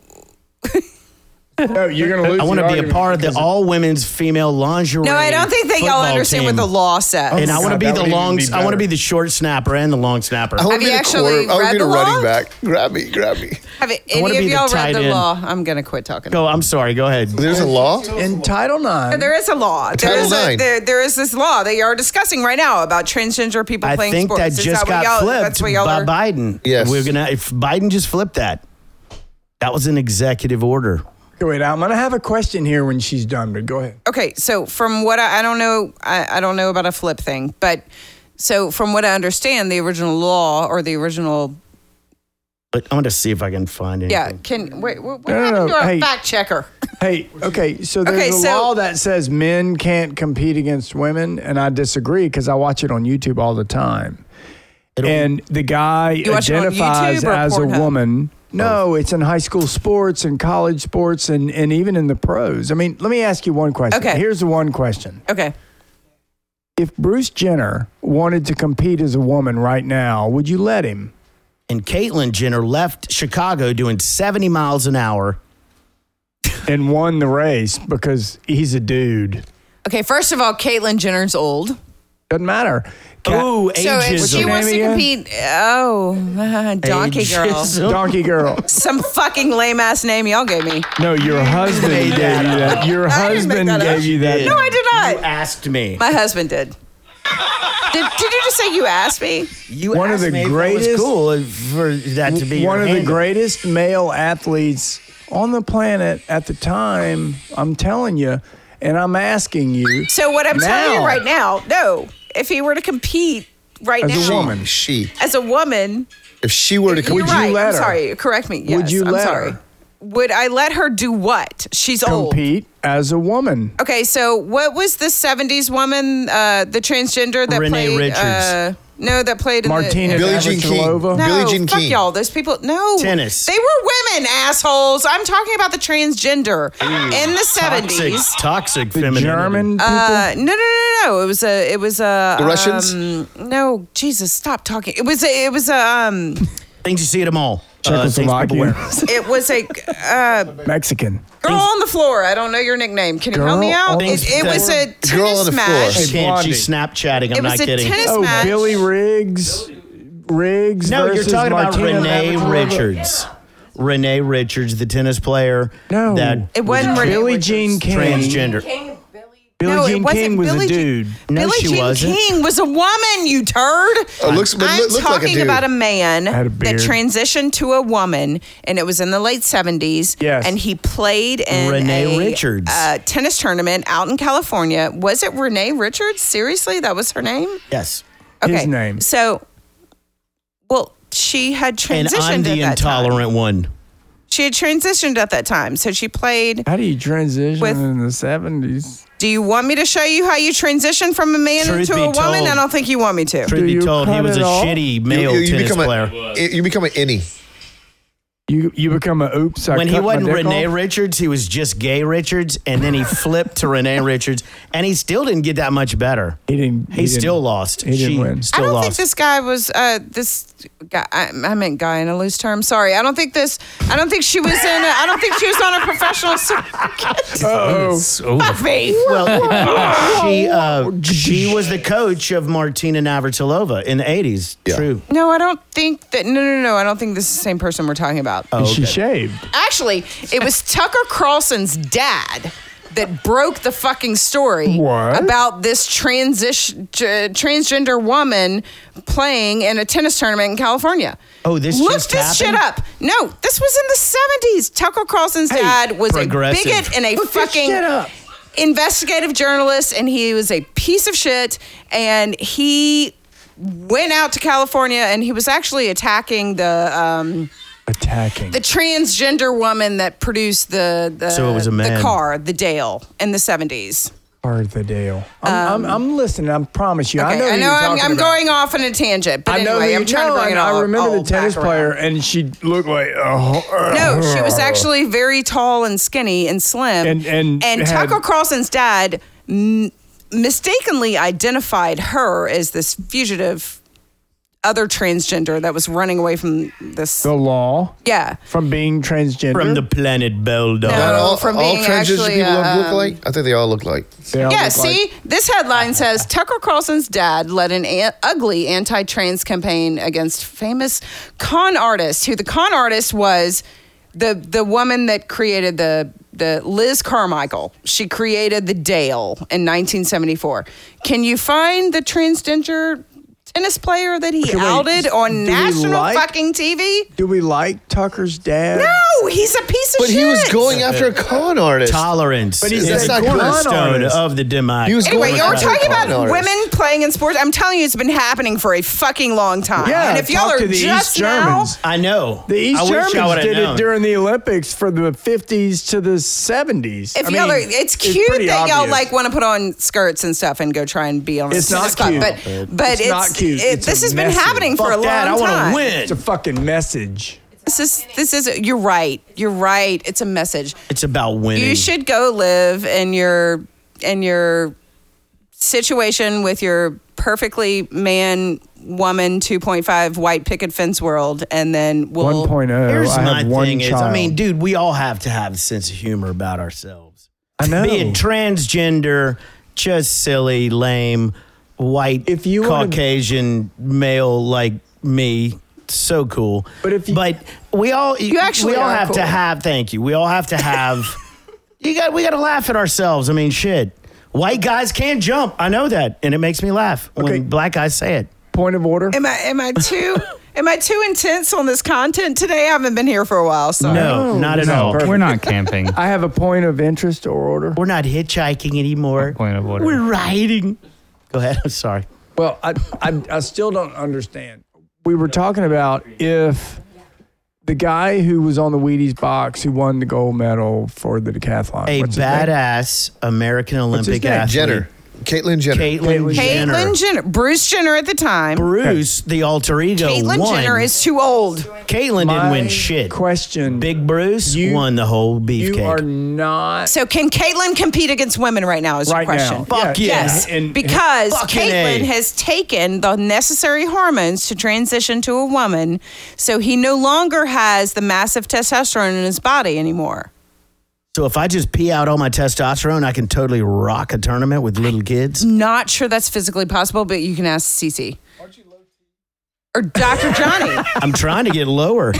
Speaker 3: No, you're gonna lose.
Speaker 1: I want to
Speaker 3: the
Speaker 1: be a
Speaker 3: argument
Speaker 1: part of the
Speaker 3: because
Speaker 1: all women's female lingerie.
Speaker 6: no, I don't think that y'all
Speaker 1: football
Speaker 6: understand
Speaker 1: team.
Speaker 6: what the law says.
Speaker 1: And I
Speaker 3: Oh, God,
Speaker 1: want to be
Speaker 3: that
Speaker 1: the
Speaker 3: would even
Speaker 1: long.
Speaker 3: be
Speaker 1: I want to
Speaker 3: better.
Speaker 1: be the short snapper and the long snapper.
Speaker 2: I
Speaker 6: Have
Speaker 2: would be
Speaker 6: you
Speaker 2: the
Speaker 6: actually
Speaker 2: quarter. I would
Speaker 6: read
Speaker 2: be the
Speaker 6: the law?
Speaker 2: running back. Grab me, grab me.
Speaker 6: Have
Speaker 1: wanna
Speaker 6: any of
Speaker 1: be the
Speaker 6: y'all read
Speaker 1: tight
Speaker 6: the
Speaker 1: end.
Speaker 6: law? I'm gonna quit talking.
Speaker 1: Go. I'm sorry. Go ahead.
Speaker 2: There's a law.
Speaker 3: In Title Nine,
Speaker 6: There is a law. There
Speaker 2: Title
Speaker 6: is, a,
Speaker 2: IX.
Speaker 6: there, there is this law that you are discussing right now about transgender people
Speaker 1: I
Speaker 6: playing
Speaker 1: think
Speaker 6: sports.
Speaker 1: that
Speaker 6: Is
Speaker 1: just
Speaker 6: what
Speaker 1: got
Speaker 6: y'all-
Speaker 1: flipped
Speaker 6: That's what y'all
Speaker 1: by
Speaker 6: are.
Speaker 1: Biden.
Speaker 2: Yes.
Speaker 1: we're gonna. If Biden just flipped that, that was an executive order.
Speaker 3: Okay, wait. I'm gonna have a question here when she's done. But go ahead.
Speaker 6: Okay, so from what I, I don't know, I, I don't know about a flip thing, but so from what I understand, the original law or the original,
Speaker 1: But I'm gonna see if I can find
Speaker 6: yeah,
Speaker 1: anything.
Speaker 6: can wait, what, what
Speaker 3: No, no, no,
Speaker 6: happened to our
Speaker 3: hey.
Speaker 6: fact checker?
Speaker 3: Hey, okay, so there's
Speaker 6: Okay,
Speaker 3: a
Speaker 6: so-
Speaker 3: law that says men can't compete against women, and I disagree because I watch it on YouTube all the time. and the guy
Speaker 6: watch it on
Speaker 3: identifies
Speaker 6: YouTube or
Speaker 3: as a
Speaker 6: Pornhub?
Speaker 3: woman. No, it's in high school sports and college sports and, and even in the pros. I mean, let me ask you one question.
Speaker 6: Okay.
Speaker 3: Here's the one question.
Speaker 6: Okay.
Speaker 3: If Bruce Jenner wanted to compete as a woman right now, would you let him?
Speaker 1: And Caitlyn Jenner left Chicago doing 70 miles an hour.
Speaker 3: And won the race because he's a dude.
Speaker 6: Okay. First of all, Caitlyn Jenner's old.
Speaker 3: Doesn't matter. Ca-
Speaker 1: Ooh,
Speaker 6: So if she
Speaker 1: ageism.
Speaker 3: was-
Speaker 6: wants to
Speaker 3: Name again?
Speaker 6: compete, oh, donkey girl.
Speaker 1: Ageism.
Speaker 3: Donkey girl.
Speaker 6: Some fucking lame ass name y'all gave me.
Speaker 3: No, your husband
Speaker 1: made
Speaker 3: gave you
Speaker 1: that
Speaker 3: that. Your
Speaker 6: I didn't make
Speaker 3: husband
Speaker 6: that up.
Speaker 3: gave you that.
Speaker 6: No, I did
Speaker 1: You
Speaker 6: not.
Speaker 1: asked me.
Speaker 6: My husband did. Did, did you just say you asked me?
Speaker 1: You
Speaker 3: One of
Speaker 1: asked
Speaker 3: the
Speaker 1: me if it
Speaker 3: greatest-
Speaker 1: was cool for that to be your
Speaker 3: one of the
Speaker 1: handle.
Speaker 3: greatest male athletes on the planet at the time. I'm telling you, and I'm asking you.
Speaker 6: So what I'm telling
Speaker 3: Now.
Speaker 6: you right now, no. If he were to compete right
Speaker 3: As a
Speaker 6: now
Speaker 2: She,
Speaker 3: woman.
Speaker 2: she.
Speaker 6: as a woman,
Speaker 2: If she were to compete,
Speaker 6: you're right.
Speaker 3: let
Speaker 6: I'm
Speaker 3: her?
Speaker 6: sorry. Correct me. Yes,
Speaker 3: you
Speaker 6: I'm
Speaker 3: let
Speaker 6: sorry. Oh.
Speaker 3: her?
Speaker 6: Would I let her do what? She's old.
Speaker 3: compete as a woman.
Speaker 6: Okay, so what was the '70s woman, uh, the transgender that
Speaker 1: Renee
Speaker 6: played?
Speaker 1: Richards.
Speaker 6: Uh, no, that played in
Speaker 3: Martina
Speaker 6: The,
Speaker 2: Billie Jean King.
Speaker 3: Navratilova.
Speaker 6: no,
Speaker 2: Billie Jean
Speaker 6: fuck
Speaker 2: King.
Speaker 6: y'all. Those people. No,
Speaker 1: Tennis.
Speaker 6: They were women, assholes. I'm talking about the transgender in the
Speaker 1: toxic,
Speaker 6: '70s.
Speaker 1: toxic
Speaker 3: The
Speaker 1: femininity.
Speaker 3: German people.
Speaker 6: Uh, no, no, no, no. It was a. It was a.
Speaker 2: The Russians?
Speaker 6: um, no, Jesus, stop talking. It was a. It was a. Um,
Speaker 1: Things you see at a mall. Uh, things people
Speaker 3: Czechoslovakian.
Speaker 1: wear.
Speaker 6: it was a uh,
Speaker 3: Mexican.
Speaker 6: girl on the floor. I don't know your nickname. Can you help me
Speaker 3: Girl
Speaker 6: out?
Speaker 3: on
Speaker 6: It,
Speaker 1: the
Speaker 6: it was a
Speaker 1: floor.
Speaker 6: tennis
Speaker 2: Girl on the floor.
Speaker 6: match.
Speaker 1: She can't.
Speaker 3: Blondie.
Speaker 1: She's Snapchatting. I'm
Speaker 6: It
Speaker 1: not
Speaker 6: was a
Speaker 1: kidding.
Speaker 6: tennis
Speaker 3: Oh,
Speaker 6: match.
Speaker 3: Billy Riggs. Riggs.
Speaker 1: No, you're
Speaker 3: versus
Speaker 1: talking about
Speaker 3: Martina
Speaker 1: Renee
Speaker 3: Navratilova.
Speaker 1: Richards. Renee Richards, the tennis player.
Speaker 3: No.
Speaker 1: That
Speaker 6: It wasn't Renee
Speaker 3: Billie
Speaker 6: Richards.
Speaker 3: Jean King.
Speaker 1: transgender.
Speaker 3: Billie
Speaker 6: No, it
Speaker 3: Jean
Speaker 6: wasn't
Speaker 3: King was
Speaker 6: Billie
Speaker 3: a
Speaker 6: Jean-
Speaker 3: dude.
Speaker 1: No,
Speaker 6: Billie
Speaker 1: she
Speaker 6: Jean
Speaker 1: wasn't.
Speaker 6: King was a woman, you turd.
Speaker 2: Oh, looks- but
Speaker 6: I'm
Speaker 2: look- looked like a
Speaker 6: talking
Speaker 2: dude.
Speaker 6: about a man
Speaker 3: Had a
Speaker 6: that
Speaker 3: beard.
Speaker 6: transitioned to a woman, and it was in the late 70s.
Speaker 3: Yes.
Speaker 6: And he played in
Speaker 1: Renee
Speaker 6: a
Speaker 1: Richards.
Speaker 6: Uh, tennis tournament out in California. Was it Renee Richards? Seriously? That was her name?
Speaker 1: Yes.
Speaker 3: His name.
Speaker 6: So, well, she had
Speaker 1: And
Speaker 6: transitioned
Speaker 1: I'm the
Speaker 6: at that time.
Speaker 1: intolerant one.
Speaker 6: She had transitioned at that time. So she played.
Speaker 3: How do you transition
Speaker 6: With-
Speaker 3: in the seventies?
Speaker 6: Do you want me to show you how you transition from a man
Speaker 1: Truth
Speaker 6: into
Speaker 1: be
Speaker 6: a woman?
Speaker 1: told.
Speaker 6: I don't think you want me to.
Speaker 1: Truth be
Speaker 3: you
Speaker 1: told, he
Speaker 3: cut
Speaker 1: was a
Speaker 3: it off?
Speaker 1: shitty
Speaker 2: you,
Speaker 1: male
Speaker 2: you- you
Speaker 1: tennis
Speaker 2: become
Speaker 1: player.
Speaker 2: a, you become an innie.
Speaker 3: You you become a oops. I
Speaker 1: when he
Speaker 3: cut my
Speaker 1: wasn't
Speaker 3: dick
Speaker 1: Renee
Speaker 3: off?
Speaker 1: Richards, he was just gay Richards, and then he flipped to Renee Richards, and he still didn't get that much better.
Speaker 3: He didn't.
Speaker 1: He, still
Speaker 3: didn't-
Speaker 1: lost.
Speaker 3: he didn't
Speaker 1: she
Speaker 3: win.
Speaker 6: I
Speaker 1: still
Speaker 6: don't think
Speaker 1: lost.
Speaker 6: this guy was uh, this guy. I, I meant guy in a loose term. Sorry, I don't think this. I don't think she was in. A, I don't think she was on a professional circuit.
Speaker 3: Oh,
Speaker 4: Oh,
Speaker 6: Fuck me.
Speaker 1: well, she uh, she was the coach of Martina Navratilova in the 80s. True.
Speaker 6: No, I don't think that. No, no, no. I don't think this is the same person we're talking about.
Speaker 3: she shaved.
Speaker 6: Actually, it was Tucker Carlson's dad that broke the fucking story
Speaker 3: What?
Speaker 6: about this transition uh, transgender woman playing in a tennis tournament in California.
Speaker 1: Oh, this
Speaker 6: look
Speaker 1: just
Speaker 6: this shit
Speaker 1: happened?
Speaker 6: up. No, this was in the seventies. Tucker Carlson's dad was a
Speaker 1: progressive.
Speaker 6: bigot and a fucking
Speaker 3: shit up.
Speaker 6: investigative journalist, and he was a piece of shit, and he. Went out to California and he was actually attacking the um,
Speaker 3: Attacking.
Speaker 6: the transgender woman that produced the the,
Speaker 1: So it was a man.
Speaker 6: the car, the Dale, in the seventies.
Speaker 3: Part of the deal. I'm, I'm, I'm listening. I promise you.
Speaker 6: Um, Okay,
Speaker 3: I know. who you're
Speaker 6: I'm,
Speaker 3: talking
Speaker 6: I'm
Speaker 3: about.
Speaker 6: going off on a tangent, but
Speaker 3: I know.
Speaker 6: anyway,
Speaker 3: who
Speaker 6: I'm
Speaker 3: you-
Speaker 6: trying
Speaker 3: no,
Speaker 6: to bring it
Speaker 3: I-
Speaker 6: all.
Speaker 3: I remember
Speaker 6: all
Speaker 3: the tennis
Speaker 6: back
Speaker 3: player,
Speaker 6: around.
Speaker 3: and she looked like. Oh,
Speaker 6: No, she was actually very tall and skinny and slim.
Speaker 3: And- and had-
Speaker 6: Tucker Carlson's dad m- mistakenly identified her as this fugitive other transgender that was running away from this.
Speaker 3: the law
Speaker 6: yeah.
Speaker 3: from being transgender.
Speaker 1: From the planet Beldar.
Speaker 6: No.
Speaker 2: Not all,
Speaker 6: from
Speaker 2: all
Speaker 6: being
Speaker 2: transgender
Speaker 6: actually,
Speaker 2: people don't look
Speaker 6: um,
Speaker 2: like. I think they all look like.
Speaker 3: They all
Speaker 6: Yeah,
Speaker 3: look like-
Speaker 6: see, this headline says Tucker Carlson's dad led an an- ugly anti trans campaign against famous con artist, who the con artist was the, the woman that created the, the Liz Carmichael. She created the Dale in 1974. Can you find the transgender tennis player that he
Speaker 3: wait,
Speaker 6: outed
Speaker 3: do
Speaker 6: on
Speaker 3: we
Speaker 6: national
Speaker 3: like-
Speaker 6: fucking TV?
Speaker 3: Do we like Tucker's dad?
Speaker 6: No, he's a piece piece of
Speaker 2: But
Speaker 6: shit.
Speaker 2: he was going after a con artist.
Speaker 1: Tolerance
Speaker 3: But he's
Speaker 1: is
Speaker 2: a
Speaker 1: the
Speaker 2: con
Speaker 1: cornerstone
Speaker 3: artist.
Speaker 1: of the demise.
Speaker 2: He was
Speaker 6: Anyway,
Speaker 2: going
Speaker 6: y'all are
Speaker 2: after
Speaker 6: talking
Speaker 2: a con
Speaker 6: about
Speaker 2: artist.
Speaker 6: women playing in sports. I'm telling you, it's been happening for a fucking long time.
Speaker 3: Yeah,
Speaker 6: and if y'all
Speaker 3: talk
Speaker 6: are
Speaker 3: to the East
Speaker 6: just now,
Speaker 3: Germans.
Speaker 1: I know.
Speaker 3: The East
Speaker 1: I wish I
Speaker 3: Germans
Speaker 1: would've
Speaker 3: did
Speaker 1: known.
Speaker 3: it during the Olympics for the 50s to the 70s.
Speaker 6: if
Speaker 3: I
Speaker 6: y'all
Speaker 3: mean,
Speaker 6: are, it's cute
Speaker 3: pretty
Speaker 6: that y'all
Speaker 3: obvious.
Speaker 6: like want to put on skirts and stuff and go try and be on a
Speaker 3: It's
Speaker 6: tennis
Speaker 3: not
Speaker 6: club,
Speaker 3: cute.
Speaker 6: but but it's,
Speaker 3: It's not cute.
Speaker 6: It,
Speaker 3: It's a
Speaker 6: this has been
Speaker 3: message.
Speaker 6: happening for a
Speaker 1: Fuck
Speaker 6: long
Speaker 1: that. I wanna
Speaker 6: time.
Speaker 1: win.
Speaker 3: It's a fucking message.
Speaker 6: This is this is. You're right. You're right. It's a message.
Speaker 1: It's about winning.
Speaker 6: You should go live in your in your situation with your perfectly man woman 2.5 white picket fence world and then we'll
Speaker 3: 1.0.
Speaker 1: Here's
Speaker 3: oh, I have
Speaker 1: my
Speaker 3: one
Speaker 1: thing is, I
Speaker 3: child.
Speaker 1: mean, dude, we all have to have a sense of humor about ourselves.
Speaker 3: I know.
Speaker 1: Being transgender, just silly, lame, white,
Speaker 3: If you wanna-
Speaker 1: Caucasian male like me, so cool.
Speaker 3: But if you-
Speaker 1: but we all you
Speaker 6: actually
Speaker 1: we all
Speaker 6: are
Speaker 1: have to
Speaker 6: cool.
Speaker 1: have. Thank you. We all have to have. you got we got to laugh at ourselves. I mean, shit. White guys can jump. I know that, and it makes me laugh
Speaker 3: Okay.
Speaker 1: when black guys say it.
Speaker 3: Point of order.
Speaker 6: am i am i too am i too intense on this content today i haven't been here for a while so
Speaker 1: No, not at all.
Speaker 4: No,
Speaker 3: perfect.
Speaker 4: we're not camping.
Speaker 3: I have a point of interest or order.
Speaker 1: We're not hitchhiking anymore.
Speaker 4: Point of order.
Speaker 1: We're riding. Go ahead. I'm sorry.
Speaker 3: Well, I, I, I still don't understand. We were talking about if the guy who was on the Wheaties box who won the gold medal for the decathlon,
Speaker 1: A
Speaker 3: what's his name?
Speaker 1: badass American
Speaker 3: his
Speaker 1: Olympic
Speaker 3: name?
Speaker 1: athlete.
Speaker 2: Jenner, Caitlyn Jenner.
Speaker 1: Caitlyn
Speaker 3: Caitlyn
Speaker 1: Jenner.
Speaker 6: Caitlyn Jenner, Bruce Jenner at the time.
Speaker 1: Bruce, the alter ego,
Speaker 6: Caitlyn
Speaker 1: won.
Speaker 6: Jenner is too old.
Speaker 1: Caitlyn didn't
Speaker 3: My
Speaker 1: win shit.
Speaker 3: Question:
Speaker 1: Big Bruce
Speaker 3: You-
Speaker 1: won the whole
Speaker 3: You
Speaker 1: beefcake.
Speaker 3: are not
Speaker 6: So can Caitlyn compete against women right now? Is
Speaker 3: right
Speaker 6: your question?
Speaker 3: now.
Speaker 1: Fuck yeah.
Speaker 6: Yes,
Speaker 3: And- and-
Speaker 6: because
Speaker 1: Fucking
Speaker 6: Caitlyn
Speaker 1: A.
Speaker 6: has taken the necessary hormones to transition to a woman, so he no longer has the massive testosterone in his body anymore.
Speaker 1: so if I just pee out all my testosterone, I can totally rock a tournament with little kids.
Speaker 6: Not sure that's physically possible, but you can ask Cece. Or Dr. Johnny.
Speaker 1: I'm trying to get lower.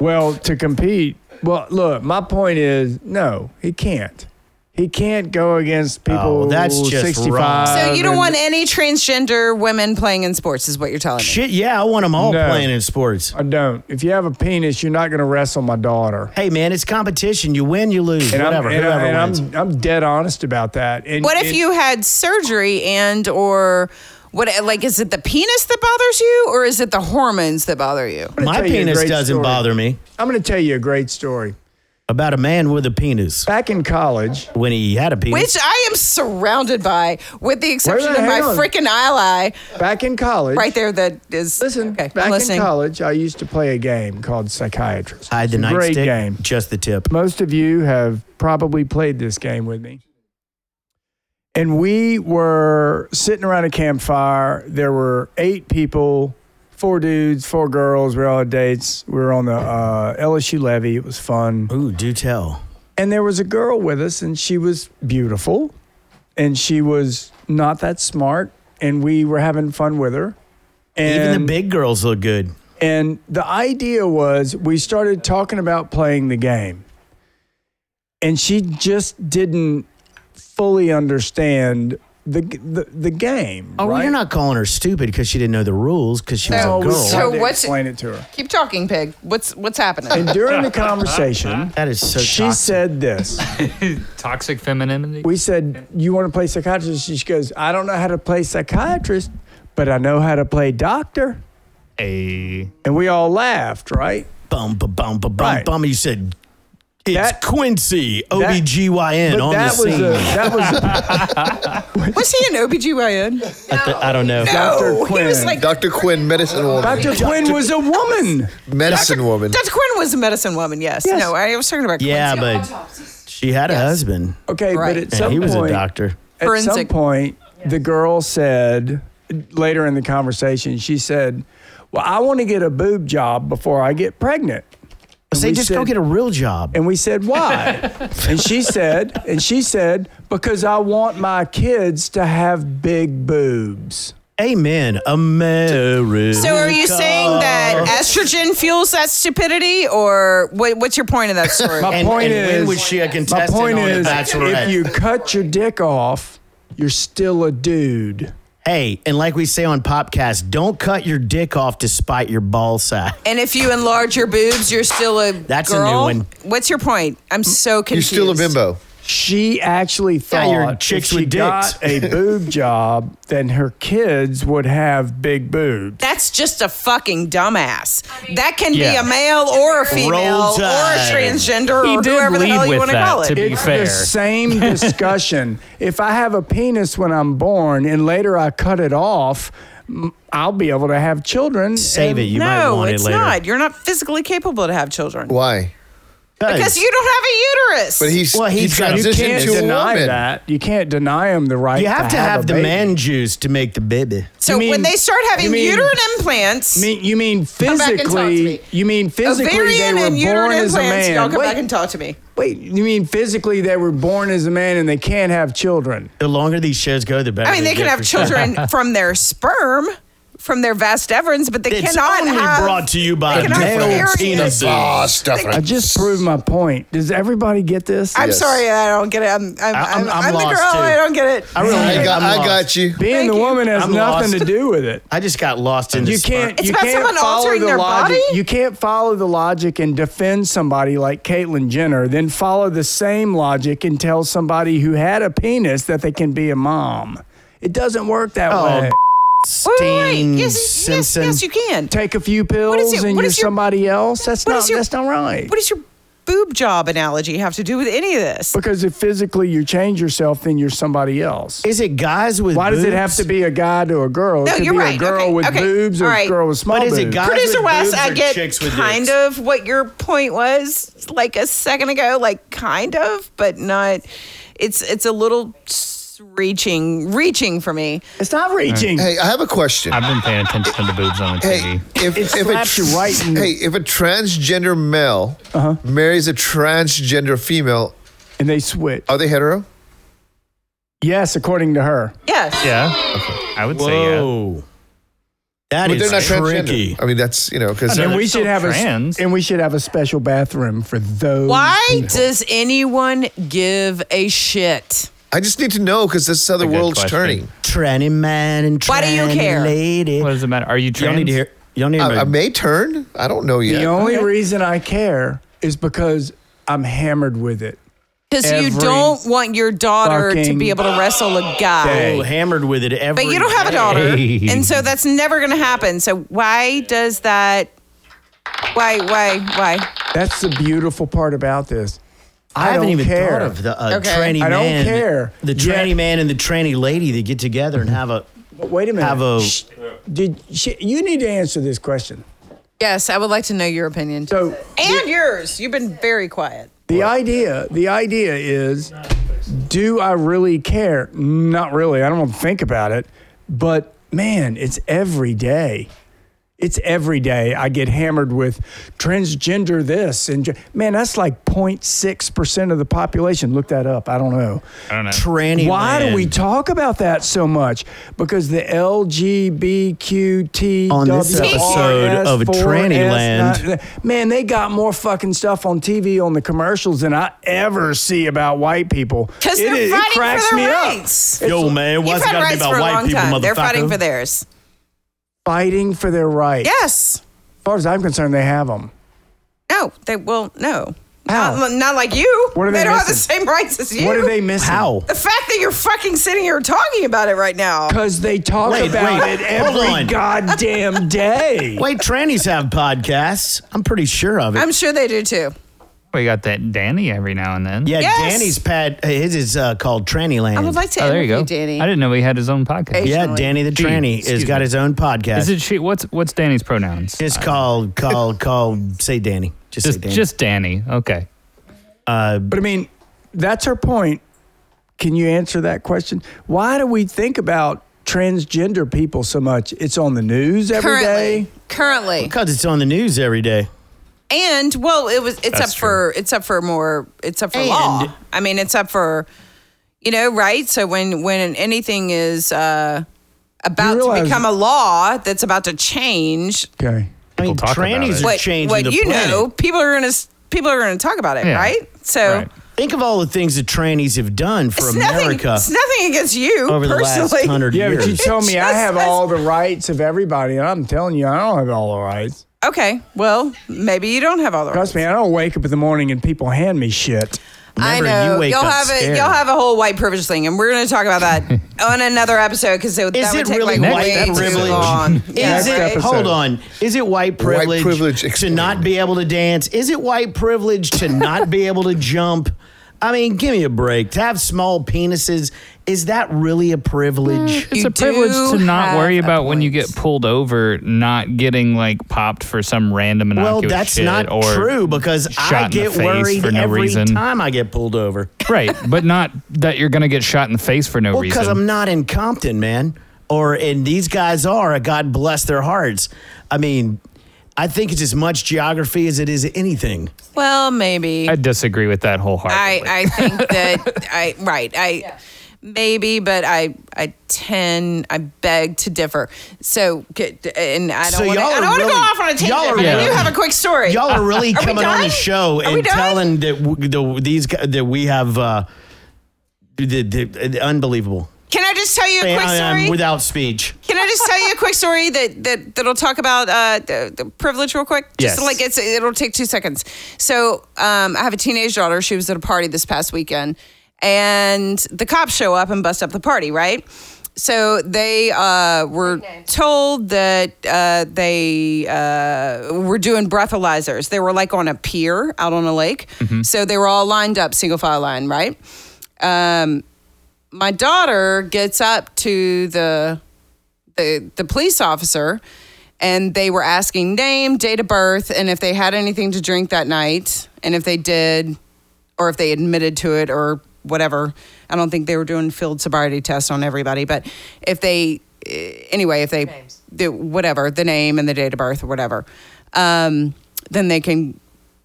Speaker 3: well to compete. Well, look, my point is no, he can't. He can't go against people.
Speaker 1: Oh, that's just wrong.
Speaker 3: 65
Speaker 1: Uh,
Speaker 6: so you don't
Speaker 3: and-
Speaker 6: want any transgender women playing in sports, is what you're telling me.
Speaker 1: shit, yeah, I want them all
Speaker 3: No.
Speaker 1: playing in sports.
Speaker 3: I don't. If you have a penis, you're not going to wrestle my daughter.
Speaker 1: Hey man, it's competition. You win, you lose.
Speaker 3: And
Speaker 1: whatever,
Speaker 3: I'm, and,
Speaker 1: whoever
Speaker 3: I, and
Speaker 1: wins.
Speaker 3: I'm, I'm dead honest about that. And
Speaker 6: What if
Speaker 3: and-
Speaker 6: you had surgery and or what like is it the penis that bothers you or is it the hormones that bother you?
Speaker 3: gonna
Speaker 1: my
Speaker 3: tell you a
Speaker 1: penis
Speaker 3: great
Speaker 1: doesn't
Speaker 3: story.
Speaker 1: bother me.
Speaker 3: I'm going to tell you a great story.
Speaker 1: About a man with a penis
Speaker 3: Back in college,
Speaker 1: when he had a penis.
Speaker 6: which I am surrounded by, with the exception
Speaker 3: Wait a
Speaker 6: of my
Speaker 3: minute, hang on.
Speaker 6: freaking ally
Speaker 3: back in college,
Speaker 6: right there that is.
Speaker 3: Listen,
Speaker 6: okay,
Speaker 3: back
Speaker 6: I'm listening.
Speaker 3: in college, I used to play a game called psychiatrist.
Speaker 1: Hide the
Speaker 3: It's a great
Speaker 1: nightstick.
Speaker 3: game.
Speaker 1: Just the tip.
Speaker 3: Most of you have probably played this game with me. And we were sitting around a campfire. There were eight people, four dudes, four girls. We were all at dates. We were on the uh, LSU levee. It was fun.
Speaker 1: Ooh, do tell.
Speaker 3: And there was a girl with us, and she was beautiful, and she was not that smart, and we were having fun with her. And
Speaker 1: Even the big girls look good.
Speaker 3: and the idea was we started talking about playing the game. And she just didn't fully understand the the, the game.
Speaker 1: Oh,
Speaker 3: right?
Speaker 1: you're not calling her stupid because she didn't know the rules because she was
Speaker 6: No,
Speaker 1: a
Speaker 3: We
Speaker 1: girl.
Speaker 6: So
Speaker 3: tried to
Speaker 6: what's-
Speaker 3: explain it to her.
Speaker 6: Keep talking, pig. What's what's happening?
Speaker 3: And during the conversation,
Speaker 1: that is so.
Speaker 3: she
Speaker 1: toxic.
Speaker 3: said this.
Speaker 4: Toxic femininity.
Speaker 3: We said, "You want to play psychiatrist?" She goes, "I don't know how to play psychiatrist, but I know how to play doctor."
Speaker 4: a
Speaker 3: And we all laughed, right?
Speaker 1: "Bum ba bum ba bum
Speaker 3: Right.
Speaker 1: bum." You said, "It's
Speaker 3: That-
Speaker 1: Quincy OBGYN
Speaker 3: But
Speaker 1: on the
Speaker 3: that was
Speaker 1: scene."
Speaker 3: a, that was
Speaker 6: was he an OBGYN?
Speaker 1: I, th- I don't know.
Speaker 3: Dr.
Speaker 6: He was
Speaker 3: Quinn.
Speaker 6: like
Speaker 2: Dr. Quinn, medicine woman.
Speaker 3: Dr. Quinn was a woman.
Speaker 2: medicine woman.
Speaker 6: Dr. Quinn was a medicine woman. Yes.
Speaker 3: Yes.
Speaker 6: No, I was talking about
Speaker 1: Yeah,
Speaker 6: Quincy.
Speaker 1: but she had a husband
Speaker 3: Okay,
Speaker 6: Right.
Speaker 3: but at
Speaker 1: and
Speaker 3: some
Speaker 1: he was
Speaker 3: point,
Speaker 1: a doctor.
Speaker 3: at some
Speaker 6: Forensic.
Speaker 3: point, the girl said later in the conversation, she said, "Well, I want to get a boob job before I get pregnant." And
Speaker 1: Say,
Speaker 3: we
Speaker 1: just go
Speaker 3: said-
Speaker 1: get a real job.
Speaker 3: And we said, "Why?" and she said, "And she said because I want my kids to have big boobs."
Speaker 1: Amen. America.
Speaker 6: So are you saying that estrogen fuels that stupidity, or what, what's your point of that story?
Speaker 3: My
Speaker 1: And-
Speaker 3: point
Speaker 1: and
Speaker 3: is,
Speaker 1: when was she a
Speaker 3: my
Speaker 1: contestant
Speaker 3: point
Speaker 1: on The
Speaker 3: is,
Speaker 1: Bachelorette?
Speaker 3: if you cut your dick off, you're still a dude.
Speaker 1: Hey, and like we say on Popcast, don't cut your dick off to spite your ball sack.
Speaker 6: And if you enlarge your boobs, you're still a
Speaker 1: That's a new
Speaker 6: girl.
Speaker 1: one.
Speaker 6: What's your point? I'm so
Speaker 2: You're
Speaker 6: confused.
Speaker 2: still a bimbo.
Speaker 3: She actually thought
Speaker 1: you're
Speaker 3: if
Speaker 1: chicks
Speaker 3: she
Speaker 1: with dicks.
Speaker 3: got a boob job, then her kids would have big boobs.
Speaker 6: That's just a fucking dumbass. That can
Speaker 4: Yeah.
Speaker 6: be a male or a female
Speaker 1: Roll
Speaker 6: or a
Speaker 1: Tide.
Speaker 6: transgender
Speaker 4: He
Speaker 6: or
Speaker 4: did
Speaker 6: whoever the
Speaker 4: lead
Speaker 6: hell you
Speaker 4: with
Speaker 6: want to
Speaker 4: that,
Speaker 6: call it.
Speaker 4: to be
Speaker 3: It's
Speaker 4: fair.
Speaker 3: the same discussion. if I have a penis when I'm born and later I cut it off, m- I'll be able to have children.
Speaker 1: Save it. You might
Speaker 6: no,
Speaker 1: want
Speaker 6: it's
Speaker 1: it later.
Speaker 6: not. You're not physically capable to have children
Speaker 2: Why?
Speaker 6: because you don't have a uterus.
Speaker 2: But he's
Speaker 1: Well,
Speaker 2: he
Speaker 1: he's got- you
Speaker 3: You
Speaker 2: transitioned
Speaker 3: can't
Speaker 2: to a
Speaker 3: deny
Speaker 2: woman.
Speaker 3: that. You can't deny him the right.
Speaker 1: You have to have,
Speaker 3: a
Speaker 1: the
Speaker 3: baby.
Speaker 1: man juice to make the baby.
Speaker 6: so
Speaker 3: mean-
Speaker 6: when they start
Speaker 3: you
Speaker 6: having
Speaker 3: mean-
Speaker 6: uterine implants,
Speaker 3: You mean, you mean
Speaker 6: back and talk to
Speaker 3: physically?
Speaker 6: me.
Speaker 3: You mean physically they
Speaker 6: ovarian
Speaker 3: were
Speaker 6: and
Speaker 3: born
Speaker 6: uterine
Speaker 3: as a
Speaker 6: implants, y'all
Speaker 3: man.
Speaker 6: come back
Speaker 3: Wait,
Speaker 6: and talk to me.
Speaker 3: wait, you mean physically they were born as a man and they can't have children?
Speaker 1: The longer these shows go, the better.
Speaker 6: I mean, they can
Speaker 1: get
Speaker 6: have
Speaker 1: for
Speaker 6: children from their sperm, from their vast everins, but they
Speaker 1: It's
Speaker 6: cannot
Speaker 1: only
Speaker 6: have.
Speaker 1: brought to you by
Speaker 6: they cannot
Speaker 1: male
Speaker 6: carry it.
Speaker 1: penis.
Speaker 2: Ah, stuff
Speaker 3: I just proved my point. Does everybody get this?
Speaker 6: I'm
Speaker 2: Yes.
Speaker 6: sorry, I don't get it. I'm, I'm,
Speaker 1: I- I'm-
Speaker 6: I'm,
Speaker 1: I'm
Speaker 6: I'm, the
Speaker 1: lost,
Speaker 6: girl.
Speaker 1: too.
Speaker 6: I don't get it.
Speaker 1: I really
Speaker 2: I got,
Speaker 1: I'm
Speaker 2: I
Speaker 1: lost.
Speaker 2: got you.
Speaker 3: Being
Speaker 6: Thank
Speaker 3: the
Speaker 6: you.
Speaker 3: woman has
Speaker 1: I'm
Speaker 3: nothing
Speaker 1: lost.
Speaker 3: to do with it.
Speaker 1: I just got lost in the
Speaker 3: You
Speaker 1: sperm.
Speaker 3: can't.
Speaker 6: It's
Speaker 3: you
Speaker 6: about
Speaker 3: can't
Speaker 6: someone
Speaker 3: follow
Speaker 6: altering
Speaker 3: the
Speaker 6: their
Speaker 3: logic.
Speaker 6: body?
Speaker 3: You can't follow the logic and defend somebody like Caitlyn Jenner, then follow the same logic and tell somebody who had a penis that they can be a mom. It doesn't work that
Speaker 1: Oh,
Speaker 3: way.
Speaker 6: Wait, wait, wait.
Speaker 1: Steen
Speaker 6: Yes, yes,
Speaker 1: Simpson.
Speaker 6: yes, you can.
Speaker 3: Take a few
Speaker 6: What is
Speaker 3: pills
Speaker 6: your-
Speaker 3: and
Speaker 6: what
Speaker 3: you're
Speaker 6: is your-
Speaker 3: somebody else. That's
Speaker 6: What
Speaker 3: not.
Speaker 6: is your-
Speaker 3: that's not right.
Speaker 6: What does your boob job analogy have to do with any of this?
Speaker 3: because if physically you change yourself, then you're somebody else.
Speaker 1: Is it guys with
Speaker 3: Why does it have
Speaker 1: boobs?
Speaker 3: to be a guy to a girl?
Speaker 6: No,
Speaker 3: it could
Speaker 6: you're
Speaker 3: be
Speaker 6: right.
Speaker 3: a girl
Speaker 6: Okay,
Speaker 3: with
Speaker 6: okay.
Speaker 3: boobs or
Speaker 6: All right.
Speaker 3: a girl with small
Speaker 1: But is it
Speaker 3: boobs.
Speaker 1: guys
Speaker 6: Producer
Speaker 1: with
Speaker 6: Wes,
Speaker 1: boobs
Speaker 6: I
Speaker 1: or
Speaker 6: get
Speaker 1: chicks with
Speaker 6: kind
Speaker 1: dicks?
Speaker 6: of what your point was like a second ago, like kind of, but not. It's it's a little s- reaching, reaching for me.
Speaker 3: It's not reaching.
Speaker 2: Hey, I have a question.
Speaker 4: I've been paying attention to the boobs on the
Speaker 2: Hey,
Speaker 4: TV.
Speaker 2: if,
Speaker 3: It
Speaker 2: if a
Speaker 3: slaps you right in the-
Speaker 2: hey, if a transgender male marries a transgender female,
Speaker 3: And they switch.
Speaker 2: are they hetero?
Speaker 3: Yes, according to her.
Speaker 6: Yeah.
Speaker 4: Yeah, I would say
Speaker 1: Whoa. Oh. That
Speaker 2: But
Speaker 1: is
Speaker 2: they're not
Speaker 1: tricky.
Speaker 2: transgender. I mean, that's you know because
Speaker 4: mean,
Speaker 3: and
Speaker 4: they're
Speaker 3: we
Speaker 4: still
Speaker 3: should have
Speaker 4: trans.
Speaker 3: a and we should have a special bathroom for those.
Speaker 6: Why does anyone give a shit?
Speaker 2: I just need to know because this is how the
Speaker 4: a good
Speaker 2: world's
Speaker 4: question.
Speaker 2: turning.
Speaker 1: Tranny man and tranny
Speaker 6: Why do you care?
Speaker 1: lady.
Speaker 4: yeah. What does it matter? Are you
Speaker 1: Y'all
Speaker 4: trans?
Speaker 1: need to hear. Y'all need to
Speaker 2: I, I Uh, may turn. I don't know
Speaker 3: The
Speaker 2: yet.
Speaker 3: only reason I care is because I'm hammered with it.
Speaker 6: Because you
Speaker 3: Every
Speaker 6: don't want your daughter to
Speaker 3: fucking
Speaker 6: be able to wrestle a guy.
Speaker 3: day.
Speaker 1: Oh, hammered with it every.
Speaker 6: But you don't have a daughter,
Speaker 1: day.
Speaker 6: and so that's never going to happen. So why does that? Why? Why? Why?
Speaker 3: That's the beautiful part about this. I,
Speaker 1: I haven't
Speaker 3: don't
Speaker 1: even
Speaker 3: care.
Speaker 1: thought of the uh,
Speaker 6: Okay.
Speaker 1: tranny
Speaker 3: I don't
Speaker 1: man.
Speaker 3: care.
Speaker 1: The
Speaker 3: Yet-
Speaker 1: tranny man and the tranny lady that get together and have a.
Speaker 3: But wait a minute.
Speaker 1: Have a-
Speaker 3: Shh. Did sh- you need to answer this question?
Speaker 6: Yes, I would like to know your opinion.
Speaker 3: So
Speaker 6: and yours. You've been very quiet.
Speaker 3: The idea, the idea is, do I really care? Not really. I don't want to think about it. But man, it's every day. It's every day I get hammered with transgender this and gen- man, that's like 0.6 percent of the population. Look that up. I don't know.
Speaker 4: I don't know.
Speaker 1: Tranny.
Speaker 3: Why
Speaker 1: man.
Speaker 3: do we talk about that so much? Because the LGBTQT
Speaker 1: On this episode of Trannyland.
Speaker 3: man, they got more fucking stuff on TV on the commercials than I ever see about white people.
Speaker 6: Because
Speaker 3: It
Speaker 6: they're
Speaker 3: is- it
Speaker 6: fighting
Speaker 3: cracks
Speaker 6: for
Speaker 3: me
Speaker 6: their
Speaker 3: up.
Speaker 6: rights.
Speaker 1: Yo, man, why's
Speaker 6: You've
Speaker 1: it
Speaker 6: had
Speaker 1: gotta be
Speaker 6: rights for
Speaker 1: about
Speaker 6: a
Speaker 1: white
Speaker 6: long
Speaker 1: people,
Speaker 6: time.
Speaker 1: motherfucker?
Speaker 6: They're fighting for theirs.
Speaker 3: Fighting for their rights.
Speaker 6: Yes.
Speaker 3: As far as I'm concerned, they have them.
Speaker 6: No. They will. No.
Speaker 3: How?
Speaker 6: Not, not like you.
Speaker 3: What are
Speaker 6: they
Speaker 3: they
Speaker 6: don't have the
Speaker 3: missing?
Speaker 6: same rights as you.
Speaker 3: What are they missing?
Speaker 1: How?
Speaker 6: The fact that you're fucking sitting here talking about it right now.
Speaker 3: Because they talk
Speaker 1: Wait,
Speaker 3: about
Speaker 1: wait,
Speaker 3: it
Speaker 1: hold
Speaker 3: every
Speaker 1: on.
Speaker 3: goddamn day.
Speaker 1: Wait, trannies have podcasts. I'm pretty sure of it.
Speaker 6: I'm sure they do too.
Speaker 4: We got that Danny every now and then.
Speaker 1: yeah,
Speaker 6: Yes.
Speaker 1: Danny's pad. His is uh, called Trannyland.
Speaker 6: I would like to
Speaker 4: Oh, there you
Speaker 6: interview
Speaker 4: go.
Speaker 6: Danny.
Speaker 4: I didn't know he had his own podcast.
Speaker 1: yeah,
Speaker 6: Occasionally.
Speaker 1: Danny the Tranny
Speaker 4: excuse
Speaker 1: has got
Speaker 4: me.
Speaker 1: his own podcast.
Speaker 4: Is it she? What's what's Danny's pronouns? Uh,
Speaker 1: Just call, call, call. Say Danny. Just, say
Speaker 4: Just
Speaker 1: Danny.
Speaker 4: just Danny. Okay.
Speaker 3: But I mean, that's her point. Can you answer that question? Why do we think about transgender people so much? It's on the news every day.
Speaker 6: currently. Currently.
Speaker 1: because it's on the news every day.
Speaker 6: And well, it was. It's
Speaker 4: That's
Speaker 6: up for. It's up for more. It's up for law. I mean, it's up for. You know, right? So when when anything is uh, about
Speaker 3: You realize-
Speaker 6: to become a law that's about to change,
Speaker 3: Okay.
Speaker 1: I mean,
Speaker 4: talk about
Speaker 1: trannies
Speaker 4: it.
Speaker 1: are
Speaker 6: what
Speaker 1: changing
Speaker 6: what
Speaker 1: the
Speaker 6: you
Speaker 1: planet.
Speaker 6: know, people are gonna s- people are gonna talk about it,
Speaker 4: Yeah.
Speaker 6: right? So
Speaker 4: Right.
Speaker 1: Think of all the things the trannies have done for
Speaker 6: It's nothing,
Speaker 1: America
Speaker 6: it's nothing against you
Speaker 1: over the last
Speaker 6: personally.
Speaker 1: hundred
Speaker 3: Yeah,
Speaker 1: years.
Speaker 3: but you tell me I
Speaker 6: Just
Speaker 3: have
Speaker 6: as-
Speaker 3: all the rights of everybody, and I'm telling you, I don't have all the rights.
Speaker 6: okay, well, maybe you don't have all the rights.
Speaker 3: Trust me, I don't wake up in the morning and people hand me shit.
Speaker 6: I
Speaker 1: Remember, you
Speaker 6: know.
Speaker 1: wake
Speaker 6: You will
Speaker 1: up
Speaker 6: have
Speaker 1: scared.
Speaker 6: a you'll have a whole white privilege thing, and we're going to talk about that on another episode because that
Speaker 1: Is
Speaker 6: would
Speaker 1: it
Speaker 6: take
Speaker 1: really
Speaker 6: like
Speaker 1: white
Speaker 6: way
Speaker 1: privilege?
Speaker 6: too long. Yeah,
Speaker 1: Is
Speaker 3: Next
Speaker 1: it,
Speaker 6: right?
Speaker 3: episode.
Speaker 1: hold on. Is it white privilege,
Speaker 2: privilege
Speaker 1: to not
Speaker 2: explained.
Speaker 1: be able to dance? Is it white privilege to not be able to jump? I mean, give me a break. To have small penises, is that really a privilege?
Speaker 4: It's
Speaker 6: You
Speaker 4: a privilege
Speaker 6: do
Speaker 4: to not worry
Speaker 6: have a
Speaker 4: about when you
Speaker 6: point.
Speaker 4: get pulled over, not getting like popped for some random
Speaker 1: Well,
Speaker 4: innocuous
Speaker 1: that's
Speaker 4: shit
Speaker 1: not
Speaker 4: or
Speaker 1: true because
Speaker 4: shot
Speaker 1: I
Speaker 4: in the
Speaker 1: get
Speaker 4: face
Speaker 1: worried
Speaker 4: for no
Speaker 1: every
Speaker 4: reason.
Speaker 1: time I get pulled over.
Speaker 4: right, but not that you're gonna get shot in the face for no
Speaker 1: Well,
Speaker 4: reason.
Speaker 1: because I'm not in Compton, man. Or and these guys are. God bless their hearts. I mean, I think it's as much geography as it is anything.
Speaker 6: Well, maybe.
Speaker 4: I disagree with that
Speaker 6: I,
Speaker 4: wholeheartedly.
Speaker 6: I think that I right I maybe, but I I tend I beg to differ. So get- and I don't
Speaker 1: So
Speaker 6: want to
Speaker 1: y'all
Speaker 6: I
Speaker 1: are
Speaker 6: don't want to
Speaker 1: really-
Speaker 6: go off on a tangent.
Speaker 1: y'all are
Speaker 6: but I
Speaker 4: really-
Speaker 6: do have a quick story.
Speaker 1: Y'all are really
Speaker 6: Uh, we
Speaker 1: coming on
Speaker 6: done?
Speaker 1: the show
Speaker 6: Are we
Speaker 1: and
Speaker 6: done?
Speaker 1: telling that w- the, these gu- that we have uh, the, the, the unbelievable.
Speaker 6: Can I just tell you a
Speaker 1: I,
Speaker 6: quick
Speaker 1: I-
Speaker 6: story?
Speaker 1: I'm without speech.
Speaker 6: Can I just tell you a quick story that that that'll talk about uh, the, the privilege real quick? Just
Speaker 4: Yes.
Speaker 6: like it's it'll take two seconds. So um, I have a teenage daughter. She was at a party this past weekend, and the cops show up and bust up the party. Right. So they uh, were told that uh, they uh, were doing breathalyzers. They were like on a pier out on a lake. So they were all lined up, single file line, right? Um, my daughter gets up to the the the police officer and they were asking name, date of birth, and if they had anything to drink that night, and if they did, or if they admitted to it or whatever. I don't think they were doing field sobriety tests on everybody, but if they eh, anyway, if they do whatever, the name and the date of birth or whatever, um, then they can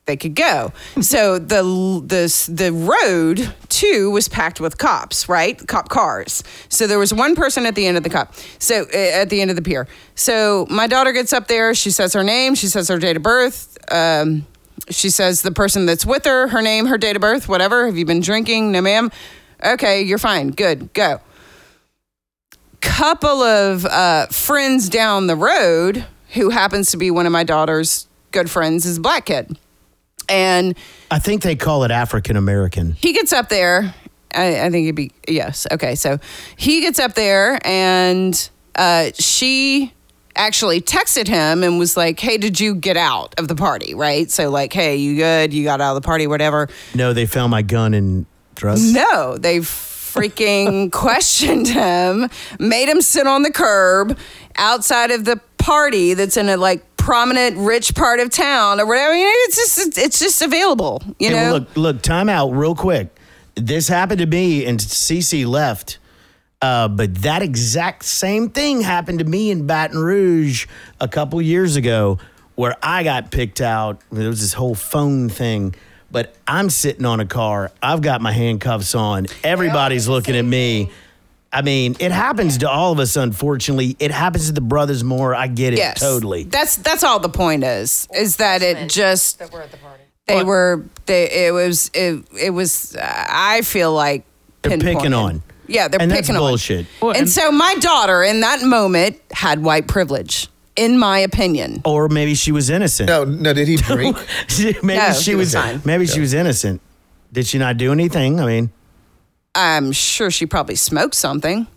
Speaker 6: they could go. So the the the road too was packed with cops, right? Cop cars. So there was one person at the end of the cop. So uh, at the end of the pier. So my daughter gets up there. She says her name. She says her date of birth. Um, she says the person that's with her, her name, her date of birth, whatever. Have you been drinking? No, ma'am. Okay, you're fine. Good. Go couple of uh, friends down the road who happens to be one of my daughter's good friends is a black kid and
Speaker 1: I think they call it African American.
Speaker 6: he gets up there I, I think it'd be yes okay so he gets up there and uh, she actually texted him and was like hey did you get out of the party right so like hey you good you got out of the party whatever
Speaker 1: No, they found my gun and drugs.
Speaker 6: no, they freaking questioned him, made him sit on the curb outside of the party that's in a like prominent rich part of town or whatever. I mean, it's just it's just available, you
Speaker 1: Hey, well,
Speaker 6: know.
Speaker 1: look, look, time out real quick. This happened to me and CC left. Uh, but that exact same thing happened to me in Baton Rouge a couple years ago where I got picked out. There was this whole phone thing, but I'm sitting on a car. I've got my handcuffs on. Everybody's
Speaker 6: Oh,
Speaker 1: looking at me. I mean, it happens to all of us, unfortunately. It happens to the brothers more. I get it
Speaker 6: yes,
Speaker 1: totally.
Speaker 6: That's that's all the point is is that it just that we're at the party. They were they it was it it was I feel like
Speaker 1: They're picking
Speaker 6: pinpointed.
Speaker 1: on.
Speaker 6: Yeah, they're
Speaker 1: and
Speaker 6: picking
Speaker 1: that's
Speaker 6: on.
Speaker 1: bullshit.
Speaker 6: and so my daughter in that moment had white privilege, in my opinion.
Speaker 1: Or maybe she was innocent.
Speaker 2: No, no, did he drink?
Speaker 1: She- maybe
Speaker 6: No,
Speaker 1: she
Speaker 6: she
Speaker 1: was,
Speaker 6: was fine.
Speaker 1: maybe she was innocent. Did she not do anything? I mean,
Speaker 6: I'm sure she probably smoked something.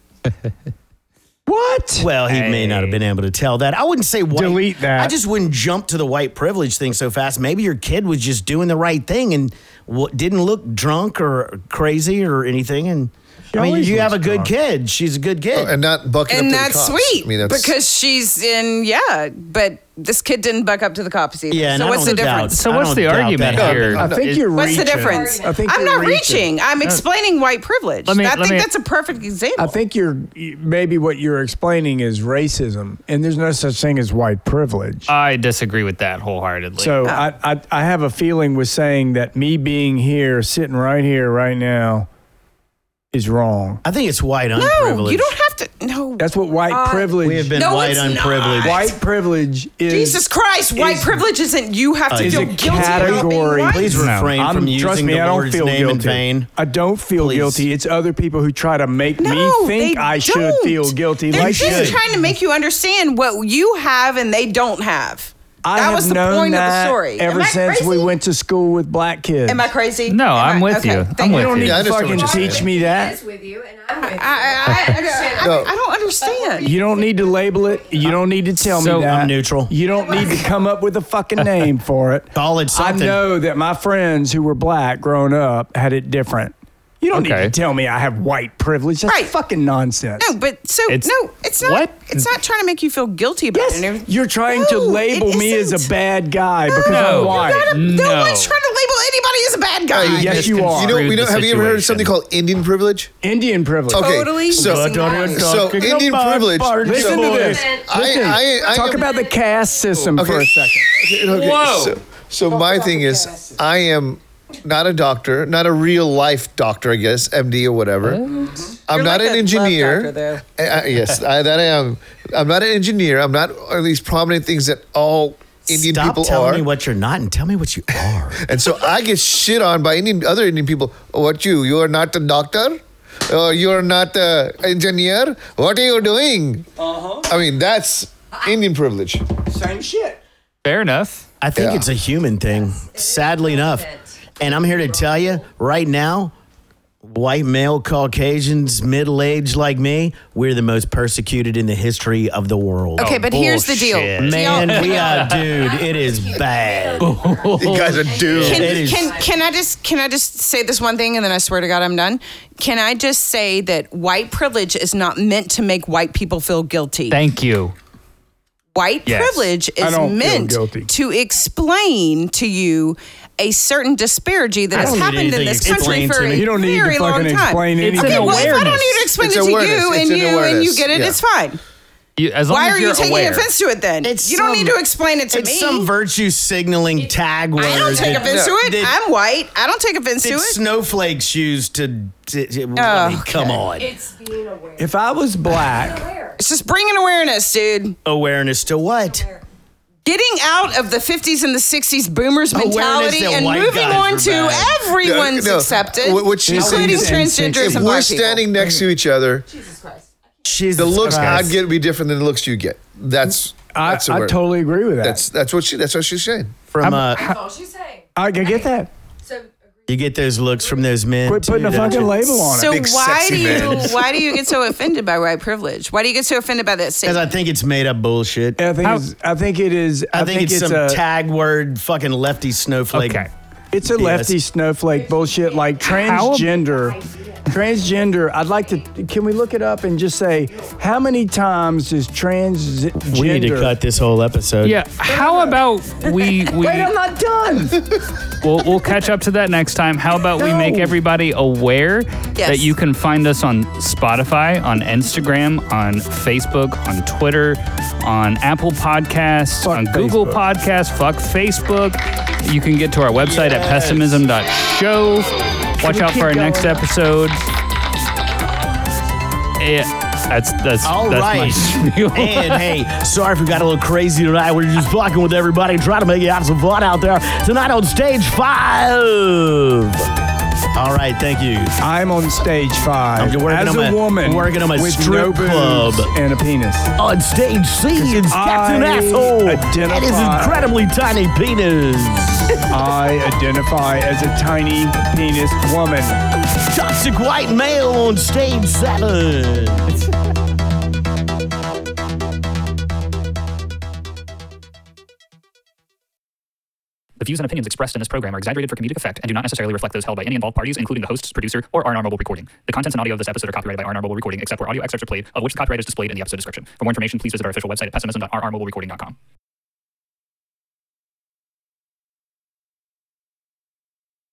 Speaker 3: What?
Speaker 1: well, he may not have been able to tell that. I wouldn't say white.
Speaker 3: Delete that.
Speaker 1: I just wouldn't jump to the white privilege thing so fast. Maybe your kid was just doing the right thing and w- didn't look drunk or crazy or anything. And I mean,
Speaker 3: always
Speaker 1: you have a
Speaker 3: looks Oh,
Speaker 1: good kid. She's a good kid.
Speaker 2: and not bucking
Speaker 6: And
Speaker 2: up to
Speaker 6: that's
Speaker 2: the cops.
Speaker 6: sweet
Speaker 2: I mean, that's
Speaker 6: because she's in, yeah, but this kid didn't buck up to the cops either.
Speaker 1: yeah. And
Speaker 6: so
Speaker 1: I
Speaker 6: what's the
Speaker 1: don't doubt-
Speaker 6: difference?
Speaker 4: So
Speaker 1: I
Speaker 4: what's
Speaker 1: don't
Speaker 4: the
Speaker 1: doubt
Speaker 4: argument
Speaker 1: that
Speaker 4: here?
Speaker 1: happened.
Speaker 3: I think
Speaker 4: Is-
Speaker 3: you're
Speaker 6: What's the
Speaker 3: reaching.
Speaker 6: difference?
Speaker 3: I think
Speaker 6: I'm
Speaker 3: you're
Speaker 6: not reaching. I'm
Speaker 2: Uh,
Speaker 6: explaining white privilege.
Speaker 4: Let me-
Speaker 6: I
Speaker 4: let
Speaker 6: think
Speaker 4: me-
Speaker 6: that's a perfect example.
Speaker 3: I think you're maybe what you're explaining is racism, and there's no such thing as white privilege.
Speaker 4: I disagree with that wholeheartedly.
Speaker 3: so
Speaker 6: uh,
Speaker 3: I, I I have a feeling with saying that me being here, sitting right here, right now, is wrong.
Speaker 1: I think it's white
Speaker 6: no,
Speaker 1: unprivileged.
Speaker 6: you don't have have to no. Uh,
Speaker 3: That's what white
Speaker 6: God.
Speaker 3: privilege.
Speaker 1: We have been
Speaker 6: No,
Speaker 1: white
Speaker 6: it's not.
Speaker 1: unprivileged.
Speaker 3: White privilege is
Speaker 6: Jesus Christ, white
Speaker 3: is-
Speaker 6: privilege isn't you have to
Speaker 1: is
Speaker 6: feel
Speaker 1: a
Speaker 6: guilty about being
Speaker 3: category.
Speaker 6: white.
Speaker 1: Please refrain
Speaker 3: I'm-
Speaker 1: from using the Lord's name in vain.
Speaker 3: I don't feel
Speaker 1: Please.
Speaker 3: guilty. It's other people who try to make
Speaker 6: No,
Speaker 3: me think
Speaker 6: they
Speaker 3: I should
Speaker 6: don't.
Speaker 3: feel guilty.
Speaker 6: They're
Speaker 3: like
Speaker 6: just
Speaker 1: should.
Speaker 6: trying to make you understand what you have and they don't have.
Speaker 3: I
Speaker 6: that
Speaker 3: have
Speaker 6: was the
Speaker 3: known
Speaker 6: point of
Speaker 3: that
Speaker 6: the story.
Speaker 3: ever
Speaker 6: Am I
Speaker 3: since we
Speaker 6: crazy?
Speaker 3: went to school with black kids.
Speaker 6: Am I crazy?
Speaker 4: No,
Speaker 6: Am
Speaker 4: I'm
Speaker 6: I-
Speaker 4: with
Speaker 6: okay,
Speaker 4: you.
Speaker 6: thank
Speaker 4: I'm with
Speaker 3: don't
Speaker 4: you.
Speaker 3: need
Speaker 2: Yeah, I understand
Speaker 3: to fucking
Speaker 2: what you're
Speaker 3: teach
Speaker 2: saying.
Speaker 3: me that.
Speaker 7: with you, and I'm with
Speaker 6: I, I, I, I,
Speaker 2: No.
Speaker 6: I don't understand.
Speaker 3: You don't need to label it. You don't need to tell
Speaker 4: So-
Speaker 3: me that.
Speaker 1: I'm neutral.
Speaker 3: You don't need to come up with a fucking name for it.
Speaker 1: Call it something.
Speaker 3: I know that my friends who were black growing up had it different. You don't
Speaker 4: Okay.
Speaker 3: need to tell me I have white privilege. That's
Speaker 6: Right.
Speaker 3: fucking nonsense.
Speaker 6: No, but so
Speaker 4: It's-
Speaker 6: no, it's not.
Speaker 4: what?
Speaker 6: It's not trying to make you feel guilty about it.
Speaker 3: Yes,
Speaker 6: and
Speaker 3: you're trying to
Speaker 6: No,
Speaker 3: label
Speaker 6: it
Speaker 3: me as a
Speaker 6: isn't.
Speaker 3: bad guy
Speaker 6: No,
Speaker 3: because I'm
Speaker 4: you
Speaker 3: white. Oh,
Speaker 6: gotta- no.
Speaker 4: No.
Speaker 6: one's trying to label anybody as a bad guy.
Speaker 2: Hey,
Speaker 3: yes, you are.
Speaker 2: You know, we
Speaker 4: Rude
Speaker 2: know,
Speaker 4: the
Speaker 2: have you ever heard of
Speaker 4: situation.
Speaker 2: something called Indian privilege?
Speaker 3: Indian privilege.
Speaker 2: Okay,
Speaker 6: Totally
Speaker 2: so-
Speaker 6: fucking wrong.
Speaker 2: So Indian privilege.
Speaker 3: Listen
Speaker 2: so-
Speaker 3: to this.
Speaker 2: I-
Speaker 3: Listen,
Speaker 2: I- I
Speaker 3: talk
Speaker 2: am-
Speaker 3: about the caste system for a second.
Speaker 2: Okay, So, so my thing is, I am not a doctor, not a real life doctor, I guess, MD or whatever. Mm-hmm. I'm
Speaker 6: You're
Speaker 2: not
Speaker 6: like
Speaker 2: an
Speaker 6: a
Speaker 2: engineer.
Speaker 6: love doctor,
Speaker 2: I- I- yes, I, that I am. I'm not an engineer. I'm not all these prominent things that all Indian
Speaker 1: Stop
Speaker 2: people
Speaker 1: telling
Speaker 2: are.
Speaker 1: me what you're not and tell me what you are.
Speaker 2: and so I get shit on by Indian, other Indian people. Oh, What you? You are not a doctor. Uh, you are not an engineer. What are you doing? Uh-huh. I mean, that's Indian privilege.
Speaker 3: Same shit.
Speaker 4: Fair enough.
Speaker 1: I think
Speaker 2: Yeah.
Speaker 1: it's a human thing, sadly enough. And I'm here to tell you right now, white male Caucasians, middle aged like me, we're the most persecuted in the history of the world.
Speaker 6: Okay, but here's the deal.
Speaker 3: Oh,
Speaker 4: bullshit.
Speaker 1: Man, we are, dude. It is bad.
Speaker 2: You guys are dudes.
Speaker 1: It
Speaker 6: Can,
Speaker 1: is-
Speaker 6: can can I just can I just say this one thing and then I swear to God I'm done. Can I just say that white privilege is not meant to make white people feel guilty.
Speaker 4: Thank you.
Speaker 6: white
Speaker 4: Yes.
Speaker 6: privilege
Speaker 3: I
Speaker 6: is
Speaker 3: don't feel
Speaker 6: meant
Speaker 3: guilty.
Speaker 6: to explain to you a certain disparity that
Speaker 1: I
Speaker 6: has
Speaker 1: don't need
Speaker 6: happened in
Speaker 1: anything
Speaker 6: this country
Speaker 1: explained
Speaker 6: for
Speaker 1: to
Speaker 6: a
Speaker 1: me.
Speaker 3: You don't need
Speaker 6: very
Speaker 3: to
Speaker 6: long
Speaker 3: fucking
Speaker 6: time.
Speaker 3: explain
Speaker 4: It's
Speaker 3: anything.
Speaker 4: an
Speaker 6: Okay, well, if I
Speaker 4: awareness.
Speaker 6: don't need to explain
Speaker 2: It's
Speaker 6: it to
Speaker 2: awareness.
Speaker 6: you
Speaker 2: It's
Speaker 6: and
Speaker 2: an
Speaker 6: you and you
Speaker 2: awareness.
Speaker 6: get it,
Speaker 2: Yeah.
Speaker 6: it's fine.
Speaker 4: You- as long
Speaker 6: Why
Speaker 4: as
Speaker 6: are
Speaker 4: you're
Speaker 6: you taking
Speaker 4: aware.
Speaker 6: offense to it then?
Speaker 1: It's
Speaker 6: you don't need
Speaker 1: some-
Speaker 6: to explain it to
Speaker 1: it's
Speaker 6: me.
Speaker 1: some virtue signaling tag word.
Speaker 6: I don't take
Speaker 1: that-
Speaker 6: offense to it.
Speaker 1: that-
Speaker 6: I'm white. I don't take offense to
Speaker 1: that
Speaker 6: it. Oh,
Speaker 1: snowflakes use to. to- to- I mean, Come on.
Speaker 7: It's being aware.
Speaker 3: If I was black,
Speaker 6: It's just bringing awareness, dude.
Speaker 1: Awareness to what?
Speaker 6: Getting out of the 50s and the 60s boomers
Speaker 1: Awareness
Speaker 6: mentality
Speaker 1: that
Speaker 6: and
Speaker 1: white
Speaker 6: moving
Speaker 1: guys
Speaker 6: on
Speaker 1: were
Speaker 6: to
Speaker 1: bad.
Speaker 6: everyone's
Speaker 2: No, no.
Speaker 6: accepted,
Speaker 2: What- what she's saying
Speaker 6: including
Speaker 2: is-
Speaker 6: transgenders
Speaker 2: If
Speaker 6: and
Speaker 2: we're
Speaker 6: black people.
Speaker 2: standing next to each other,
Speaker 1: Jesus
Speaker 2: the looks
Speaker 1: Christ.
Speaker 2: I get would be different than the looks you get. That's
Speaker 3: I,
Speaker 2: that's a
Speaker 3: I
Speaker 2: word.
Speaker 3: totally agree with that.
Speaker 2: That's that's what she that's what she's saying.
Speaker 1: from uh,
Speaker 7: all she's saying.
Speaker 3: I, I get that.
Speaker 1: you get those looks from those men.
Speaker 3: Quit
Speaker 1: too,
Speaker 3: putting a
Speaker 1: don't
Speaker 3: fucking
Speaker 1: you?
Speaker 3: label on
Speaker 6: So
Speaker 3: it.
Speaker 2: Big
Speaker 6: why
Speaker 2: sexy
Speaker 6: do you
Speaker 2: man.
Speaker 6: why do you get so offended by white privilege? Why do you get so offended by that
Speaker 1: Because I
Speaker 6: statement?
Speaker 1: think it's made up bullshit.
Speaker 3: I think,
Speaker 4: How-
Speaker 3: it's, I think it is. I,
Speaker 1: I, think, it's, some
Speaker 3: a,
Speaker 1: tag word, fucking lefty snowflake.
Speaker 4: Okay.
Speaker 3: It's a lefty
Speaker 1: Yes.
Speaker 3: snowflake bullshit like
Speaker 4: How-
Speaker 3: transgender. Transgender. I'd like to. Can we look it up and just say how many times is transgender?
Speaker 1: We need to cut this whole episode.
Speaker 4: Yeah. How about we we
Speaker 3: Wait, I'm not done.
Speaker 4: we'll, we'll catch up to that next time. How about we make
Speaker 3: No.
Speaker 4: everybody aware
Speaker 6: Yes.
Speaker 4: that you can find us on Spotify, on Instagram, on Facebook, on Twitter, on Apple Podcasts,
Speaker 3: Fuck
Speaker 4: on Google
Speaker 3: Facebook.
Speaker 4: Podcasts, fuck Facebook. You can get to our website at pessimism.show. Watch out for our next episode. Eh, that's that's
Speaker 1: All
Speaker 4: that's
Speaker 1: right.
Speaker 4: my spiel.
Speaker 1: and hey, sorry if we got a little crazy tonight. We're just fucking with everybody, trying to make it have some fun out there. Tonight on stage five. All right, thank you.
Speaker 3: I'm on stage 5
Speaker 1: I'm working
Speaker 3: as
Speaker 1: on
Speaker 3: a
Speaker 1: my-
Speaker 3: woman
Speaker 1: working on my
Speaker 3: with
Speaker 1: strip
Speaker 3: no boobs
Speaker 1: club.
Speaker 3: and a penis.
Speaker 1: On stage C is Captain
Speaker 3: I
Speaker 1: Asshole. That is
Speaker 3: identify-
Speaker 1: incredibly tiny penis.
Speaker 3: I identify as a tiny penis woman.
Speaker 1: Toxic white male on stage seven.
Speaker 9: The views and opinions expressed in this program are exaggerated for comedic effect and do not necessarily reflect those held by any involved parties, including the hosts, producer, or RNR Mobile Recording. The contents and audio of this episode are copyrighted by RNR Mobile Recording, except where audio excerpts are played, of which the copyright is displayed in the episode description. For more information, please visit our official website at pessimism.rrmobilerecording.com.